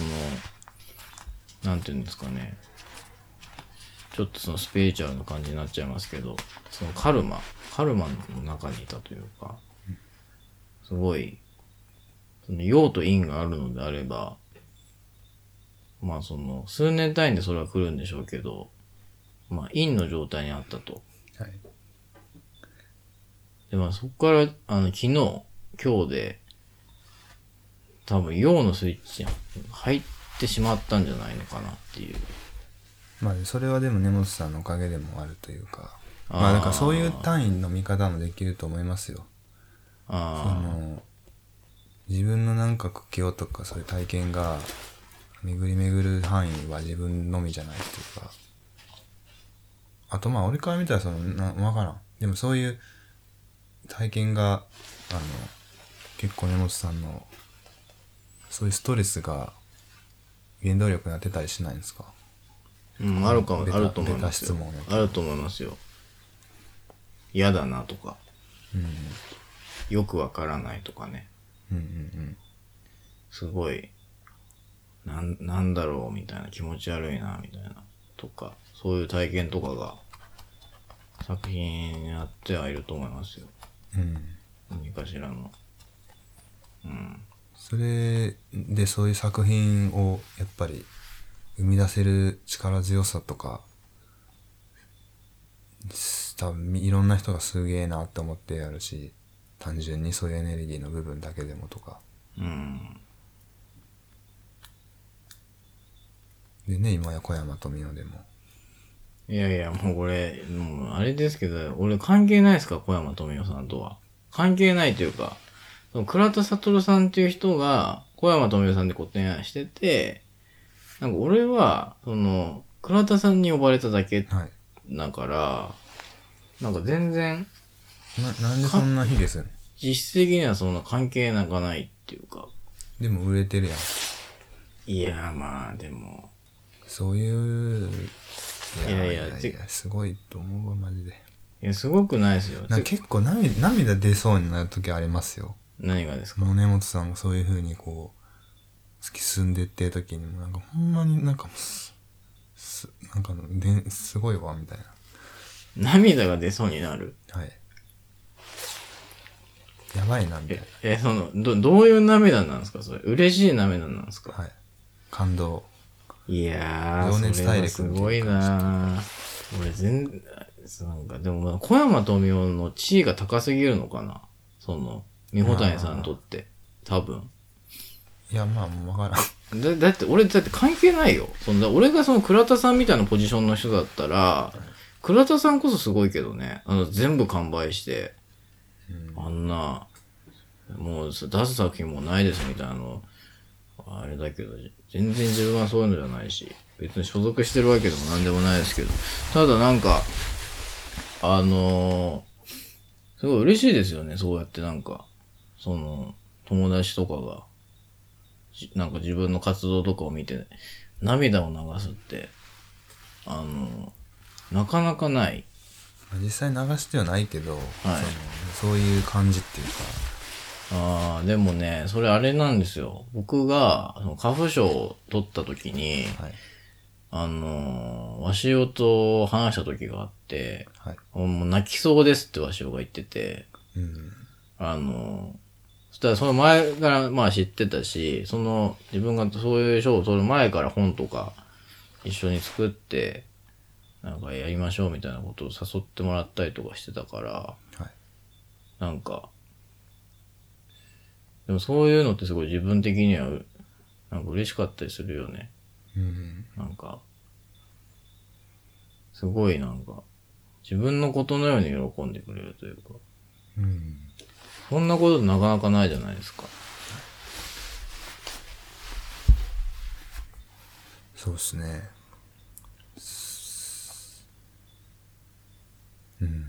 [SPEAKER 2] の、なんていうんですかね。ちょっとそのスピリチュアルな感じになっちゃいますけど、そのカルマ、カルマの中にいたというか、すごい、その陽と陰があるのであれば、まあその、数年単位でそれは来るんでしょうけど、まあ陰の状態にあったと。
[SPEAKER 1] はい。
[SPEAKER 2] で、まあそこから、あの、昨日、今日で、多分、陽のスイッチに入ってしまったんじゃないのかなっていう。
[SPEAKER 1] まあそれはでも根本さんのおかげでもあるというか。
[SPEAKER 2] あー
[SPEAKER 1] まあだからそういう単位の見方もできると思いますよ。あ
[SPEAKER 2] あ
[SPEAKER 1] の、自分のなんか苦境とかそういう体験が巡り巡る範囲は自分のみじゃないっていうか。あとまあ俺から見たらその、なわからん。でもそういう体験が、あの、結構根本さんの、そういうストレスが原動力になってたりしないんですか
[SPEAKER 2] あ、うん、あるかも、
[SPEAKER 1] ベタ
[SPEAKER 2] あると思いますよ
[SPEAKER 1] ベタ質問や。け
[SPEAKER 2] あると思いますよ。嫌だなとか、よくわからないとかね。
[SPEAKER 1] うんうんうん。
[SPEAKER 2] すごい、なん、なんだろうみたいな、気持ち悪いな、みたいな、とか、そういう体験とかが、作品になってはいると思いますよ。
[SPEAKER 1] うん。
[SPEAKER 2] 何かしらの。うん。
[SPEAKER 1] それでそういう作品をやっぱり生み出せる力強さとか、す多分いろんな人がすげえなって思ってやるし、単純にそういうエネルギーの部分だけでもとか。
[SPEAKER 2] うん。
[SPEAKER 1] でね、今や小山富美でも。
[SPEAKER 2] いやいや、もうこれ、もうあれですけど、俺関係ないですか小山富代さんとは。関係ないというか、その倉田悟さんっていう人が、小山富代さんでご提案してて、なんか俺は、その、倉田さんに呼ばれただけ
[SPEAKER 1] はい。
[SPEAKER 2] だから、なんか全然、
[SPEAKER 1] な、なんでそんな日でするの
[SPEAKER 2] 実質的にはそんな関係なんかないっていうか。
[SPEAKER 1] でも売れてるやん。
[SPEAKER 2] いや、まあ、でも、
[SPEAKER 1] そういう、
[SPEAKER 2] いやいやて
[SPEAKER 1] すごいと思うわ、マジで。
[SPEAKER 2] いや、すごくないですよ。
[SPEAKER 1] なんか結構涙涙出そうになる時ありますよ。
[SPEAKER 2] 何がですか
[SPEAKER 1] もう根本さんがそういう風にこう、突き進んでってる時にもなんかほんまになんかもうす、す、なんかのでんすごいわ、みたいな。
[SPEAKER 2] 涙が出そうになる。
[SPEAKER 1] はい。やばいな、みたい
[SPEAKER 2] え、え、その、ど、どういう涙なんですかそれ。嬉しい涙なんです
[SPEAKER 1] な。
[SPEAKER 2] か
[SPEAKER 1] はい。感動。
[SPEAKER 2] いやー、
[SPEAKER 1] 情熱大陸
[SPEAKER 2] それはすごいなー。俺全、なんか、でもまあ、小山富美の地位が高すぎるのかなその、三保谷さんにとって。多分。
[SPEAKER 1] いや、まあ、もうわからん。
[SPEAKER 2] だ、だって、俺、だって関係ないよ。その、だ俺がその倉田さんみたいなポジションの人だったら、倉田さんこそすごいけどね。あの、全部完売して、あんな、もうす出す作品もうないですみたいなの、あれだけど、全然自分はそういうのじゃないし、別に所属してるわけでも何でもないですけど、ただなんか、あのーすごい嬉しいですよね、そうやってなんか、その、友達とかが、じなんか自分の活動とかを見て、涙を流すって、あのーなかなかない。
[SPEAKER 1] まあ実際流してはないけど、
[SPEAKER 2] はい
[SPEAKER 1] そのそういう感じっていうか、
[SPEAKER 2] ああ、でもね、それあれなんですよ。僕が、その、花粉賞を取った時に、
[SPEAKER 1] はい。
[SPEAKER 2] あのー、わしおと話した時があって、
[SPEAKER 1] はい。
[SPEAKER 2] もう泣きそうですってわしおが言ってて、
[SPEAKER 1] うん。
[SPEAKER 2] あのー、そしたらその前から、まあ知ってたし、その、自分がそういう賞を取る前から本とか、一緒に作って、なんかやりましょうみたいなことを誘ってもらったりとかしてたから、
[SPEAKER 1] はい。
[SPEAKER 2] なんか、でもそういうのってすごい自分的にはう、なんか嬉しかったりするよね。
[SPEAKER 1] うん。
[SPEAKER 2] なんか、すごいなんか、自分のことのように喜んでくれるというか、
[SPEAKER 1] うん。
[SPEAKER 2] そんなことなかなかないじゃないですか。
[SPEAKER 1] そうですね。うん。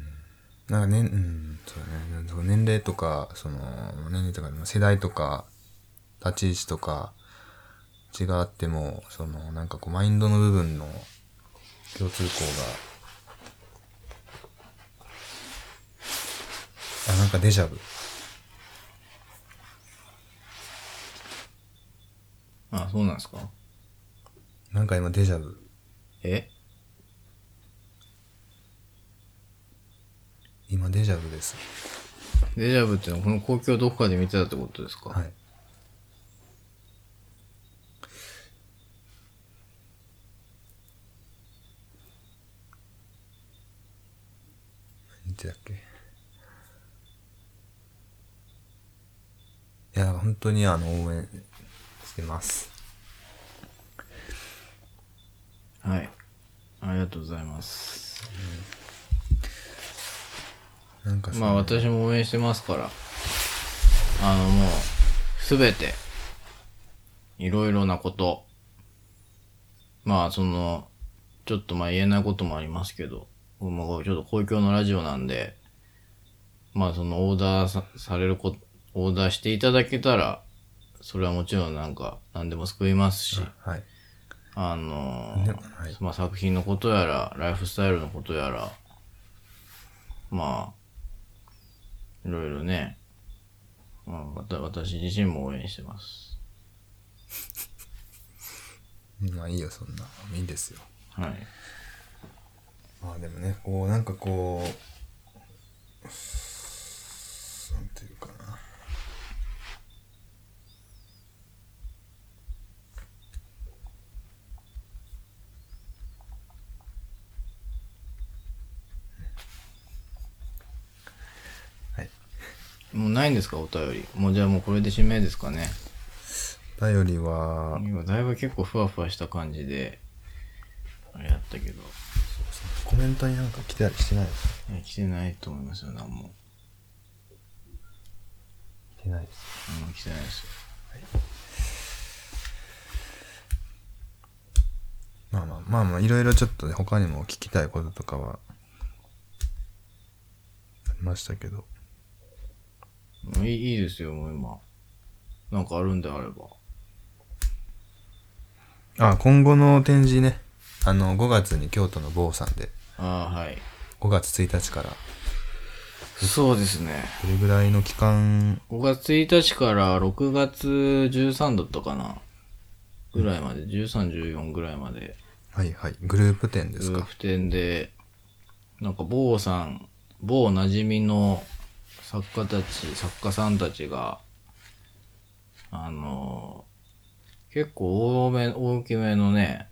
[SPEAKER 1] なんかね、うん、そうだね。なんか年齢とか、その、年齢とか、世代とか、立ち位置とか違っても、その、なんかこう、マインドの部分の共通項が、あ、なんかデジャブ。
[SPEAKER 2] あ、そうなんですか
[SPEAKER 1] なんか今デジャブ。
[SPEAKER 2] え
[SPEAKER 1] 今デジャブです。
[SPEAKER 2] デジャブってのはこの公共どこかで見てたってことですか、
[SPEAKER 1] はい。何てだっけいや、本当にあの、応援してます。
[SPEAKER 2] はい。ありがとうございます。
[SPEAKER 1] なんかそ
[SPEAKER 2] まあ
[SPEAKER 1] の
[SPEAKER 2] 私も応援してますから、あのもう、すべて、いろいろなこと、まあその、ちょっとまあ言えないこともありますけど、まあちょっと公共のラジオなんで、まあそのオーダーさされること、オーダーしていただけたら、それはもちろんなんか何でも救いますし、
[SPEAKER 1] はい。
[SPEAKER 2] あのー
[SPEAKER 1] ねはい
[SPEAKER 2] まあ、作品のことやら、ライフスタイルのことやら、まあ、いろいろね、まあ、わた私自身も応援してます。
[SPEAKER 1] まあいいよ、そんな。いいんですよ。
[SPEAKER 2] はい。
[SPEAKER 1] まあでもね、こう、なんかこう、なんていうかな。
[SPEAKER 2] もうないんですか、お便り。もうじゃあもうこれで締めですかね。
[SPEAKER 1] 頼りは、
[SPEAKER 2] 今だいぶ結構ふわふわした感じで、あれやったけど、
[SPEAKER 1] コメントになんか来てたりしてないです
[SPEAKER 2] いや来てないと思いますよ、なんも。
[SPEAKER 1] 来てないです。
[SPEAKER 2] うん、来てないですよ。
[SPEAKER 1] まあまあ、まあまあ、いろいろちょっとね、他にも聞きたいこととかは、ありましたけど。
[SPEAKER 2] もういいいいですよ、もう今。なんかあるんであれば。
[SPEAKER 1] あ、今後の展示ね。あの、5月に京都の坊さんで、
[SPEAKER 2] ああ、はい。
[SPEAKER 1] 5月1日から、
[SPEAKER 2] そうですね。
[SPEAKER 1] どれぐらいの期間、
[SPEAKER 2] 5月1日から6月13だったかなぐらいまで、13、14ぐらいまで、
[SPEAKER 1] はいはい、グループ展で
[SPEAKER 2] グ
[SPEAKER 1] す
[SPEAKER 2] ルー
[SPEAKER 1] か。
[SPEAKER 2] プ展で、なんか某さん、某なじみの作家たち、作家さんたちが、あの、結構多め、大きめのね、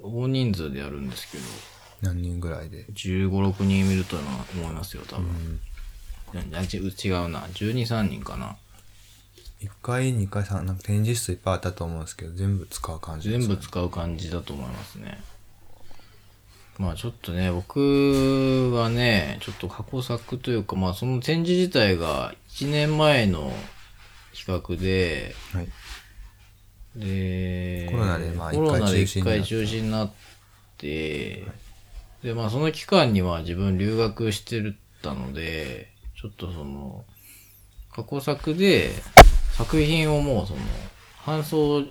[SPEAKER 2] 大人数でやるんですけど、
[SPEAKER 1] 何人ぐらいで。
[SPEAKER 2] 15、6人いると思いますよ、多分。いやち違うな、12、3人かな。
[SPEAKER 1] 1回、2回、3、なんか展示室いっぱいあったと思うんですけど、全部使う感じです
[SPEAKER 2] 全
[SPEAKER 1] か
[SPEAKER 2] 部使う感じだと思いますね。まあちょっとね、僕はね、ちょっと過去作というか、まあその展示自体が1年前の比較で、
[SPEAKER 1] はい。
[SPEAKER 2] で、
[SPEAKER 1] コロナでまあ
[SPEAKER 2] コロナで
[SPEAKER 1] 一
[SPEAKER 2] 一
[SPEAKER 1] 回
[SPEAKER 2] 回
[SPEAKER 1] 中
[SPEAKER 2] 中止になって、で、まあその期間には自分留学してるったので、ちょっとその、過去作で作品をもうその、搬送、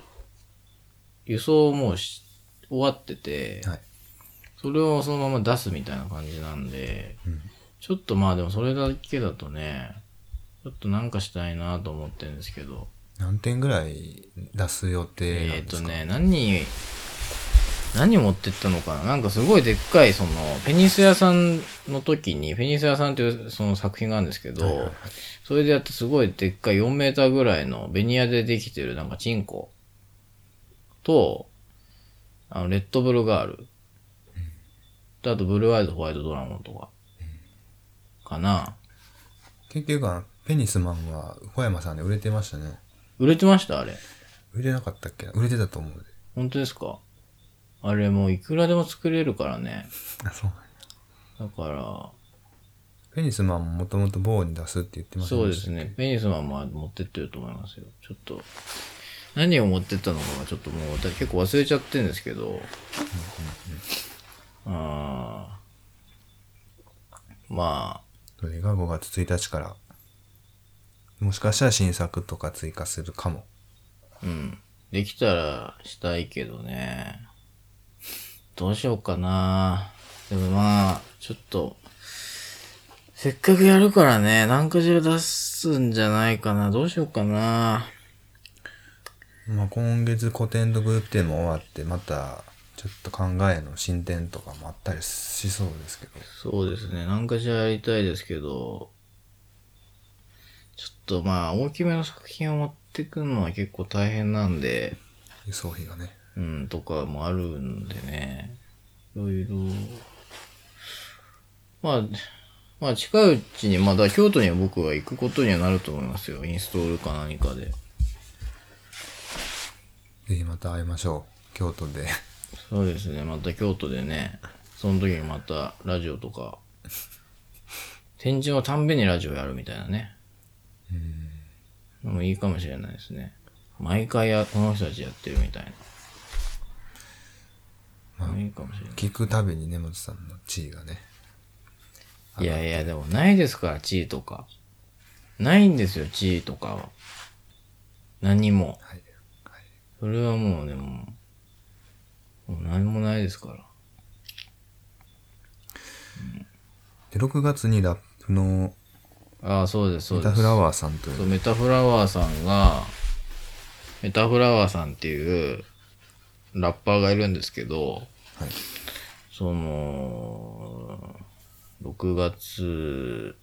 [SPEAKER 2] 輸送をもうし終わってて、
[SPEAKER 1] はい。
[SPEAKER 2] それをそのまま出すみたいな感じなんで、
[SPEAKER 1] うん
[SPEAKER 2] ちょっとまあでもそれだけだとね、ちょっとなんかしたいなと思ってるんですけど、
[SPEAKER 1] 何点ぐらい出す予定な
[SPEAKER 2] え
[SPEAKER 1] ん
[SPEAKER 2] っ
[SPEAKER 1] で
[SPEAKER 2] と
[SPEAKER 1] すか、
[SPEAKER 2] ね、何、何持ってったのかななんかすごいでっかい、その、フェニス屋さんの時に、フェニス屋さんっていうその作品があるんですけど、それでやってすごいでっかい4メーターぐらいのベニヤでできてるなんかチンコと、あの、レッドブルガール。とあと、ブルーアイズホワイトドラゴンとか、かな。
[SPEAKER 1] 結局あの、ペニスマンは小山さんで売れてましたね。
[SPEAKER 2] 売れてましたあれ。
[SPEAKER 1] 売れなかったっけな売れてたと思うで。
[SPEAKER 2] 本当ですかあれもういくらでも作れるからね。
[SPEAKER 1] あ、そう
[SPEAKER 2] だから、
[SPEAKER 1] ペニスマンももともと棒に出すって言ってました
[SPEAKER 2] そうですね。ペニスマンも持ってってると思いますよ。ちょっと、何を持ってったのかがちょっともう私結構忘れちゃってるんですけど、あーま
[SPEAKER 1] それが5月1日から。もしかしたら新作とか追加するかも。
[SPEAKER 2] あ、うん。できたらしたいけどね。どうしようかな。でもまあ、ちょっと、せっかくやるからね、何かしら出すんじゃないかな。どうしようかな。
[SPEAKER 1] まあ、今月古典とグループ展も終わってまたちょっと考えの進展とかもあったりしそうですけど
[SPEAKER 2] そうですね。何かしらやりたいですけど、ちょっとまあ、大きめの作品を持ってくのは結構大変なんで、
[SPEAKER 1] 輸送費がね
[SPEAKER 2] うん、とかもあるんでね。いろいろ。まあ、まあ近いうちに、まあだから京都には僕は行くことにはなると思いますよ。インストールか何かで。
[SPEAKER 1] ぜひまた会いましょう京都で
[SPEAKER 2] そうですね。また京都でね、その時にまたラジオとか、展示のたんびにラジオやるみたいなね。うん。もいいかもしれないですね。毎回や、この人たちやってるみたいな。いいかもしれない。
[SPEAKER 1] 聞くたびに根本さんの地位がね
[SPEAKER 2] いやいや、でもないですから、地位とか。ないんですよ、地位とかは。何も。
[SPEAKER 1] はいはい
[SPEAKER 2] それはもう、でも、もう何もないですから。
[SPEAKER 1] で6月にラップの
[SPEAKER 2] ああ、そうです、そう
[SPEAKER 1] メ
[SPEAKER 2] です。
[SPEAKER 1] タフラワーさんとい
[SPEAKER 2] そううメタフラワーさんが、メタフラワーさんっていうラッパーがいるんですけど、
[SPEAKER 1] はい
[SPEAKER 2] その、6月、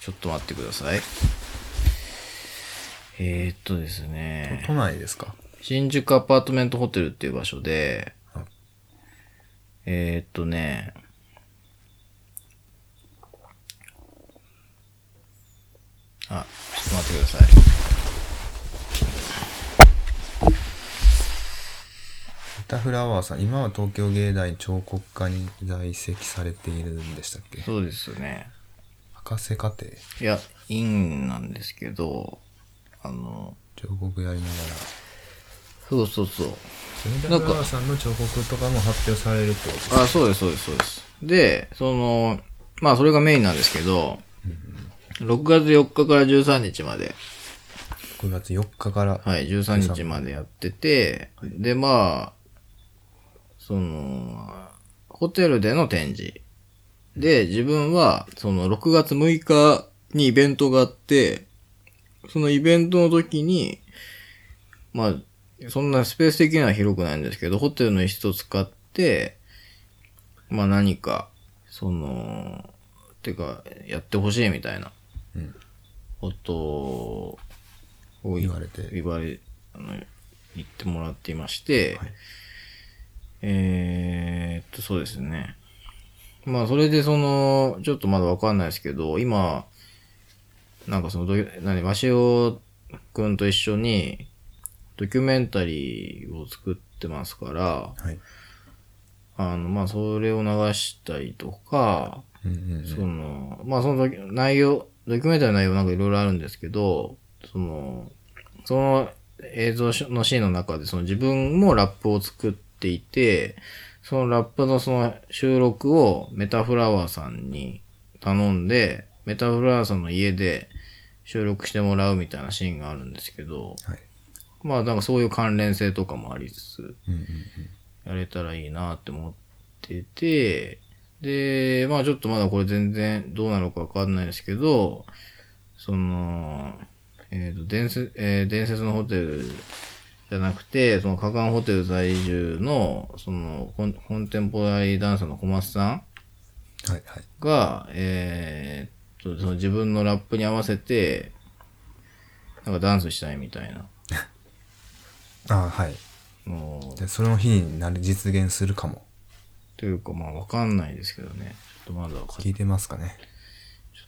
[SPEAKER 2] ちょっと待ってください。えー、っとですね、
[SPEAKER 1] 都内ですか
[SPEAKER 2] 新宿アパートメントホテルっていう場所で、えー、っとね、あ、ちょっと待ってください。
[SPEAKER 1] メタフラワーさん今は東京芸大彫刻家に在籍されているんでしたっけ
[SPEAKER 2] そうですよね。
[SPEAKER 1] 博士課程
[SPEAKER 2] いや、院なんですけど、あの、
[SPEAKER 1] 彫刻やりなが
[SPEAKER 2] そうそうそう。
[SPEAKER 1] らメタフラワーさんの彫刻とかも発表されるってことですか
[SPEAKER 2] あ、そうです、そうです、そうです。で、その、まあ、それがメインなんですけど、6月4日から13日まで、
[SPEAKER 1] 6月4日から、
[SPEAKER 2] はい、13日までやってて、で、まあ、その、ホテルでの展示。で、自分は、その、6月6日にイベントがあって、そのイベントの時に、まあ、そんなスペース的には広くないんですけど、ホテルの一室を使って、まあ何か、その、てか、やってほしいみたいな、ことを
[SPEAKER 1] 言われて
[SPEAKER 2] 言われ、あの、言ってもらっていまして、えーっと、そうですね。まあ、それでその、ちょっとまだわかんないですけど、今、なんかそのドキュ、何、マシオくんと一緒に、ドキュメンタリーを作ってますから、
[SPEAKER 1] はい
[SPEAKER 2] あの、まあ、それを流したりとか、
[SPEAKER 1] うんうんうん
[SPEAKER 2] その、まあ、そのドキュ内容、ドキュメンタリーの内容なんかいろいろあるんですけど、その、その映像のシーンの中で、その自分もラップを作っていて、そのラップのその収録をメタフラワーさんに頼んで、メタフラワーさんの家で収録してもらうみたいなシーンがあるんですけど、
[SPEAKER 1] はい
[SPEAKER 2] まあなんかそういう関連性とかもありつつ、
[SPEAKER 1] うんうんうん
[SPEAKER 2] やれたらいいなって思ってて、で、まあちょっとまだこれ全然どうなのかわかんないですけど、その、えっ、と、伝説、えー伝説のホテルじゃなくて、その、カカンホテル在住の、そのコン、コンテンポラリーダンサーの小松さん
[SPEAKER 1] はいはい
[SPEAKER 2] が、えーっと、その自分のラップに合わせて、なんかダンスしたいみたいな
[SPEAKER 1] ああはい
[SPEAKER 2] のを
[SPEAKER 1] でその日になる実現するかも
[SPEAKER 2] というかまあわかんないですけどね。ちょっとまだ
[SPEAKER 1] 聞
[SPEAKER 2] かちょっ
[SPEAKER 1] いてますかね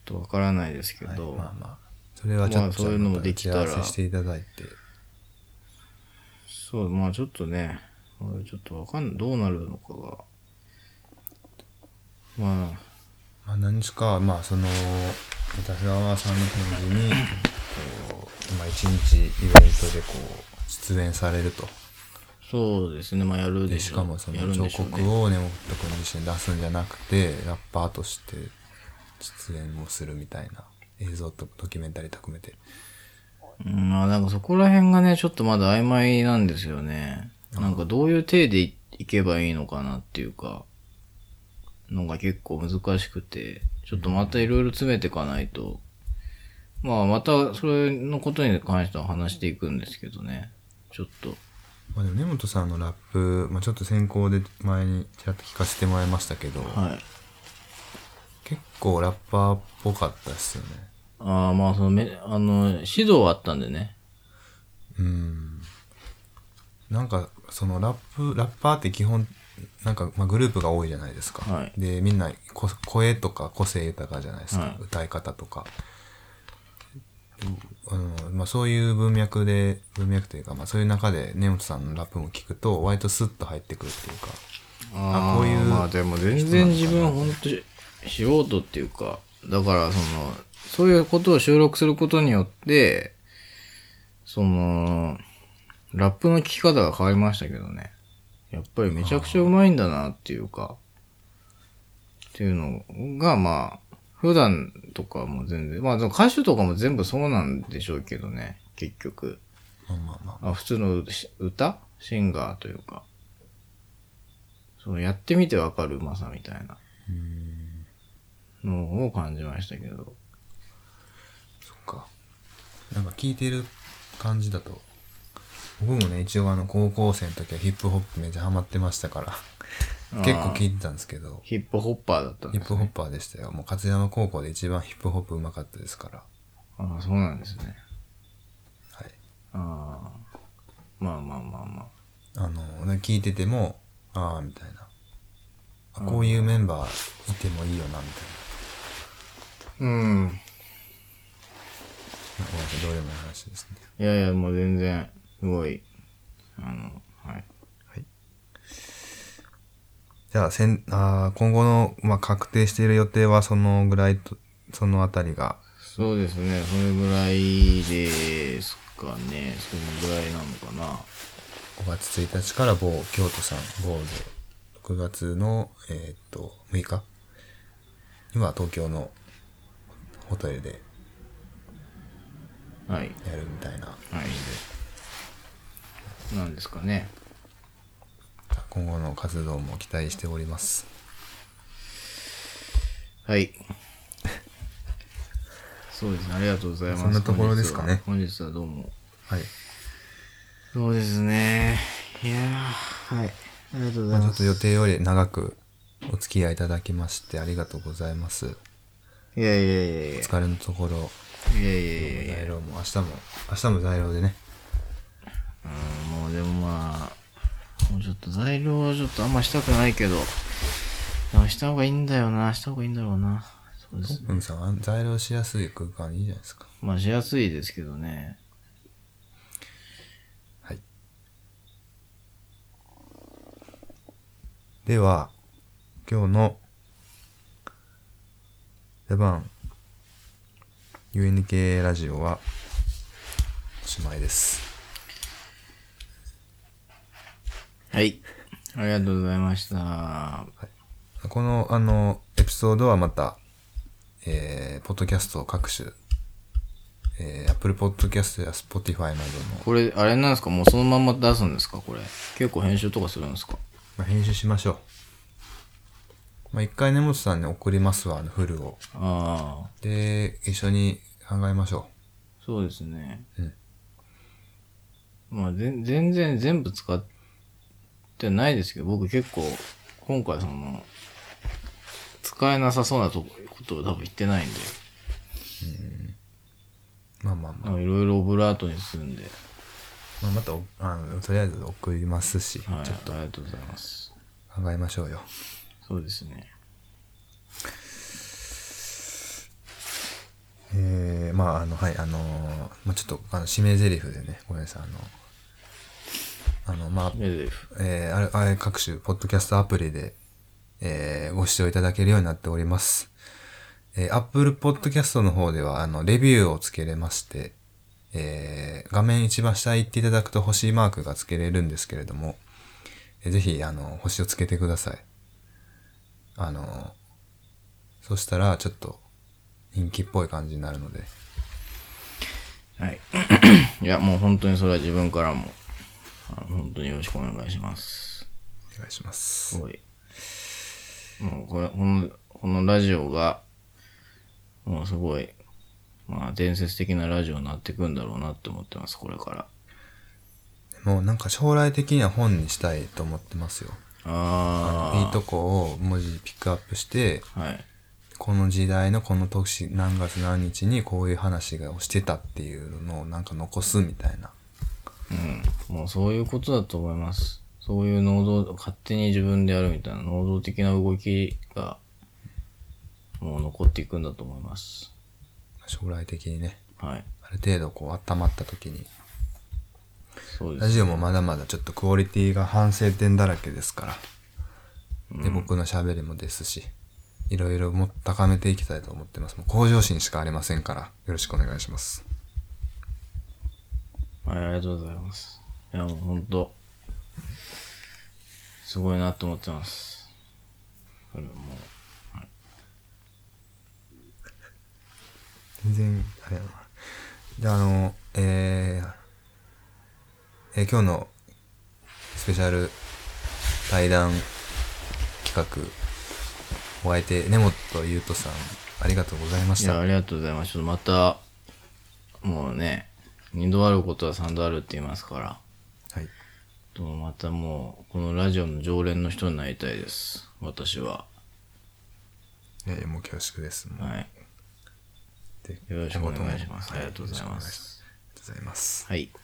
[SPEAKER 2] とわからないですけど、
[SPEAKER 1] まあまあそれはちょっと
[SPEAKER 2] まあそういうのもできたら
[SPEAKER 1] 打ち合わせしていただいて
[SPEAKER 2] そう、まあちょっとね、まあちょっとわかんどうなるのかが。まあ、
[SPEAKER 1] まあ何日かまあその私はさんの展示にこう今一日イベントでこう出演されると
[SPEAKER 2] そうですね、まあやる
[SPEAKER 1] で
[SPEAKER 2] でし
[SPEAKER 1] し
[SPEAKER 2] ょう
[SPEAKER 1] かもそ
[SPEAKER 2] や
[SPEAKER 1] の
[SPEAKER 2] るん
[SPEAKER 1] 彫
[SPEAKER 2] でしょうね
[SPEAKER 1] 刻を根本君自身出すんじゃなくてラッパーとして出演もするみたいな映像とドキュメンタリー含めて
[SPEAKER 2] うん、まあなんかそこら辺がね、ちょっとまだ曖昧なんですよね。なんかどういう体でいいけばいいのかなっていうか、のが結構難しくて、ちょっとまたいろいろ詰めていかないと、まあまたそれのことに関しては話していくんですけどね。ちょっと。
[SPEAKER 1] まあでも根本さんのラップ、まあ、ちょっと先行で前にちらっと聞かせてもらいましたけど、
[SPEAKER 2] はい。
[SPEAKER 1] 結構ラッパーっぽかったっすよね
[SPEAKER 2] ああ、まあそのめ、あの、指導はあったんでね。
[SPEAKER 1] うんなんかそのラップラッパーって基本なんかまあグループが多いじゃないですか、
[SPEAKER 2] はい
[SPEAKER 1] でみんなこ声とか個性豊かじゃないですか、
[SPEAKER 2] はい
[SPEAKER 1] 歌い方とかあの、まあ、そういう文脈で文脈というか、まあ、そういう中で根本さんのラップも聞くと割とスッと入ってくるっていうか
[SPEAKER 2] あ
[SPEAKER 1] あこういう
[SPEAKER 2] まあでも全然自分本当素人っていうかだからそのそういうことを収録することによってそのラップの聴き方が変わりましたけどねやっぱりめちゃくちゃうまいんだなっていうかっていうのがまあ普段とかも全然まあでも歌手とかも全部そうなんでしょうけどね結局
[SPEAKER 1] まあまあまあ
[SPEAKER 2] あ普通のし歌シンガーというか、そのやってみてわかるうまさみたいなのを感じましたけど。
[SPEAKER 1] そっかなんか聞いてる感じだと僕もね一応あの高校生の時はヒップホップめっちゃハマってましたから
[SPEAKER 2] あー
[SPEAKER 1] 結構聞いてたんですけど
[SPEAKER 2] ヒップホッパーだったん
[SPEAKER 1] ヒ
[SPEAKER 2] で
[SPEAKER 1] ッ
[SPEAKER 2] す
[SPEAKER 1] プホッパーでしたよもう勝山高校で一番ヒップホップうまかったですから
[SPEAKER 2] ああ、そうなんですね。
[SPEAKER 1] はい
[SPEAKER 2] ああ。まあまあまあま
[SPEAKER 1] あのね聞いててもああみたいなあこういうメンバーいてもいいよなみたい
[SPEAKER 2] あ。うん。
[SPEAKER 1] なごめんなさいどうでもいい話ですね
[SPEAKER 2] いやいや、もう全然、すごい、あの、はい。
[SPEAKER 1] じゃあせんあー今後の、まあ、確定している予定はそのぐらいとそのあたりが
[SPEAKER 2] そうですね、それぐらいですかね。それぐらいなのかな。
[SPEAKER 1] 5月1日から某京都さん某で6月の、えーっと6日今東京のホテルで
[SPEAKER 2] はい。
[SPEAKER 1] やるみたいな
[SPEAKER 2] はい。なんですかね。
[SPEAKER 1] 今後の活動も期待しております
[SPEAKER 2] はい。 そうですね。ありがとうございます。
[SPEAKER 1] そんなところですかね
[SPEAKER 2] 本日は本日はどうも。
[SPEAKER 1] はい、
[SPEAKER 2] そうですね。いやーはい。ありがとうござ
[SPEAKER 1] ま
[SPEAKER 2] い
[SPEAKER 1] あ、ちょ
[SPEAKER 2] ま
[SPEAKER 1] っと
[SPEAKER 2] す。
[SPEAKER 1] 予定より長くお付き合いいただきましてありがとうございます
[SPEAKER 2] いやいやいやいや。い
[SPEAKER 1] お疲れのところ
[SPEAKER 2] やいやいやいや。
[SPEAKER 1] 在廊も明日も明日も在廊でね
[SPEAKER 2] うんもうでもまあ、もうちょっと材料はちょっとあんましたくないけど、でもした方がいいんだよな。した方がいいんだろうな。そうですね。
[SPEAKER 1] うんさんは在廊しやすい空間いいじゃないですか
[SPEAKER 2] まあしやすいですけどね。
[SPEAKER 1] はい。では、今日の、ジャパン、UNK ラジオは、おしまいです。
[SPEAKER 2] はい。ありがとうございました。
[SPEAKER 1] この、あの、エピソードはまた、えー、ポッドキャスト各種、えー、Apple Podcast や Spotify などの、
[SPEAKER 2] これ、あれなんですかもうそのまんま出すんですかこれ。結構編集とかするんですか
[SPEAKER 1] まあ、編集しましょう。まあ、一回根本さんに送りますわ、あの、フルを。
[SPEAKER 2] ああ、
[SPEAKER 1] で、一緒に考えましょ
[SPEAKER 2] そうですね。
[SPEAKER 1] うん
[SPEAKER 2] まあ、ぜん全然全部使ってないですけど、僕結構、今回その、使えなさそうなとこことを多分言ってないんで、
[SPEAKER 1] う。まあまあまあ。
[SPEAKER 2] なんかいろいろオブラートにするんで、
[SPEAKER 1] まあ、またおあの、とりあえず送りますし、
[SPEAKER 2] はい、
[SPEAKER 1] ちょっと
[SPEAKER 2] ありがとうございます。
[SPEAKER 1] 考えましょうよ。
[SPEAKER 2] そうですね。
[SPEAKER 1] えー、まあ、あの、はい、あのーまあ、ちょっと、あの、指名台詞でね、ごめんなさい、あの、あの、まあ、
[SPEAKER 2] メドレフ
[SPEAKER 1] えーあれ、あれ各種、ポッドキャストアプリで、えーご視聴いただけるようになっております。えー Apple Podcast の方では、あの、レビューをつけれまして、えー画面一番下へ行っていただくと星マークがつけれるんですけれども、えーぜひ、あの、星をつけてください。あの、そしたら、ちょっと、人気っぽい感じになるので、
[SPEAKER 2] はい。 いや、もう本当にそれは自分からも、あの本当によろしくお願いします。
[SPEAKER 1] お願いします
[SPEAKER 2] す。ごい。もうこれ、この、このラジオが、もうすごい、まあ伝説的なラジオになっていくんだろうなって思ってます、これから。
[SPEAKER 1] もうなんか将来的には本にしたいと思ってますよ。
[SPEAKER 2] あ
[SPEAKER 1] いいとこを文字ピックアップして、
[SPEAKER 2] あ、はい。
[SPEAKER 1] この時代のこの年何月何日にこういう話がしてたっていうのをなんか残すみたいな。
[SPEAKER 2] うん。もうそういうことだと思います。そういう能動、勝手に自分でやるみたいな能動的な動きが、もう残っていくんだと思います。
[SPEAKER 1] 将来的にね、
[SPEAKER 2] はい。
[SPEAKER 1] ある程度こう温まった時に。
[SPEAKER 2] そうで
[SPEAKER 1] ラ
[SPEAKER 2] す。
[SPEAKER 1] ジオもまだまだちょっとクオリティが反省点だらけですから。で、僕の喋りもですし、いろいろもっと高めていきたいと思ってます。もう向上心しかありませんから、よろしくお願いします。
[SPEAKER 2] はい、ありがとうございます。いや、もうほんと、すごいなと思ってます。これはも
[SPEAKER 1] 全然、あれやな。じゃあ、あの、えーえー今日のスペシャル対談企画、お相手、根本優斗さん、ありがとうございま
[SPEAKER 2] う、い
[SPEAKER 1] し
[SPEAKER 2] や、
[SPEAKER 1] た。
[SPEAKER 2] ありがとうございます。ちょっとまた、もうね、二度あることは三度あるって言いますから、
[SPEAKER 1] はい。
[SPEAKER 2] とまたもう、このラジオの常連の人になりたいです。私は。
[SPEAKER 1] いやいや、もう恐縮です。もう
[SPEAKER 2] はい。
[SPEAKER 1] で
[SPEAKER 2] よろしくお願いします。あ
[SPEAKER 1] はい
[SPEAKER 2] りがとうござい
[SPEAKER 1] よろ
[SPEAKER 2] ま。
[SPEAKER 1] しくお願いしますありがとうございます。
[SPEAKER 2] はい。